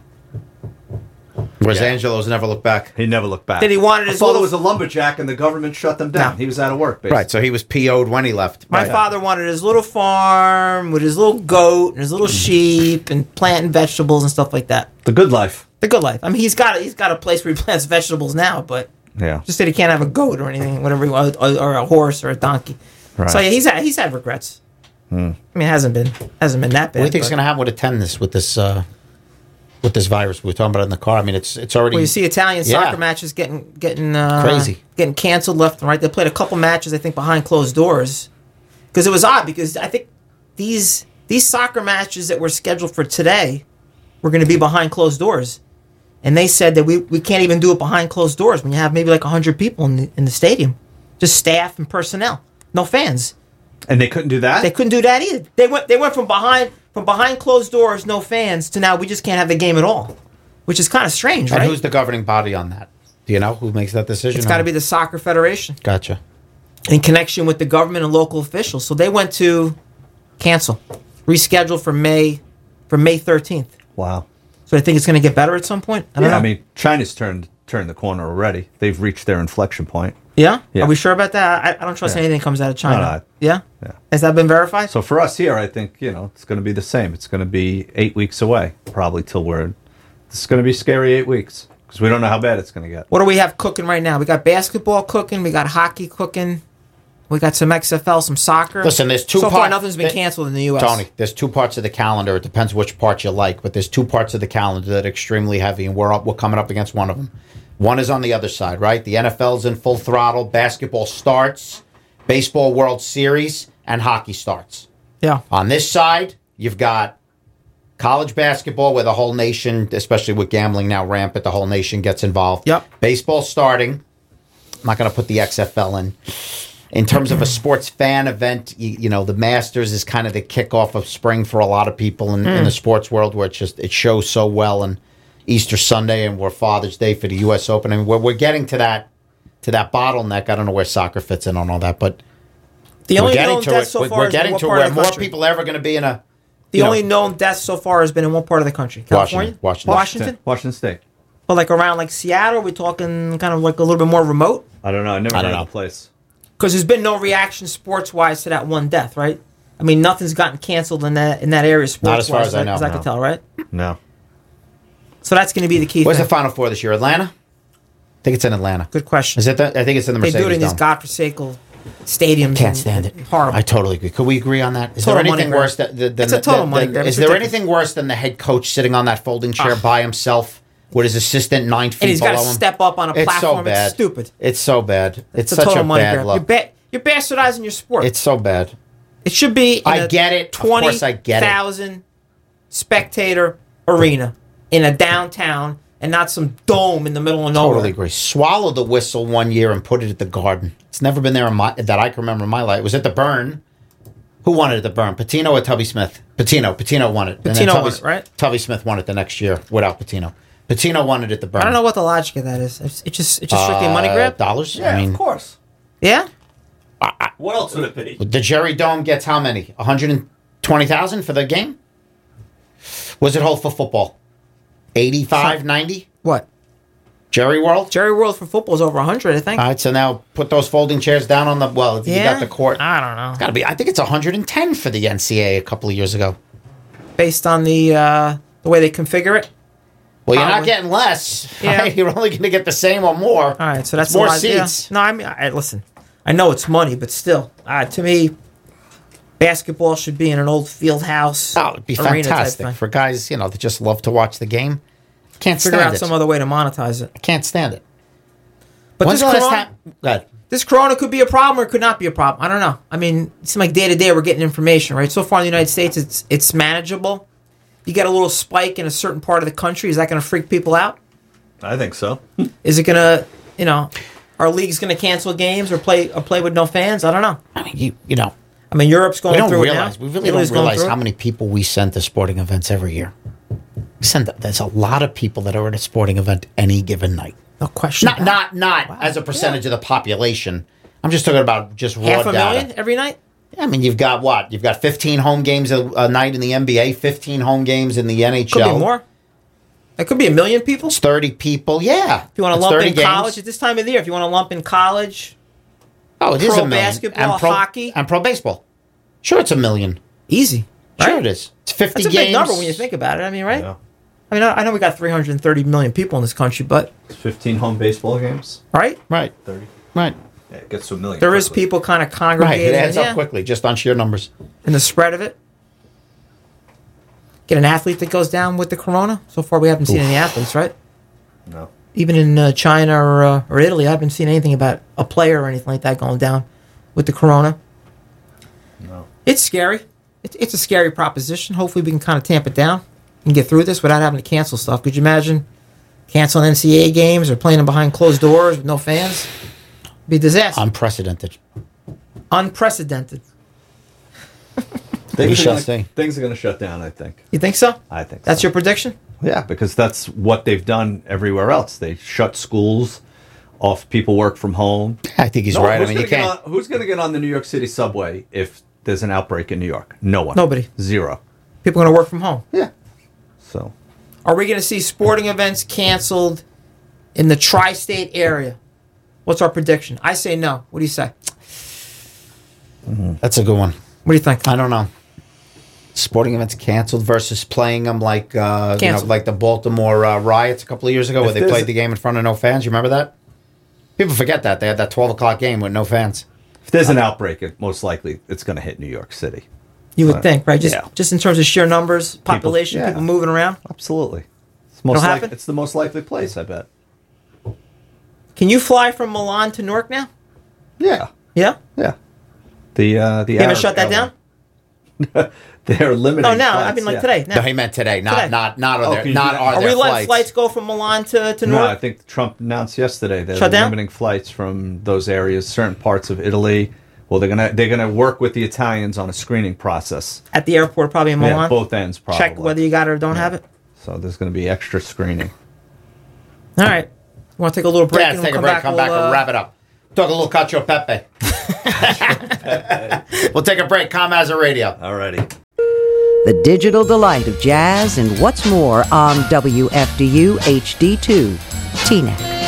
S2: Whereas Angelo's never looked back.
S4: He never looked back.
S3: That he wanted
S4: My
S3: his
S4: father
S3: little-
S4: was a lumberjack, and the government shut them down. He was out of work. Basically.
S2: Right, so he was PO'd when he left.
S3: My
S2: Right.
S3: father wanted his little farm with his little goat and his little
S2: Mm.
S3: sheep and planting vegetables and stuff like that.
S4: The good life.
S3: The good life. I mean, he's got he's got a place where he plants vegetables now, but
S4: Yeah.
S3: just that he can't have a goat or anything, whatever, he wants, or, or a horse or a donkey. So yeah, he's had he's had regrets. I mean, it hasn't been hasn't been that bad.
S2: What do you Hmm. think's
S3: but-
S2: going to happen with attendance with this uh, with this virus we were talking about in the car? I mean, it's it's already.
S3: Well, you see Italian
S2: Yeah.
S3: soccer matches getting getting uh,
S2: Crazy.
S3: getting canceled left and right. They played a couple matches, I think, behind closed doors because it was odd because I think these these soccer matches that were scheduled for today were going to be behind closed doors, and they said that we, we can't even do it behind closed doors when you have maybe like hundred people in the in the stadium, just staff and personnel, no fans.
S4: And they couldn't do that.
S3: They couldn't do that either. They went they went from behind from behind closed doors, no fans, to now we just can't have the game at all, which is kind of strange,
S2: and
S3: right?
S2: who's the governing body on that? Do you know who makes that decision?
S3: It's got to be the soccer federation
S2: Gotcha.
S3: in connection with the government and local officials. So they went to cancel, reschedule for May, for May thirteenth.
S4: Wow.
S3: So I think it's going to get better at some point. I
S4: yeah,
S3: don't know.
S4: I mean, China's turned turned the corner already. They've reached their inflection point.
S3: yeah?
S4: Yeah.
S3: Are we sure about that? I, I don't trust anything that comes out of China.
S4: No, no, I-
S3: yeah?
S4: Yeah.
S3: Has that been verified?
S4: So for us here, I think you know it's going to be the same. It's going to be eight weeks away, probably till we're. This is going to be scary eight weeks because we don't know how bad it's going to get.
S3: What do we have cooking right now? We got basketball cooking. We got hockey cooking. We got some XFL, some soccer.
S2: Listen, there's two
S3: So far,
S2: parts-
S3: nothing's been
S2: there-
S3: canceled in the U.S.
S2: Tony, there's two parts of the calendar. It depends which part you like, but there's two parts of the calendar that are extremely heavy, and we're up, we're coming up against one of them. One is on the other side, right? The NFL's in full throttle. Basketball starts, baseball World Series, and hockey starts.
S3: Yeah.
S2: On this side, you've got college basketball where the whole nation, especially with gambling now rampant, the whole nation gets involved. Yep. Baseball starting. I'm not going to put the XFL in. In terms of a sports fan event, you, you know, the Masters is kind of the kickoff of spring for a lot of people in, in the sports world where it's just, it shows so well and Easter Sunday and we're Father's Day for the U.S. Open. I mean, we're, we're getting to that, to that bottleneck. I don't know where soccer fits in on all that, but
S3: The
S2: we're
S3: only
S2: getting
S3: known
S2: to
S3: death
S2: it.
S3: so
S2: We're-
S3: far
S2: we're
S3: is in
S2: getting
S3: what
S2: to
S3: part
S2: where
S3: of the
S2: more
S3: country?
S2: people are ever going to be in a
S3: The
S2: you know-
S3: only known death so far has been in one part of the country, California,
S2: Washington. Washington.
S3: Washington?
S4: Washington State.
S3: But like around like Seattle, we're talking kind of like a little bit more remote
S4: I don't know. I never
S2: I
S4: heard
S2: don't
S4: of
S2: know.
S4: the place.
S3: because there's been no reaction sports wise to that one death, right? I mean, nothing's gotten canceled in that in that area
S2: Not
S3: sports
S2: as far
S3: wise,
S2: as I know,
S3: as I
S2: no.
S3: could tell, right?
S4: No.
S3: So that's going to be the key.
S2: Where's
S3: thing.
S2: the Final Four this year? Atlanta. I think it's in Atlanta.
S3: Good question.
S2: Is it? The, I think it's in the
S3: they
S2: Mercedes
S3: do it in these
S2: Dome.
S3: godforsaken stadiums.
S2: Can't
S3: and-
S2: stand it.
S3: and Horrible.
S2: I totally agree. Could we agree on that? Is
S3: Total
S2: there
S3: money
S2: anything
S3: grab.
S2: worse than, than
S3: It's a
S2: than-
S3: total
S2: than-
S3: money grab.
S2: Is
S3: It's
S2: there
S3: ridiculous.
S2: anything worse than the head coach sitting on that folding chair
S3: Ah.
S2: by himself with his assistant nine feet
S3: and he's got
S2: below
S3: to
S2: him?
S3: step up on a
S2: it's
S3: platform.
S2: so bad.
S3: It's stupid.
S2: It's so bad. It's,
S3: It's, a
S2: such a
S3: total money
S2: bad
S3: grab. You're,
S2: look.
S3: ba- you're bastardizing your sport.
S2: It's so bad.
S3: It should be. in
S2: I
S3: a
S2: get it. Of
S3: Twenty
S2: course I get it.
S3: thousand spectator arena in a downtown, and not some dome in the middle of nowhere.
S2: Totally agree. Swallow the whistle one year and put it at the Garden. It's never been there in my that I can remember in my life. It was at the Burn. Who won it at the Burn? Patino or Tubby Smith? Patino. Patino won it. And then
S3: Patino won
S2: Tubby-
S3: it, right?
S2: Tubby Smith won it the next year without Patino. Patino won it at the Burn.
S3: I don't know what the logic of that is. It's, it's just it's just strictly a money
S2: Uh,
S3: grab.
S2: dollars.
S4: Yeah,
S2: I mean,
S4: of course.
S3: Yeah.
S4: What else would it be?
S2: the Jerry Dome gets how many? 100 and Twenty thousand for the game. Was it hold for football? 85, 90?
S3: What?
S2: Jerry World?
S3: Jerry World for football is over 100, I think.
S2: All right, so now put those folding chairs down on the. Well, if you
S3: Yeah?
S2: got the court.
S3: I don't know.
S2: It's got to be. I think it's 110 for the NCAA a couple of years ago.
S3: Based on the uh, the way they configure it.
S2: Well, you're not
S3: Probably.
S2: getting less.
S3: Yeah.
S2: right? You're only going to get the same or more. All
S3: right, so that's
S2: more
S3: a lot, yeah.
S2: seats.
S3: No, I mean, I, listen, I know it's money, but still, uh, to me, basketball should be in an old field house. Oh, it'd
S2: Be fantastic for guys, you know, that just love to watch the game. Can't
S3: Figure
S2: stand
S3: out
S2: it.
S3: some other way to monetize it. I
S2: can't stand it.
S3: But
S2: When's
S3: this
S2: the last
S3: corona,
S2: time- Go ahead.
S3: this corona could be a problem or it could not be a problem. I don't know. I mean, it seems like day to day we're getting information, right? So far in the United States, it's it's manageable. You get a little spike in a certain part of the country. Is that going to freak people out?
S4: I think so.
S3: Is it going to, you know, our league's going to cancel games or play or play with no fans? I don't know.
S2: I mean, you you know,
S3: I mean, Europe's going
S2: we don't
S3: through it now.
S2: realize we really
S3: Italy's
S2: don't
S3: going
S2: realize
S3: through
S2: how
S3: it.
S2: many people we send to sporting events every year. We send there's a lot of people that are at a sporting event any given night.
S3: No question.
S2: Not not not as a percentage of the population. I'm just talking about just raw
S3: half a
S2: data.
S3: million every night.
S2: I mean, you've got what? You've got 15 home games a, a night in the NBA, 15 home games in the NHL.
S3: Could be more. It could be a million people.
S2: It's 30 people. Yeah.
S3: If you want to
S2: It's
S3: lump
S2: 30
S3: in
S2: games.
S3: college at this time of the year, if you want to lump in college,
S2: oh, it is
S3: pro
S2: a million.
S3: basketball,
S2: and pro,
S3: hockey.
S2: and pro baseball. Sure, it's a million.
S3: Easy.
S2: Sure, it is. It's 50
S3: That's a
S2: games.
S3: big number when you think about it. I mean, right? I mean, I I know we got 330 million people in this country, but
S4: Fifteen home baseball games.
S3: right,
S2: right,
S4: thirty.
S2: Right.
S4: Yeah, it gets to a million.
S3: there is
S4: quickly.
S3: people kind of
S2: Right,
S3: congregating
S2: it adds
S3: and, yeah,
S2: up quickly just on sheer numbers.
S3: in the spread of it. Get an athlete that goes down with the corona. So far, we haven't seen any athletes, right?
S4: No.
S3: Even in uh, China or, uh, or Italy, I haven't seen anything about a player or anything like that going down with the corona.
S4: No.
S3: It's scary. It, it's a scary proposition. Hopefully, we can kind of tamp it down and get through this without having to cancel stuff. Could you imagine canceling NCAA games or playing them behind closed doors with no fans? Be a disaster.
S2: Unprecedented.
S3: Unprecedented.
S4: Things
S2: We
S4: are
S2: shall
S4: gonna-
S2: see.
S4: Things are going to shut down. I think.
S3: You think so?
S4: I think.
S3: That's your prediction?
S4: Yeah, because that's what they've done everywhere else. They shut schools off. People work from home.
S2: I think he's
S4: No,
S2: right. I
S4: who's
S2: mean, you
S4: gonna get
S2: can't.
S4: on- who's going to get on the New York City subway if there's an outbreak in New York? No one.
S3: Nobody.
S4: Zero.
S3: People are going to work from home. Yeah.
S4: So
S3: Are we going to see sporting events canceled in the tri state area? What's our prediction? I say no. What do you say?
S2: That's a good one.
S3: What do you think?
S2: I don't know. Sporting events canceled versus playing them like uh, you know,
S3: Canceled.
S2: like the Baltimore uh, riots a couple of years ago
S4: If
S2: where they
S4: there's-
S2: played the game in front of no fans. You remember that? People forget that they had that twelve o'clock game with no fans.
S4: if there's an outbreak, it, most likely it's going to hit New York City.
S3: You would think, right? Just
S4: Uh, Yeah.
S3: just in terms of sheer numbers, population, people,
S4: yeah.
S3: moving around.
S4: Absolutely. It's most
S3: It'll
S4: like-
S3: happen?
S4: It's the most likely place, I bet.
S3: Can you fly from Milan to Newark now?
S4: Yeah.
S3: Yeah?
S4: Yeah. The uh, the
S3: They haven't
S4: Arab
S3: shut that
S4: airline.
S3: down? Oh,
S4: They're limiting.
S3: No, now. I
S4: flights,
S3: mean, like
S4: yeah.
S3: today.
S2: No,
S3: Now.
S2: he meant today, not
S3: Today.
S2: not not are
S4: Oh,
S2: there
S4: can you
S2: not
S4: do
S2: are,
S4: that?
S3: Are
S2: there
S3: we letting
S2: flights.
S3: flights. go from Milan to, to
S4: No, I
S3: Newark?
S4: think Trump announced yesterday they're
S3: Shut down?
S4: limiting flights from those areas, certain parts of Italy. Well, they're gonna they're gonna work with the Italians on a screening process.
S3: At the airport, probably in
S4: Yeah,
S3: Milan.
S4: both ends probably.
S3: Check whether you got it or don't have it.
S4: So there's gonna be extra screening.
S3: All right. Want to take a little break?
S2: yeah,
S3: and
S2: let's take
S3: we'll
S2: a
S3: come
S2: break,
S3: back,
S2: come
S3: we'll,
S2: back, and
S3: uh,
S2: wrap it up. Talk a little cacio e pepe. we'll take a break. Com as a radio.
S4: Alrighty.
S1: The digital delight of jazz and what's more on WFDU HD2, TNEC.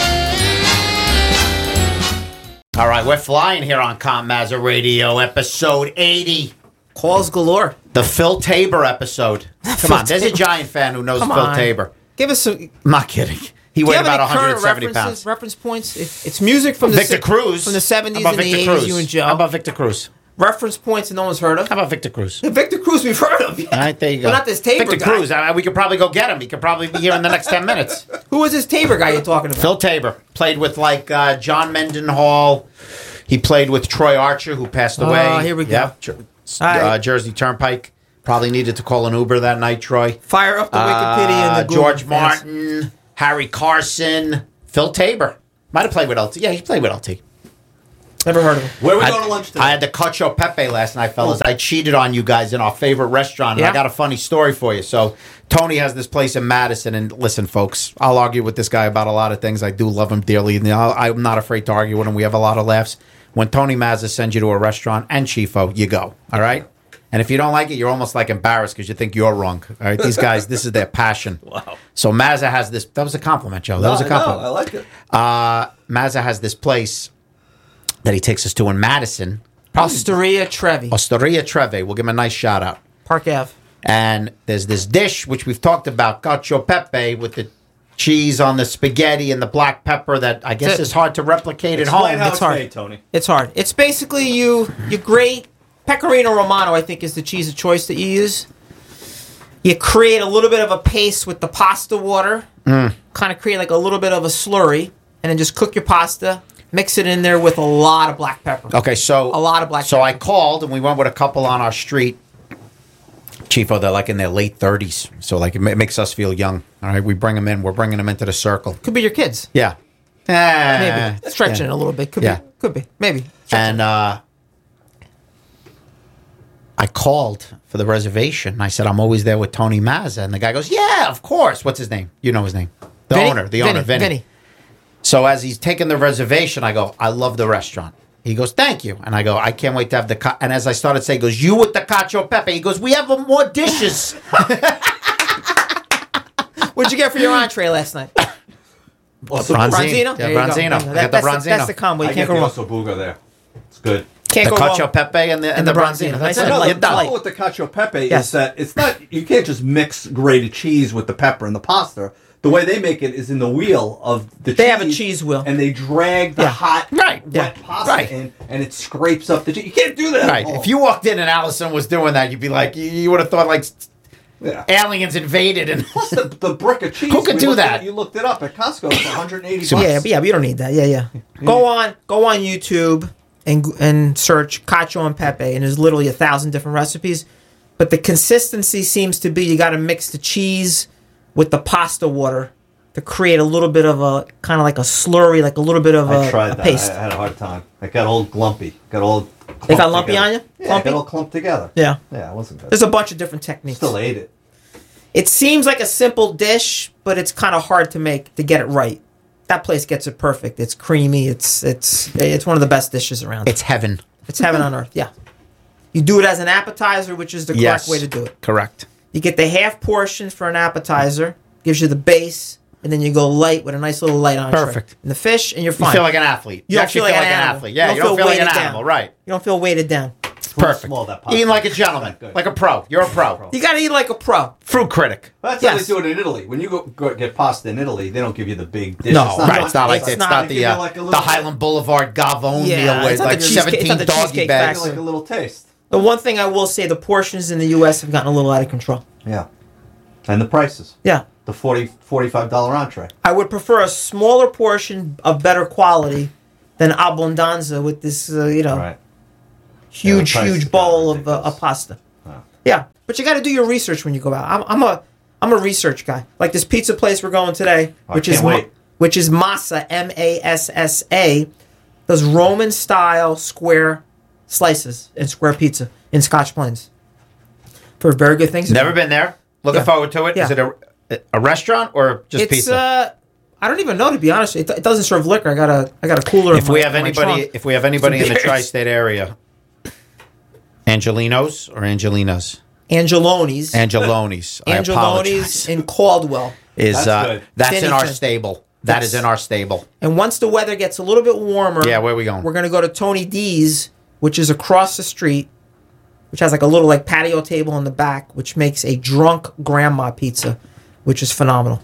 S2: All right, we're flying here on Com as a radio, episode eighty.
S3: Calls galore.
S2: The Phil Tabor episode. Come on, there's a Giant fan who knows
S3: Come
S2: Phil
S3: on.
S2: Tabor.
S3: Give us some.
S2: I'm not kidding. He
S3: Do you
S2: weighed
S3: have
S2: about
S3: any current
S2: 170
S3: references,
S2: pounds.
S3: Reference points. It- It's music from the
S2: Victor
S3: si-
S2: Cruz
S3: from the seventies
S2: How
S3: and
S2: about
S3: the
S2: Victor
S3: eighties.
S2: Cruz?
S3: You and
S2: How
S3: Joe.
S2: about Victor Cruz?
S3: reference points that no one's heard of.
S2: How about Victor Cruz?
S3: The Victor Cruz we've heard of.
S2: All right, there you go.
S3: Well, not this Tabor
S2: Victor
S3: guy.
S2: Cruz. I- we could probably go get him. He could probably be here in the next 10 minutes.
S3: Who was this Tabor guy you're talking about?
S2: Phil Tabor played with like uh, John Mendenhall. He played with Troy Archer, who passed
S3: Oh,
S2: away.
S3: here we go.
S2: Yep. Jer-
S3: All right.
S2: uh, Jersey Turnpike. Probably needed to call an Uber that night, Troy.
S3: Fire up the Wikipedia
S2: Uh,
S3: and the Google
S2: George
S3: fans.
S2: Martin, Harry Carson, Phil Tabor. Might have played with LT. Yeah, he played with LT.
S3: Never heard of him.
S4: Where are we
S2: I,
S4: going to lunch today? Oh.
S2: I had the Cacio Pepe last night, fellas. I cheated on you guys in our favorite restaurant. And I
S3: Yeah.
S2: got a funny story for you. So, Tony has this place in Madison. And listen, folks, I'll argue with this guy about a lot of things. I do love him dearly. And I'll, I'm not afraid to argue with him. We have a lot of laughs. When Tony Mazza sends you to a restaurant and Chifo, you go. All right? And if you don't like it, you're almost like embarrassed because you think you're wrong. All right, these guys, this is their passion. Wow. So Mazza has this. That was a compliment, Joe. That
S4: No,
S2: was a
S4: I know.
S2: compliment.
S4: I like it.
S2: Uh, Mazza has this place that he takes us to in Madison.
S3: Osteria Trevi.
S2: Osteria Trevi. We'll give him a nice shout out.
S3: Park Ave.
S2: And there's this dish which we've talked about, cacio pepe, with the cheese on the spaghetti and the black pepper that I guess
S3: That's it.
S2: is hard to replicate at home.
S4: Tony.
S3: It's hard. It's basically you you grate pecorino romano. I think is the cheese of choice that you use. You create a little bit of a paste with the pasta water,
S2: Mm.
S3: kind of create like a little bit of a slurry, and then just cook your pasta. Mix it in there with a lot of black pepper.
S2: Okay, so
S3: a lot of black.
S2: So I called and we went with a couple on our street. Chifo, they're like in their late 30s. So, like, it ma- makes us feel young. All right, we bring them in. We're bringing them into the circle.
S3: Could be your kids.
S2: Yeah. Eh,
S3: maybe stretching
S2: yeah.
S3: it a little bit. Could
S2: Yeah.
S3: be. Could be. Maybe.
S2: And uh, I called for the reservation. I said, I'm always there with Tony Mazza. And the guy goes, Yeah, of course. What's his name? You know his name. The
S3: Vinny?
S2: owner, the owner,
S3: Vinny,
S2: Vinny.
S3: Vinny.
S2: So as he's taking the reservation, I go, I love the restaurant. He goes, thank you. And I go, I can't wait to have the. Ca-. And as I started saying, he goes, you with the cacio pepe. He goes, we have more dishes.
S3: What'd you get for your entree last night?
S2: Bronzino.
S3: Bronzino?
S2: Yeah,
S3: There you go.
S2: Bronzino. I
S3: That-
S2: got the
S3: that's the-
S2: Bronzino.
S3: that's the combo. You
S4: I
S3: can't go
S4: get the
S3: wrong.
S4: Osobugo there. It's good.
S3: Can't
S2: the
S3: go
S2: cacio
S3: wrong.
S2: pepe and the, and
S3: And
S2: the
S3: the Bronzino.
S2: bronzino. That's
S3: That's
S2: it.
S3: it.
S4: No,
S2: You're
S4: the
S2: done.
S4: problem with the cacio pepe
S3: Yes.
S4: is that it's not you can't just mix grated cheese with the pepper and the pasta. The way they make it is in the wheel of the cheese.
S3: They have a cheese wheel.
S4: And they drag the
S3: Yeah.
S4: hot
S2: Right.
S4: wet
S3: Yeah.
S4: pasta
S2: Right.
S4: in and it scrapes up the cheese. You can't do that. at
S2: Right.
S4: home.
S2: If you walked in and Allison was doing that, you'd be like, you, you would have thought like
S4: yeah.
S2: aliens invaded and
S4: Plus the, the brick of cheese.
S2: Who could
S4: we
S2: do
S4: looked at-
S2: that?
S4: you looked it up at Costco. It's 180
S2: So-
S4: bucks.
S3: Yeah, but yeah, but you don't need that. Yeah, yeah. Go on, go on YouTube and and search cacio and pepe, and there's literally a thousand different recipes. But the consistency seems to be you got to mix the cheese with the pasta water to create a little bit of a kind of like a slurry, like a little bit of
S4: I
S3: a,
S4: tried
S3: a
S4: that.
S3: paste.
S4: I had a hard time. I got all glumpy. Got all.
S3: It got lumpy on you?
S4: Yeah,
S3: Clumpy?
S4: it all clumped together.
S3: Yeah.
S4: Yeah, it wasn't good.
S3: There's a bunch of different techniques.
S4: Still ate it.
S3: It seems like a simple dish, but it's kind of hard to make to get it right. That place gets it perfect. It's creamy. It's it's it's one of the best dishes around.
S2: it's heaven.
S3: It's heaven on earth. Yeah. You do it as an appetizer, which is the correct
S2: Yes.
S3: way to do it.
S2: Correct.
S3: You get the half portion for an appetizer, gives you the base, and then you go light with a nice little light on
S2: Perfect.
S3: And the fish, and you're
S2: You
S3: fine.
S2: feel like an athlete. You,
S3: don't
S2: actually feel like, an, athlete. Yeah, you don't, feel, like an
S3: weighted
S2: animal.
S3: down.
S2: Right.
S3: You don't feel weighted down.
S2: Perfect.
S4: small, that pasta.
S2: Eating like a gentleman,
S4: Good.
S2: like a pro. You're a pro.
S3: You gotta eat like a pro.
S2: Fruit critic.
S4: That's
S3: Yes.
S4: how they do it in Italy. When you go, go get pasta in Italy, they don't give you the big dish.
S3: No,
S2: right, it's not like
S3: it's
S2: that. It's
S3: not-
S2: not,
S4: They give
S2: the
S4: you
S2: uh,
S4: like a little-
S2: the Highland Boulevard Gavone
S3: Yeah,
S2: deal
S3: it's
S2: with
S3: not
S2: like
S3: the cheesecake- it's not
S2: seventeen
S3: the
S2: doggy
S3: cheesecake
S4: They
S2: bags.
S4: give you like a little taste.
S3: The one thing I will say, the portions in the U.S. have gotten a little out of control.
S4: Yeah, and the prices.
S3: Yeah.
S4: The 40 45 dollar entree.
S3: I would prefer a smaller portion of better quality than abondanza with this, uh, you know, huge,
S4: Yeah, the price
S3: huge
S4: is
S3: bowl of, uh,
S4: ridiculous.
S3: of pasta. Yeah, but you got to do your research when you go out. I'm, I'm a I'm a research guy. Like this pizza place we're going today,
S2: Oh,
S4: I
S3: which
S4: can't
S3: is Ma-
S4: wait.
S3: which is Massa M A S S A, does Roman style square slices and square pizza in Scotch Plains. For very good things.
S2: Never been there. Looking
S3: Yeah.
S2: forward to it. Is
S3: Yeah.
S2: it a a restaurant or just
S3: It's
S2: pizza?
S3: uh, I don't even know to be honest. It, it doesn't serve liquor. I got a I got a cooler.
S2: if
S3: in my-
S2: we have
S3: in my
S2: anybody,
S3: trunk.
S2: if we have anybody in the
S3: embarrassing.
S2: tri-state area, Angelinos or Angelinas,
S3: Angeloni's,
S2: Angelonis. I
S3: Angeloni's
S2: apologize.
S3: in Caldwell.
S2: Is
S4: That's
S2: uh,
S4: good.
S2: that's in our
S3: Finishing.
S2: stable. That is
S3: Yes.
S2: in our stable.
S3: And once the weather gets a little bit warmer,
S2: Yeah, where we going?
S3: We're gonna go to Tony D's, which is across the street, which has like a little like patio table in the back, which makes a drunk grandma pizza, which is phenomenal.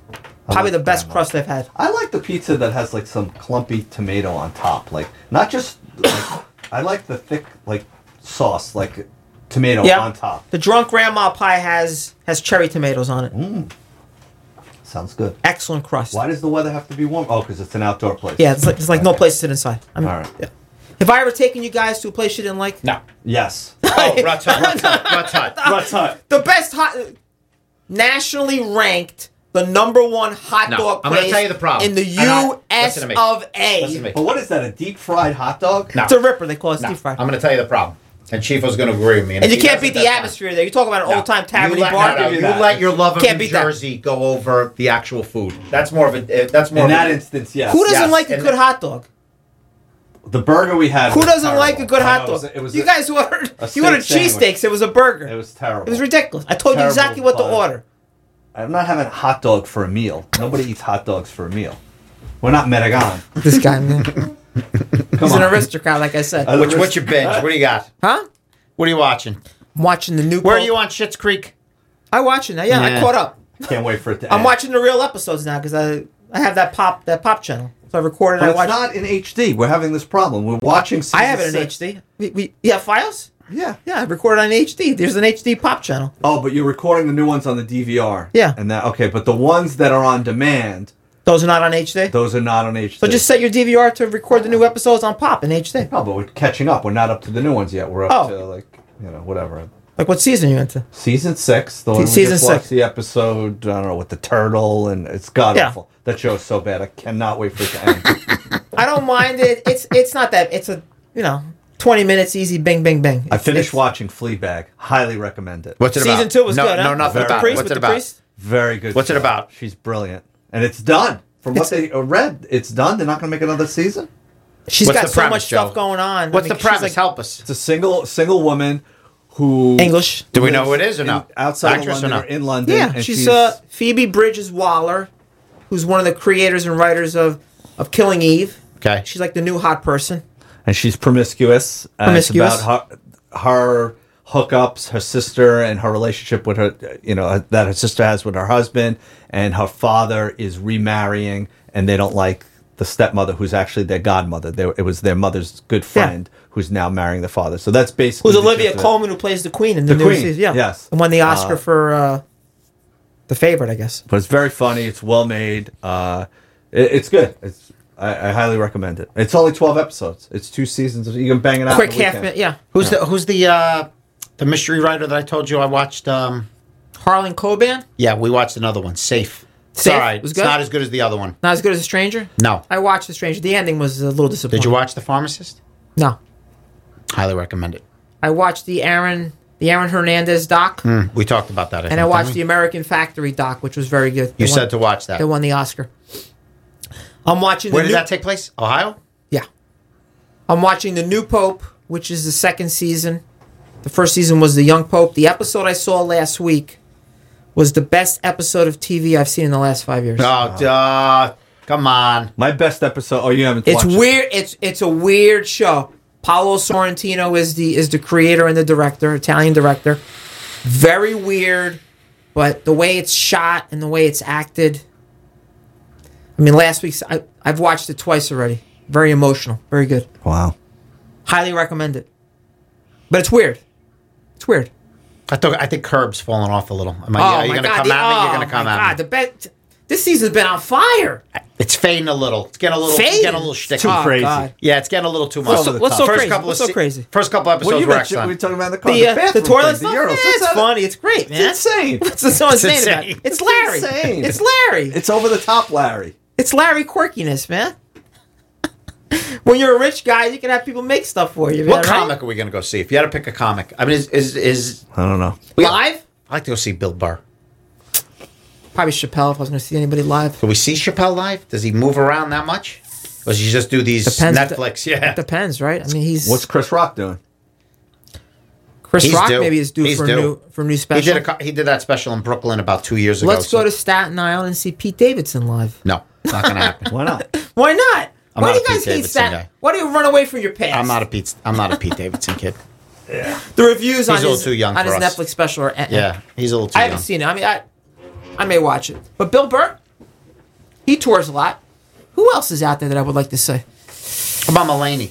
S3: Probably
S4: like
S3: the best
S4: grandma.
S3: crust I've had.
S4: I like the pizza that has like some clumpy tomato on top, like not just. Like, I like the thick like sauce, like tomato
S3: Yeah,
S4: on top.
S3: The drunk grandma pie has has cherry tomatoes on it.
S2: Mm.
S4: Sounds good.
S3: Excellent crust.
S4: Why does the weather have to be warm? Oh, because it's an outdoor place.
S3: Yeah, it's like, it's like no place to sit inside. I mean,
S4: All right.
S3: yeah. Have I ever taken you guys to a place you didn't like?
S2: No.
S4: Yes.
S2: Oh, Rut's Hut, Rut's Hut, Rut's Hut.
S4: Rut's Hut.
S3: The best hot, nationally ranked, the number one hot
S2: No,
S3: dog
S2: I'm
S3: place
S2: gonna tell you the problem.
S3: in the
S2: And I-
S3: U.S.
S2: listen to me.
S3: of A.
S2: Listen to me.
S4: But what is that? A deep fried hot dog?
S2: No.
S3: It's a ripper. They call it
S2: No,
S3: deep fried.
S2: I'm going to tell you the problem. And Chifo's going to agree with me.
S3: and
S2: if
S3: you
S2: he
S3: can't
S2: doesn't,
S3: beat the
S2: that's fine.
S3: atmosphere there. You talk about an
S2: No.
S3: old time
S2: You
S3: tavern
S2: let,
S3: bar.
S2: no, no,
S4: Give
S2: you
S4: you that.
S2: let your love of
S3: Can't
S2: New
S3: beat that.
S2: Jersey go over the actual food. That's more of a. That's more
S4: In
S2: of a-
S4: that instance, yes.
S3: Who doesn't
S2: Yes,
S3: like a
S2: and
S3: good
S2: the-
S3: hot dog?
S4: The burger we had.
S3: Who
S4: was
S3: doesn't
S4: terrible.
S3: like a good
S4: I
S3: hot
S4: know,
S3: dog?
S4: It was, it was
S3: you
S4: a-
S3: guys ordered.
S4: a
S3: You ordered
S4: steak sandwich.
S3: cheesesteaks. It was a burger. It
S4: was terrible.
S3: It was ridiculous. I told you
S4: Terrible
S3: exactly what to
S4: pun.
S3: order.
S4: I'm not having a hot dog for a meal. Nobody eats hot dogs for a meal. We're not Metagon.
S3: This guy, man. He's an
S4: on. Uh,
S3: aristocrat, like I said.
S4: An
S2: Which, what's your binge? What do you got?
S3: Huh?
S2: What are you watching?
S3: I'm watching the new.
S2: Where are you on Shit's Creek?
S3: I watching that. Yeah,
S2: Yeah.
S3: I caught up.
S4: Can't wait for it to
S3: I'm
S4: end.
S3: watching the real episodes now because I I have that pop that pop channel. So I recorded.
S4: But
S3: I
S4: it's
S3: watched.
S4: not in HD. We're having this problem. We're watching.
S3: I have it
S4: season
S3: in
S4: six.
S3: HD. We, we you have files?
S4: Yeah.
S3: Yeah, I recorded on HD. There's an HD pop channel.
S4: Oh, but you're recording the new ones on the DVR.
S3: Yeah.
S4: And that okay, but the ones that are on demand,
S3: Those are not on HD.
S4: those are not on HD.
S3: So just set your DVR to record the new episodes on pop in HD.
S4: no, but we're catching up. We're not up to the new ones yet. We're up
S3: Oh.
S4: to like you know whatever.
S3: Like what season are you into?
S4: Season six, the
S3: Se-
S4: one
S3: season
S4: we just
S3: six.
S4: watched the episode. I don't know with the turtle, and it's god
S3: Yeah.
S4: awful. That show's so bad. I cannot wait for it to end.
S3: I don't mind it. It's it's not that. It's a you know twenty minutes easy. Bing bing bing.
S4: I
S3: It's- it's-
S4: finished watching Fleabag. Highly recommend it.
S2: What's it about?
S3: Season two was
S2: no,
S3: good, huh?
S2: No, nothing
S3: With the
S2: about it.
S3: priest,
S2: What's
S3: with
S2: it
S3: the
S2: about?
S3: priest?
S4: Very good.
S2: What's it
S4: show.
S2: about?
S4: She's brilliant, and it's done. From what they uh, read, it's done. They're not going to make another season.
S3: She's
S2: What's
S3: got
S2: the
S3: so
S2: premise,
S3: much stuff
S2: Joe?
S3: going on.
S2: What's
S3: I mean,
S2: the
S3: she's
S2: premise?
S3: like-
S2: Help us.
S4: It's a single single woman who
S3: English.
S2: Do we
S4: lives
S2: know who it is or no?
S4: in- outside
S2: Actress
S4: of
S2: or
S4: London
S2: no?
S4: or in London.
S3: Yeah,
S4: and
S3: she's, uh, Phoebe Bridges Waller, who's one of the creators and writers of of Killing Eve.
S2: Okay.
S3: She's like the new hot person.
S4: and she's promiscuous. and it's
S3: Promiscuous.
S4: about her, her hookups, her sister, and her relationship with her. You know that her sister has with her husband, and her father is remarrying, and they don't like the stepmother, who's actually their godmother. They, it was their mother's good friend who's now marrying the father. So that's basically
S3: Who's
S4: the
S3: Olivia
S4: gist of it.
S3: Coleman, who plays the Queen in the,
S4: The
S3: new
S4: Queen,
S3: season. Yeah,
S4: yes.
S3: and won the Oscar for uh, the favorite, I guess.
S4: But it's very funny. It's well made. Uh, it, it's good. It's. I, I highly recommend it. It's only twelve episodes. It's two seasons. You can bang it out. in
S3: Quick
S4: a
S3: half
S4: weekend.
S3: minute, yeah.
S2: Who's the Who's the uh, the mystery writer that I told you I watched? Um,
S3: Harlan Coban,
S2: yeah, we watched another one. Safe. It's
S3: Safe
S2: all right.
S3: was
S2: It's
S3: good?
S2: not as good as the other one.
S3: not as good as The Stranger.
S2: No.
S3: I watched The Stranger. The ending was a little disappointing.
S2: Did you watch The Pharmacist?
S3: No,
S2: Highly recommend it.
S3: I watched the Aaron the Aaron Hernandez doc,
S2: Mm, We talked about that.
S3: and I watched the American Factory doc, which was very good.
S2: You
S3: They won-
S2: said to watch that.
S3: they won the Oscar. I'm watching. The
S2: Where did
S3: new-
S2: that take place? Ohio.
S3: Yeah. I'm watching The New Pope, which is the second season. The first season was The Young Pope. The episode I saw last week was the best episode of TV I've seen in the last five years.
S2: Oh, duh. Come on.
S4: My best episode. Oh, you haven't.
S3: it's
S4: watched it.
S3: weird. It's it's a weird show. Paolo Sorrentino is the is the creator and the director, Italian director. Very weird, but the way it's shot and the way it's acted. I mean, last week's I, I've watched it twice already. Very emotional. Very good.
S4: Wow.
S3: Highly recommend it. But it's weird. It's weird.
S2: I, thought, I think Curb's falling off a little. Am I,
S3: Oh
S2: are you
S3: my
S2: going to
S3: god!
S2: come
S3: the-
S2: at me?
S3: oh
S2: You're going to come
S3: my
S2: at
S3: god!
S2: me.
S3: The bet. This season's been on fire.
S2: It's fading a little. It's getting a little. It's
S3: Fading.
S2: getting a little shticky.
S4: too
S3: Oh,
S4: crazy.
S3: God.
S2: Yeah, it's getting a little too much.
S3: What's so- what's so
S2: first
S3: crazy?
S2: Couple of
S3: What's so
S2: se-
S3: crazy?
S2: First couple episodes
S4: Well, you
S2: were
S4: mentioned, we
S2: excellent.
S4: were talking about the car,
S3: The, uh, the,
S4: bathroom
S3: toilet
S4: thing,
S3: stuff.
S4: the urinals.
S3: yeah, it's
S4: That's-
S3: funny. It's great, man.
S4: It's insane.
S3: What's so insane, about
S2: insane.
S3: it? It's Larry.
S4: It's insane.
S3: It's Larry.
S4: It's over the top, Larry.
S3: It's Larry quirkiness, man. when you're a rich guy, you can have people make stuff for you. Man,
S2: What
S3: right?
S2: comic are we going to go see? If you had to pick a comic, I mean, is is, is
S4: I don't know.
S3: Live?
S2: I like to go see Bill Burr.
S3: Probably Chappelle. If I was going to see anybody live,
S2: Do we see Chappelle live? Does he move around that much? Or does he just do these
S3: Depends.
S2: Netflix? yeah.
S3: it depends, right? I mean, he's
S4: What's Chris Rock doing?
S3: Chris
S2: He's
S3: Rock.
S2: due.
S3: Maybe is due
S2: He's
S3: for
S2: due.
S3: a new for a new
S2: he
S3: special.
S2: did a, co- he did that special in Brooklyn about two years ago.
S3: Let's
S2: so-
S3: go to Staten Island and see Pete Davidson live.
S2: No, it's not going to happen.
S4: Why not?
S3: Why not?
S2: I'm
S3: Why
S2: not a
S3: do you
S2: Pete
S3: guys hate
S2: Davidson
S3: Staten?
S2: guy.
S3: Why do you run away from your past?
S2: I'm not a Pete. I'm not a Pete Davidson kid.
S3: The reviews on
S2: He's a little
S3: his,
S2: too young
S3: on
S2: for
S3: his
S2: us.
S3: Netflix special are. eh, eh.
S2: Yeah, he's a little too
S3: I
S2: young.
S3: haven't seen it. I mean, I, I may watch it. But Bill Burr, he tours a lot. Who else is out there that I would like to see?
S2: How about Mulaney?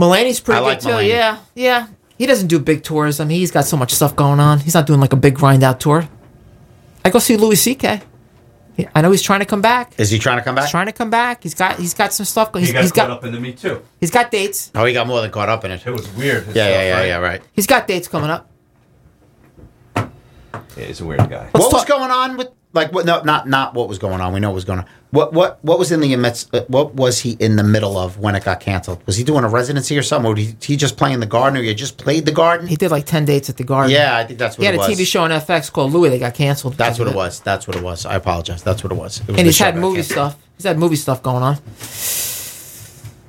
S3: Mulaney's pretty
S2: I
S3: good
S2: like
S3: too.
S2: Mulaney.
S3: Yeah, yeah. He doesn't do big tours. I mean, he's got so much stuff going on. He's not doing like a big grind out tour. I go see Louis C.K. Yeah, I know he's trying to come back.
S2: Is he trying to come back?
S3: He's trying to come back. He's got he's got some stuff. He's,
S4: He got
S3: he's
S4: caught
S3: got
S4: up into me too.
S3: he's got dates.
S2: oh, he got more than caught up in it.
S4: It was weird.
S2: Yeah, yeah, yeah, yeah. Right.
S3: He's got dates coming up.
S4: Yeah, he's a weird guy.
S2: what was
S3: talk-
S2: going on with like what? No, not not what was going on. We know what was going on. What what what was in the midst? uh, What was he in the middle of when it got canceled? Was he doing a residency or something? Or was he, he just playing the garden? Or you just played the garden?
S3: He did like ten dates at the Garden.
S2: yeah, I think that's what
S3: He had
S2: it
S3: a
S2: was.
S3: TV show on FX called Louis that got canceled.
S2: That's what it
S3: was.
S2: was. That's what it was. I apologize. That's what it was. It was
S3: and
S2: the
S3: he's
S2: show
S3: had
S2: that
S3: movie
S2: canceled.
S3: stuff. He's had movie stuff going on.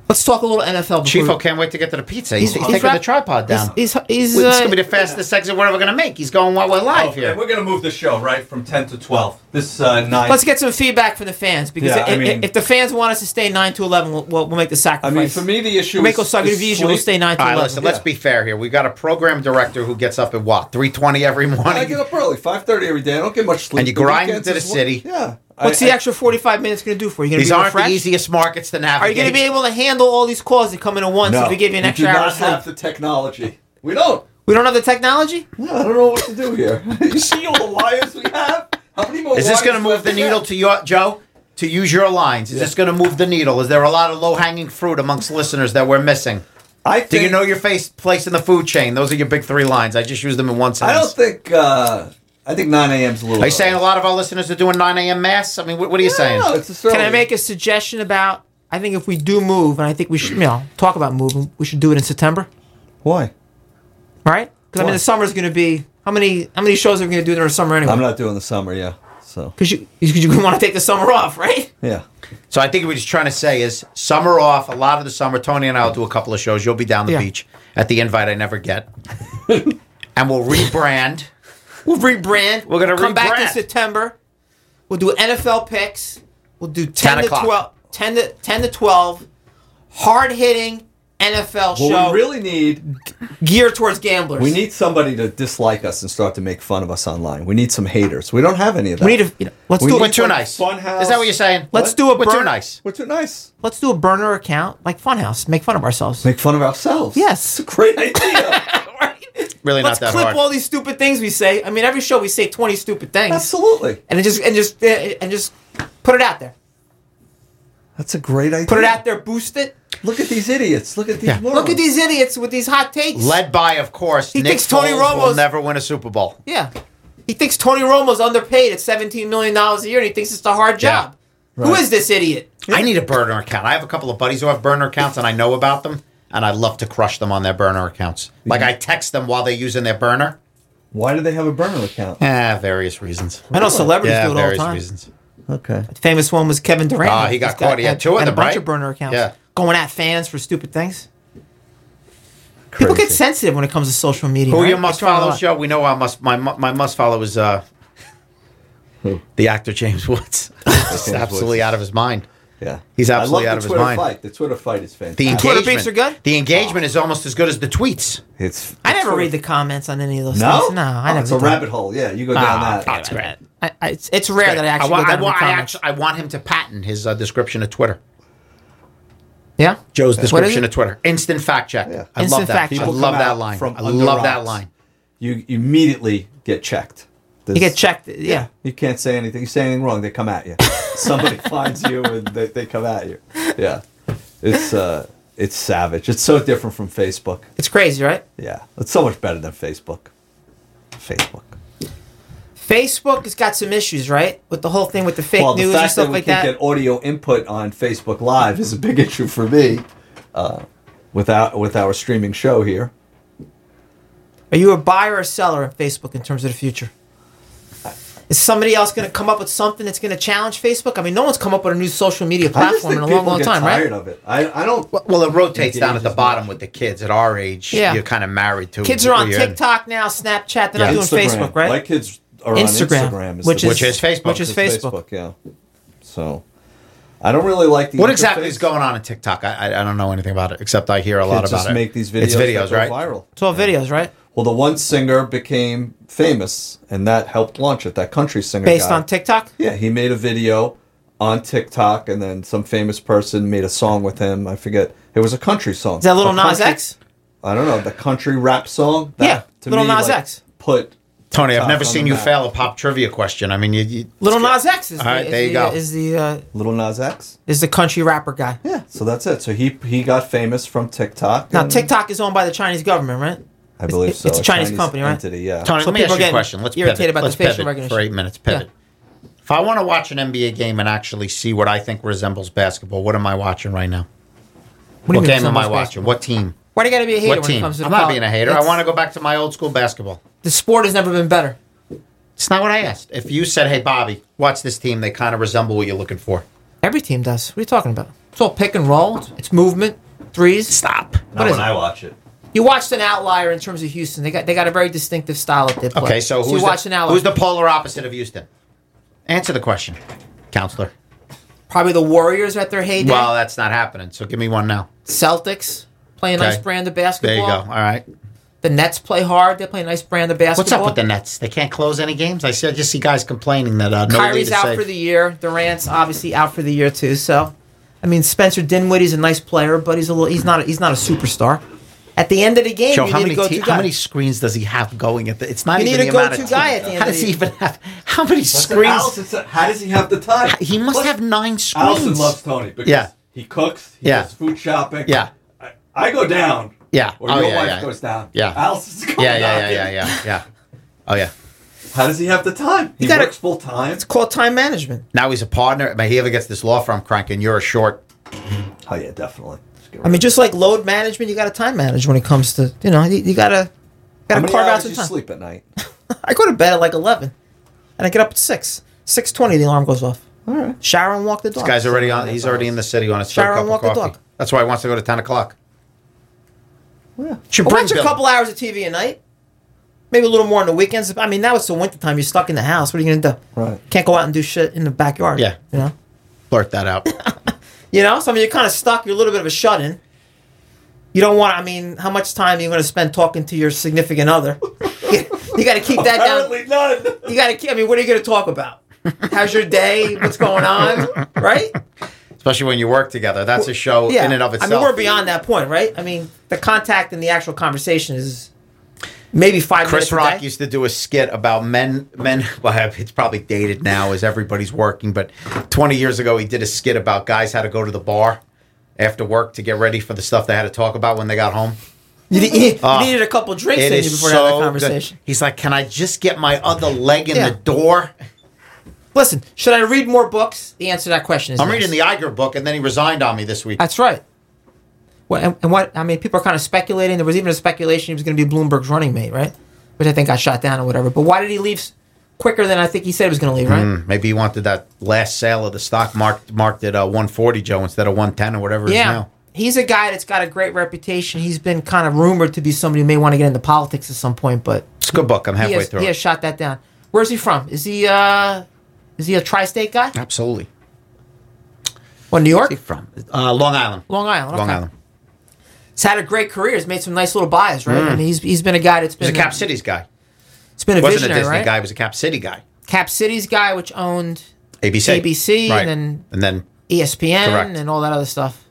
S3: Let's talk a little NFL.
S2: Chiefo can't wait to get to the pizza. He's, he's, taking
S3: wrap-
S2: the tripod down.
S3: He's he's,
S2: Wait,
S3: he's
S2: this is
S3: uh,
S2: gonna be the fastest exit we're ever gonna make. He's going while we're live
S4: Oh,
S2: here.
S4: and we're gonna move the show right from ten to twelve. This uh, nine.
S3: Let's get some feedback from the fans because
S4: Yeah,
S3: i-
S4: I
S3: i-
S4: mean-
S3: if the fans want us to stay nine to eleven, we'll, we'll, we'll make the
S4: I
S3: sacrifice.
S4: mean, for me, the issue
S3: Make
S4: is,
S3: us suck
S4: is
S3: it if you will stay nine to
S2: All right,
S3: eleven.
S2: listen. Let's be fair here. We got a program director who gets up at what three twenty every
S4: I
S2: morning.
S4: get up early, five thirty every day. I don't get much sleep.
S2: And you
S4: The
S2: grind
S4: weekends
S2: to the
S4: is what-
S2: city.
S4: Yeah.
S3: What's
S4: I-
S3: the
S4: I-
S3: extra forty-five minutes going to do for you? You're
S2: These
S3: gonna be
S2: aren't the
S3: refreshed?
S2: easiest markets to
S3: Are you
S2: navigate.
S3: going to be able to handle all these calls that come in at once
S4: No,
S3: if we give you an
S4: we
S3: extra
S4: do
S3: hour?
S4: not
S3: of sleep?
S4: have the technology. We don't.
S3: We don't have the technology.
S4: No, I don't know what to do here. you see all the wires we have? How many more?
S2: Is this going to
S4: wires
S2: move the
S4: do we have?
S2: needle to your Joe? To use your lines, is this going to move the needle? Is there a lot of low hanging fruit amongst listeners that we're missing?
S4: I
S2: Do you
S4: think-
S2: know your face place in the food chain? Those are your big three lines. I just used them in one
S4: I
S2: sentence.
S4: don't think. Uh, I think nine a.m. is a little.
S2: Are you saying a lot of our listeners are doing 9 a.m. mass? I mean, what, what are you saying?
S4: No, it's just
S3: Can I
S4: early.
S3: make a suggestion about? I think if we do move, and I think we should, you know, talk about moving, we should do it in September,
S4: Why?
S3: right? Because I mean,
S4: Why?
S3: the summer's going to be how many how many shows are we going to do during the summer
S4: I'm
S3: anyway?
S4: not doing the summer. Yeah. So.
S3: Because you because you want to take the summer off, right?
S4: Yeah.
S2: So I think what he's trying to say is summer off, a lot of the summer. Tony and I will do a couple of shows. You'll be down the
S3: Yeah.
S2: beach at the invite I never get. and we'll rebrand.
S3: We'll rebrand.
S2: We're gonna
S3: come back in
S2: rebrand.
S3: September. We'll do NFL picks. We'll do
S2: 10
S3: ten, to
S2: o'clock.
S3: 12, 10 to ten to twelve, hard hitting NFL
S4: What
S3: show
S4: we really need
S3: geared towards gamblers.
S4: We need somebody to dislike us and start to make fun of us online. We need some haters. We don't have any of that.
S3: We need to. You know, let's
S4: We
S3: do.
S4: need
S2: We're
S3: A,
S2: too
S4: like
S2: nice.
S4: Funhouse.
S2: Is that what you're saying?
S3: Let's
S2: What?
S3: do a
S2: We're too
S3: burn-
S2: nice.
S4: We're too nice.
S3: let's do a burner account like Funhouse. Make fun of ourselves.
S4: Make fun of ourselves.
S3: Yes.
S4: It's a great idea.
S3: right?
S2: Really
S3: Let's
S2: not that
S3: clip
S2: hard.
S3: all these stupid things we say. I mean, every show we say twenty stupid things,
S4: Absolutely.
S3: and it just and just and just put it out there.
S4: That's a great idea.
S3: Put it out there. Boost it.
S4: Look at these idiots. Look at these morons.
S3: Look at these idiots with these hot takes.
S2: Led by, of course,
S3: He
S2: Nick
S3: thinks Tony
S2: Foles will
S3: Romo's-
S2: never win a Super Bowl.
S3: Yeah. He thinks Tony Romo's underpaid at $17 million a year and he thinks it's a hard
S2: Yeah.
S3: job. Who is this idiot?
S2: I need a burner account. I have a couple of buddies who have burner accounts, and I know about them, and I love to crush them on their burner accounts. Like I text them while they're using their burner.
S4: Why do they have a burner account?
S2: Ah, various reasons.
S3: I know celebrities
S2: Yeah,
S3: do it all the
S2: various
S3: time.
S2: reasons.
S4: Okay.
S3: The famous one was Kevin Durant.
S2: Ah, he got
S3: He's
S2: caught. He had two of
S3: and
S2: them,
S3: a bunch
S2: right?
S3: of burner accounts.
S2: Yeah.
S3: Going at fans for stupid things. People get
S4: Crazy.
S3: sensitive when it comes to social media.
S2: Who
S3: right?
S2: your must
S3: They throw out a
S2: follow
S3: lot.
S2: show? We know our must my mu- my must follow is uh the actor James Woods. He's
S4: James
S2: absolutely
S4: Woods.
S2: out of his mind.
S4: Yeah.
S2: He's
S4: I
S2: absolutely out
S4: love the
S2: of his
S4: Twitter
S2: mind.
S4: Fight. The Twitter fight is
S2: The
S4: fantastic.
S3: Twitter
S2: engagement,
S3: beefs are good?
S2: The engagement is almost as good as the tweets.
S4: It's.
S3: I never
S4: Twitter-
S3: read the comments on any of those
S4: No.
S3: things. No, I
S4: Oh,
S3: never
S4: It's a
S3: do. Ah,
S4: rabbit hole. Yeah, you go down that.
S2: that's great.
S3: I, I, it's, it's rare that I actually
S2: wa-
S3: go down
S2: I, wa-
S3: to the
S2: I
S3: comments.
S2: actu- I want him to patent his uh, description of Twitter.
S3: yeah?
S2: Joe's
S3: is
S2: description
S3: it?
S2: of Twitter. Instant fact check.
S4: Yeah.
S2: I
S3: Instant
S2: love that.
S3: fact
S2: I
S3: check.
S4: People
S2: love
S4: come
S2: that
S4: out
S2: line.
S4: from
S2: I
S4: under
S2: love that
S4: rocks.
S2: line.
S4: You immediately get checked.
S3: You get checked. Yeah.
S4: You can't say anything. You say anything wrong, they come at you. Somebody finds you and they, they come at you. Yeah. It's uh it's savage. It's so different from Facebook.
S3: It's crazy, right?
S4: Yeah. It's so much better than Facebook. Facebook.
S3: Facebook has got some issues, right? With the whole thing with the fake
S4: well, the
S3: news and
S4: fact
S3: stuff
S4: that we
S3: like
S4: can't
S3: that.
S4: get audio input on Facebook Live is a big issue for me. Uh, without with our streaming show here.
S3: Are you a buyer or seller of Facebook in terms of the future? Is somebody else going to come up with something that's going to challenge Facebook? I mean, no one's come up with a new social media
S4: I just
S3: platform in
S4: think
S3: a
S4: people
S3: long, long
S4: get
S3: time,
S4: tired
S3: right?
S4: of it. I, I don't
S2: Well, it rotates down at the
S4: Engages
S2: bottom with the kids. At our age,
S3: Yeah.
S2: you're kind of married to
S3: Kids are on
S2: who you're in.
S3: TikTok now, Snapchat. They're
S2: Yeah.
S3: not doing Facebook, right?
S4: My kids are
S3: Instagram,
S4: on Instagram is
S3: which,
S4: the
S3: is,
S2: Which is Facebook.
S3: Which is
S4: It's
S3: Facebook.
S4: yeah. So I don't really like the
S2: What exactly is
S4: interface.
S2: going on in TikTok? I, I, I don't know anything about it, except I hear a lot
S4: Kids
S2: about
S4: just
S2: it.
S4: make these videos,
S2: It's videos,
S4: that
S2: right?
S4: go viral.
S3: It's all videos, right?
S4: Well, the one singer became famous, and that helped launch it. That country singer,
S3: Based
S4: guy.
S3: on TikTok?
S4: Yeah, he made a video on TikTok, and then some famous person made a song with him. I forget. It was a country song.
S3: Is that Little Nas
S4: country-
S3: X?
S4: I don't know the country rap song.
S3: Yeah, Lil Nas X.
S4: Put
S2: Tony, I've
S4: TikTok
S2: never
S4: on
S2: seen
S4: the
S2: you
S4: map.
S2: fail a pop trivia question. I mean, you, you
S3: Little Nas X is
S2: All
S3: the,
S2: right,
S3: is
S2: there you
S3: the,
S2: go.
S3: Is the, uh,
S4: Little Nas X.
S3: is the country rapper guy.
S4: Yeah, so that's it. So he he got famous from TikTok.
S3: Now,
S4: and
S3: TikTok is owned by the Chinese government, right?
S4: I believe
S3: it's-
S4: so.
S3: it's a Chinese company, right?
S4: Entity, yeah.
S2: Tony,
S3: So
S2: let me
S3: people
S2: ask you a
S3: get
S2: question. Let's
S3: irritated
S2: pivot.
S3: about the
S2: Let's
S3: facial
S2: pivot
S3: recognition.
S2: for eight minutes. Pivot. If I want to watch an NBA game and actually see what I think resembles basketball, what am I watching right now? What,
S3: do you mean
S2: game am I
S3: resembles
S2: watching? What team?
S3: Why do you got to be a hater
S2: What
S3: when it
S2: team?
S3: comes to
S2: I'm not
S3: poli-
S2: being a hater. I
S3: It's-
S2: want to go back to my old school basketball.
S3: The sport has never been better.
S2: It's not what I asked. If you said, "Hey, Bobby, watch this team. They kind of resemble what you're looking for."
S3: Every team does. What are you talking about? It's all pick and roll. It's, it's movement, threes. Stop.
S4: Not when I watch it.
S3: You watched an outlier in terms of Houston. They got they got a very distinctive style at their play.
S2: Okay, so
S3: you
S2: who's,
S3: watched an
S2: the,
S3: outlier.
S2: who's the polar opposite of Houston? Answer the question, counselor.
S3: Probably the Warriors at their heyday.
S2: Well, that's not happening. So give me one now.
S3: Celtics play a nice
S2: Okay.
S3: brand of
S2: There
S3: basketball.
S2: you go. All right.
S3: The Nets play hard. They play a nice brand of basketball.
S2: What's up with the Nets? They can't close any games. I see. I just see guys complaining that uh, no lead
S3: Kyrie's
S2: is
S3: out
S2: safe.
S3: for the year. Durant's obviously out for the year too. So, I mean, Spencer Dinwiddie's a nice player, but he's a little. He's not. A, he's not a superstar. At the end of the game,
S2: Joe,
S3: you
S2: how
S3: need
S2: many
S3: to go
S2: te-
S3: to
S2: how many screens does he have going at the? It's not
S3: You
S2: even
S3: need a
S2: the amount
S3: go-to
S2: of team-
S3: guy at the end
S2: How
S3: of
S2: does
S3: the-
S2: he even have? How many
S4: Listen, Allison
S2: screens?
S4: said- how does he have the time?
S2: He must
S4: Listen,
S2: have nine screens.
S4: Allison loves Tony because
S2: Yeah.
S4: he cooks, he
S2: Yeah.
S4: does food shopping.
S2: Yeah.
S4: I, I go down.
S2: Yeah.
S4: Or
S2: Oh,
S4: your
S2: yeah,
S4: wife
S2: yeah.
S4: goes down.
S2: Yeah.
S4: Allison's going
S2: Yeah, yeah,
S4: down.
S2: yeah, yeah, yeah, yeah. Oh yeah.
S4: How does he have the time? He
S3: You gotta-
S4: works full time.
S3: It's called time management.
S2: Now he's a partner. Man, he ever gets this law firm cranking, you're a short.
S4: Oh yeah, definitely. Let's get
S3: I
S4: rid
S3: mean,
S4: of
S3: just like load management, you got to time manage when it comes to you know you, you gotta
S4: it. how
S3: gotta
S4: many
S3: carve out
S4: hours
S3: some
S4: you
S3: time.
S4: sleep at night?
S3: I go to bed at like eleven, and I get up at six. Six twenty, the alarm goes off. All right. Shower and walk the dog.
S2: This guy's already on. He's already in the city on his third
S3: Shower
S2: cup
S3: and
S2: of
S3: walk the
S2: coffee.
S3: dog.
S2: That's why he wants to go to ten o'clock.
S4: Yeah.
S2: Should
S3: But
S2: bring
S3: watch a
S2: Bill.
S3: couple hours of TV a night. Maybe a little more on the weekends. I mean, now it's the wintertime. You're stuck in the house. What are you gonna do?
S4: Right.
S3: Can't go out and do shit in the backyard.
S2: Yeah.
S3: You know.
S2: Blurt that out.
S3: You know. So I mean, you're kind of stuck. You're a little bit of a shut in. You don't want. I mean, how much time are you gonna spend talking to your significant other? you got to keep that down.
S4: Apparently none.
S3: You got to. I mean, what are you gonna talk about? How's your day? What's going on? Right.
S2: Especially when you work together. That's a show in and of itself.
S3: I mean, we're beyond that point, right? I mean, the contact and the actual conversation is maybe five
S2: Chris
S3: minutes. a
S2: Rock
S3: day.
S2: used to do a skit about men. Men, well, it's probably dated now as everybody's working, but 20 years ago he did a skit about guys how to go to the bar after work to get ready for the stuff they had to talk about when they got home.
S3: You, ne- you
S2: Ah,
S3: needed a couple drinks
S2: It
S3: in you
S2: is
S3: before you
S2: so
S3: had that
S2: good.
S3: conversation.
S2: He's like, "Can I just get my other leg in
S3: Yeah.
S2: the door?"
S3: Listen, should I read more books? The answer to that question is
S2: I'm
S3: yes.
S2: reading the Iger book, and then he resigned on me this week.
S3: That's right. Well, and, and what I mean, people are kind of speculating. There was even a speculation he was going to be Bloomberg's running mate, right? Which I think got shot down or whatever. But why did he leave s- quicker than I think he said he was going to leave, right?
S2: Hmm, Maybe he wanted that last sale of the stock marked marked at uh, 140, Joe, instead of 110 or whatever it is
S3: Yeah.
S2: now.
S3: He's a guy that's got a great reputation. He's been kind of rumored to be somebody who may want to get into politics at some point, but
S2: It's a good book. I'm
S3: he
S2: halfway
S3: has,
S2: through.
S3: he has
S2: it.
S3: shot that down. Where's he from? Is he uh is he a tri-state guy?
S2: Absolutely.
S3: Well, New York,
S2: Where's he from? Uh, Long Island.
S3: Long Island.
S2: Long
S3: okay.
S2: Island.
S3: He's had a great career. He's made some nice little buys, right? I mean, he's he's been a guy that's
S2: He
S3: been
S2: was Mm. a Cap Cities guy.
S3: It's been a
S2: He wasn't a
S3: visionary,
S2: Disney
S3: right?
S2: guy. He was a Cap City guy.
S3: Cap City's guy, which owned E
S2: ABC.
S3: ABC,
S2: Right.
S3: and then
S2: and then
S3: ESPN
S2: Correct.
S3: and all that other stuff.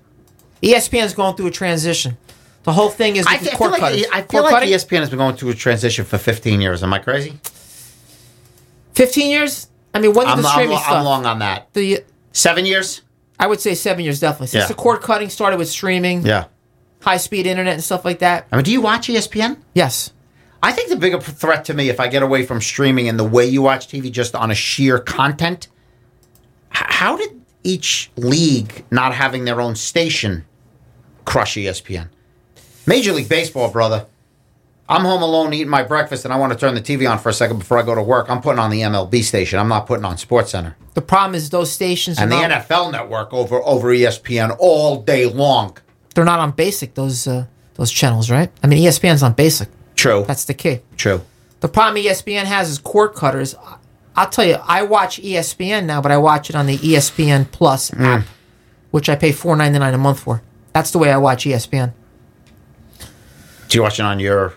S3: E ESPN's going through a transition. The whole thing is
S2: I, feel- I
S3: with these
S2: feel
S3: cord
S2: like,
S3: cutters.
S2: I feel like
S3: Cord
S2: E
S3: cutting?
S2: ESPN has been going through a transition for 15 years. Am I crazy?
S3: Fifteen years. I mean, when did
S2: I'm,
S3: the
S2: I'm
S3: streaming
S2: lo-
S3: stuff?
S2: I'm long on that.
S3: The
S2: Seven years?
S3: I would say seven years definitely since
S2: Yeah.
S3: the cord cutting started with streaming,
S2: Yeah.
S3: high speed internet and stuff like that.
S2: I mean, do you watch E ESPN?
S3: Yes.
S2: I think the bigger p- threat to me, if I get away from streaming and the way you watch TV just on a sheer content, h- how did each league not having their own station crush E ESPN? Major League Baseball, brother. I'm home alone eating my breakfast and I want to turn the TV on for a second before I go to work. I'm putting on the MLB station. I'm not putting on Sports Center.
S3: The problem is those stations are
S2: And the
S3: not,
S2: NFL network over over E ESPN all day long.
S3: they're not on basic those uh, those channels, right? I mean, E ESPN's on basic.
S2: True.
S3: That's the key.
S2: true.
S3: The problem E ESPN has is cord cutters. I- I'll tell you, I watch E ESPN now, but I watch it on the E ESPN Plus
S2: Mm.
S3: app, which I pay $4.99 a month for. That's the way I watch E ESPN
S2: Do you watch it on your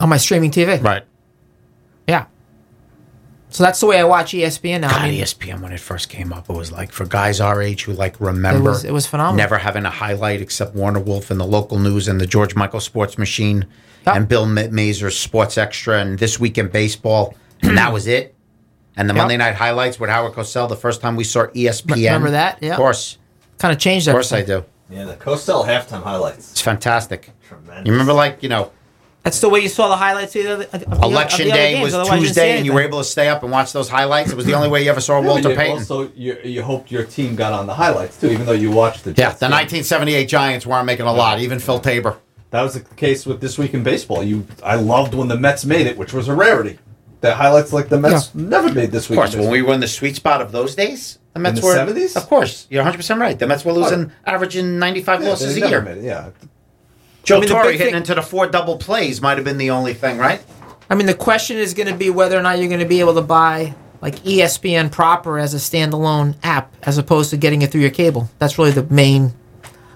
S3: on my streaming TV.
S2: right?
S3: Yeah. So that's the way I watch E ESPN now. I
S2: God,
S3: mean,
S2: ESPN when it first came up, it was like for guys our age who like remember
S3: It was- it was phenomenal.
S2: Never having a highlight except Warner Wolf and the local news and the George Michael Sports Machine
S3: Yep.
S2: and Bill Ma- Mazer's Sports Extra and This Week in Baseball, and that was it. And the
S3: Yep.
S2: Monday night highlights with Howard Cosell. The first time we saw E ESPN,
S3: Remember that? Yeah.
S2: of course,
S3: kind of changed that.
S2: of course I do.
S4: Yeah, the Cosell halftime highlights.
S2: It's fantastic.
S4: Tremendous.
S2: You remember, like you know,
S3: That's the way you saw the highlights of the, other- of the other- of
S2: election
S3: the other
S2: day
S3: games,
S2: was
S3: otherwise didn't see
S2: Tuesday, and you were
S3: anything.
S2: able to stay up and watch those highlights. It was the only way you ever saw
S4: Yeah, but
S2: Walter
S4: you
S2: Payton.
S4: Also, you, you hoped your team got on the highlights too, even though you watched the.
S2: yeah,
S4: Jets
S2: the
S4: game.
S2: 1978 Giants weren't making a lot. Even Phil Tabor.
S4: That was the case with this week in baseball. You, I loved when the Mets made it, which was a rarity. The highlights like the Mets never made this
S2: Of
S4: week.
S2: course,
S4: in
S2: when
S4: baseball.
S2: we were in the sweet spot of those days, The Mets
S4: the
S2: were
S4: 70s?
S2: Of course, you're 100 percent right. The Mets were losing, averaging 95
S4: Yeah,
S2: losses
S4: they
S2: a
S4: never
S2: year.
S4: made it, Yeah.
S2: Joe
S3: I mean, the
S2: Torre
S3: big
S2: hitting
S3: thing-
S2: into the four double plays might have been the only thing, right?
S3: I mean, the question is going to be whether or not you're going to be able to buy like E ESPN proper as a standalone app, as opposed to getting it through your cable. That's really the main.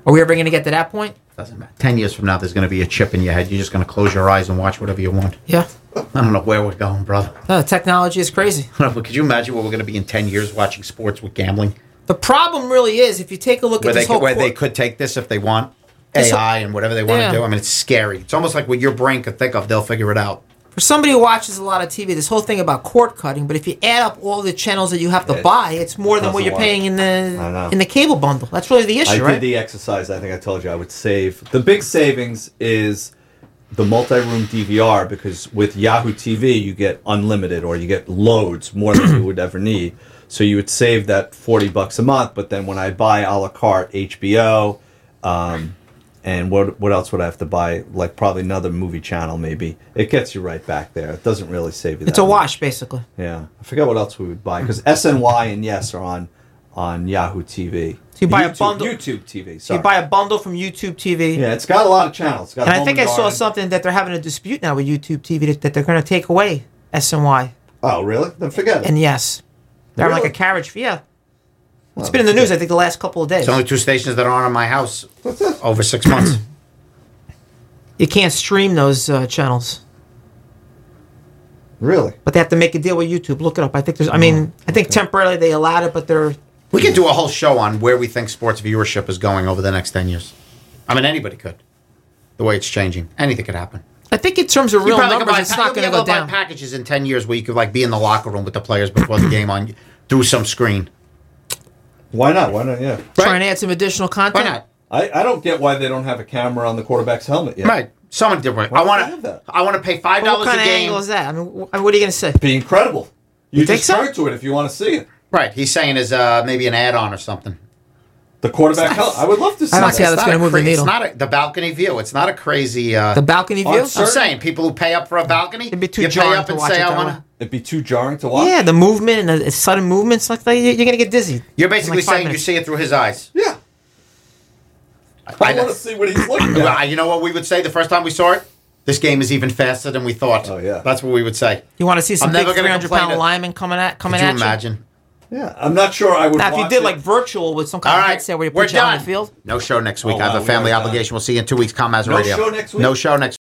S3: Are we ever going to get to that point?
S2: Doesn't matter. Ten years from now, there's going to be a chip in your head. You're just going to close your eyes and watch whatever you want.
S3: Yeah.
S2: I don't know where we're going, brother.
S3: Uh, technology is crazy.
S2: Could you imagine where we're going to be in ten years watching sports with gambling,
S3: The problem really is if you take a look
S2: where
S3: at
S2: they
S3: this whole
S2: could, where
S3: cor-
S2: they could take this if they want
S3: This whole-
S2: AI and whatever they want
S3: Yeah.
S2: to do. I mean, it's scary. It's almost like what your brain could think of, they'll figure it out.
S3: for somebody who watches a lot of TV, this whole thing about cord cutting. But if you add up all the channels that you have to
S4: It
S3: buy, it's more than
S4: costs
S3: what
S4: a
S3: you're
S4: lot.
S3: paying in
S4: I
S3: the
S4: know.
S3: in the cable bundle. That's really the
S4: I
S3: issue,
S4: did
S3: right?
S4: the exercise. I think I told you I would save. The big savings is the multi-room DVR because with Yahoo TV you get unlimited or you get loads more than you would ever need. So you would save that forty bucks a month. But then when I buy a la carte HBO, um, and what what else would I have to buy? Like probably another movie channel maybe. It gets you right back there. It doesn't really save you.
S3: it's
S4: that
S3: a
S4: much.
S3: wash, basically.
S4: Yeah, I forget what else we would buy because SNY and Yes are on on Yahoo TV.
S3: So you buy a
S4: YouTube-
S3: bundle-
S4: YouTube TV. Sorry.
S3: So you buy a bundle from YouTube TV.
S4: Yeah, it's got a lot of channels. It's got
S3: And I
S4: Home
S3: think I
S4: and
S3: saw
S4: Garden.
S3: something that they're having a dispute now with YouTube TV that, that they're going to take away SNY.
S4: Oh, really? Then forget it.
S3: And yes, they're having like a
S4: Really?
S3: carriage fee. Yeah. it's been in the news, I think, the last couple of days.
S2: It's only two stations that aren't in my house over six months.
S3: you can't stream those uh, channels,
S4: Really?
S3: but they have to make a deal with YouTube. Look it up. I think there's, I mean, I think temporarily they allowed it, but they're,
S2: we could do a whole show on where we think sports viewership is going over the next ten years. I mean, anybody could. The way it's changing, anything could happen.
S3: I think in terms of real
S2: probably could
S3: numbers,
S2: buy
S3: it's
S2: pa-
S3: not
S2: you'll be
S3: going to
S2: able
S3: go
S2: buy
S3: down.
S2: packages in ten years where you could like be in the locker room with the players before the game on through some screen.
S4: Why not? Why not? Yeah.
S3: Try and add some additional content.
S2: Why not?
S4: I, I don't get why they don't have a camera on the quarterback's helmet yet.
S2: Right. Someone did right.
S4: Why
S2: I
S4: don't they
S2: want
S4: have
S2: to.
S4: that?
S2: I want to pay five
S3: But
S2: dollars
S3: what
S2: a
S3: kind of
S2: game.
S3: angle is that? I mean, wh- what are you going to say?
S4: Be incredible. You,
S3: think
S4: just
S3: so?
S4: turn to it if you want to see it.
S2: Right. He's saying is uh, maybe an add-on or something.
S4: The quarterback helmet. I would love to see.
S3: I don't
S4: that.
S3: see how that's
S2: not
S3: going
S2: a
S3: to move the
S2: cra-
S3: needle.
S2: It's not a, the balcony view. It's not a crazy. Uh,
S3: The balcony
S4: On
S3: view?
S2: I'm
S4: certain-
S2: saying people who pay up for a balcony,
S3: It'd be too
S2: you pay
S3: jarring
S2: up
S3: to
S2: and
S3: watch
S2: say
S3: it
S2: I
S3: that
S2: want
S3: way.
S2: to.
S4: It'd be too jarring to watch.
S3: Yeah, the movement and the sudden movements, like that, you're going to get dizzy.
S2: You're basically
S3: like five
S2: saying you
S3: minutes.
S2: see it through his eyes.
S4: Yeah. I, want to see what he's looking
S2: Well, I-
S4: at.
S2: you know what we would say the first time we saw it? This game is even faster than we thought.
S4: Oh, yeah.
S2: That's what we would say.
S3: You want to see some
S2: I'm
S3: big
S2: never gonna
S3: 300
S2: complain
S3: pound
S2: to-
S3: linemen coming at coming
S2: Could you
S3: at
S2: imagine?
S4: Yeah. I'm not sure I would.
S3: you? Now, if you
S4: watch
S3: did
S4: it.
S3: like virtual with some kind
S2: All
S3: of
S2: right,
S3: headset where you
S2: we're
S3: put you on
S2: done.
S3: the field,
S2: No show next week. I
S4: Oh, wow,
S2: have a
S4: we
S2: family
S4: are done.
S2: obligation. We'll see you in two weeks. Commas
S4: No
S2: Radio.
S4: show next week?
S2: No show next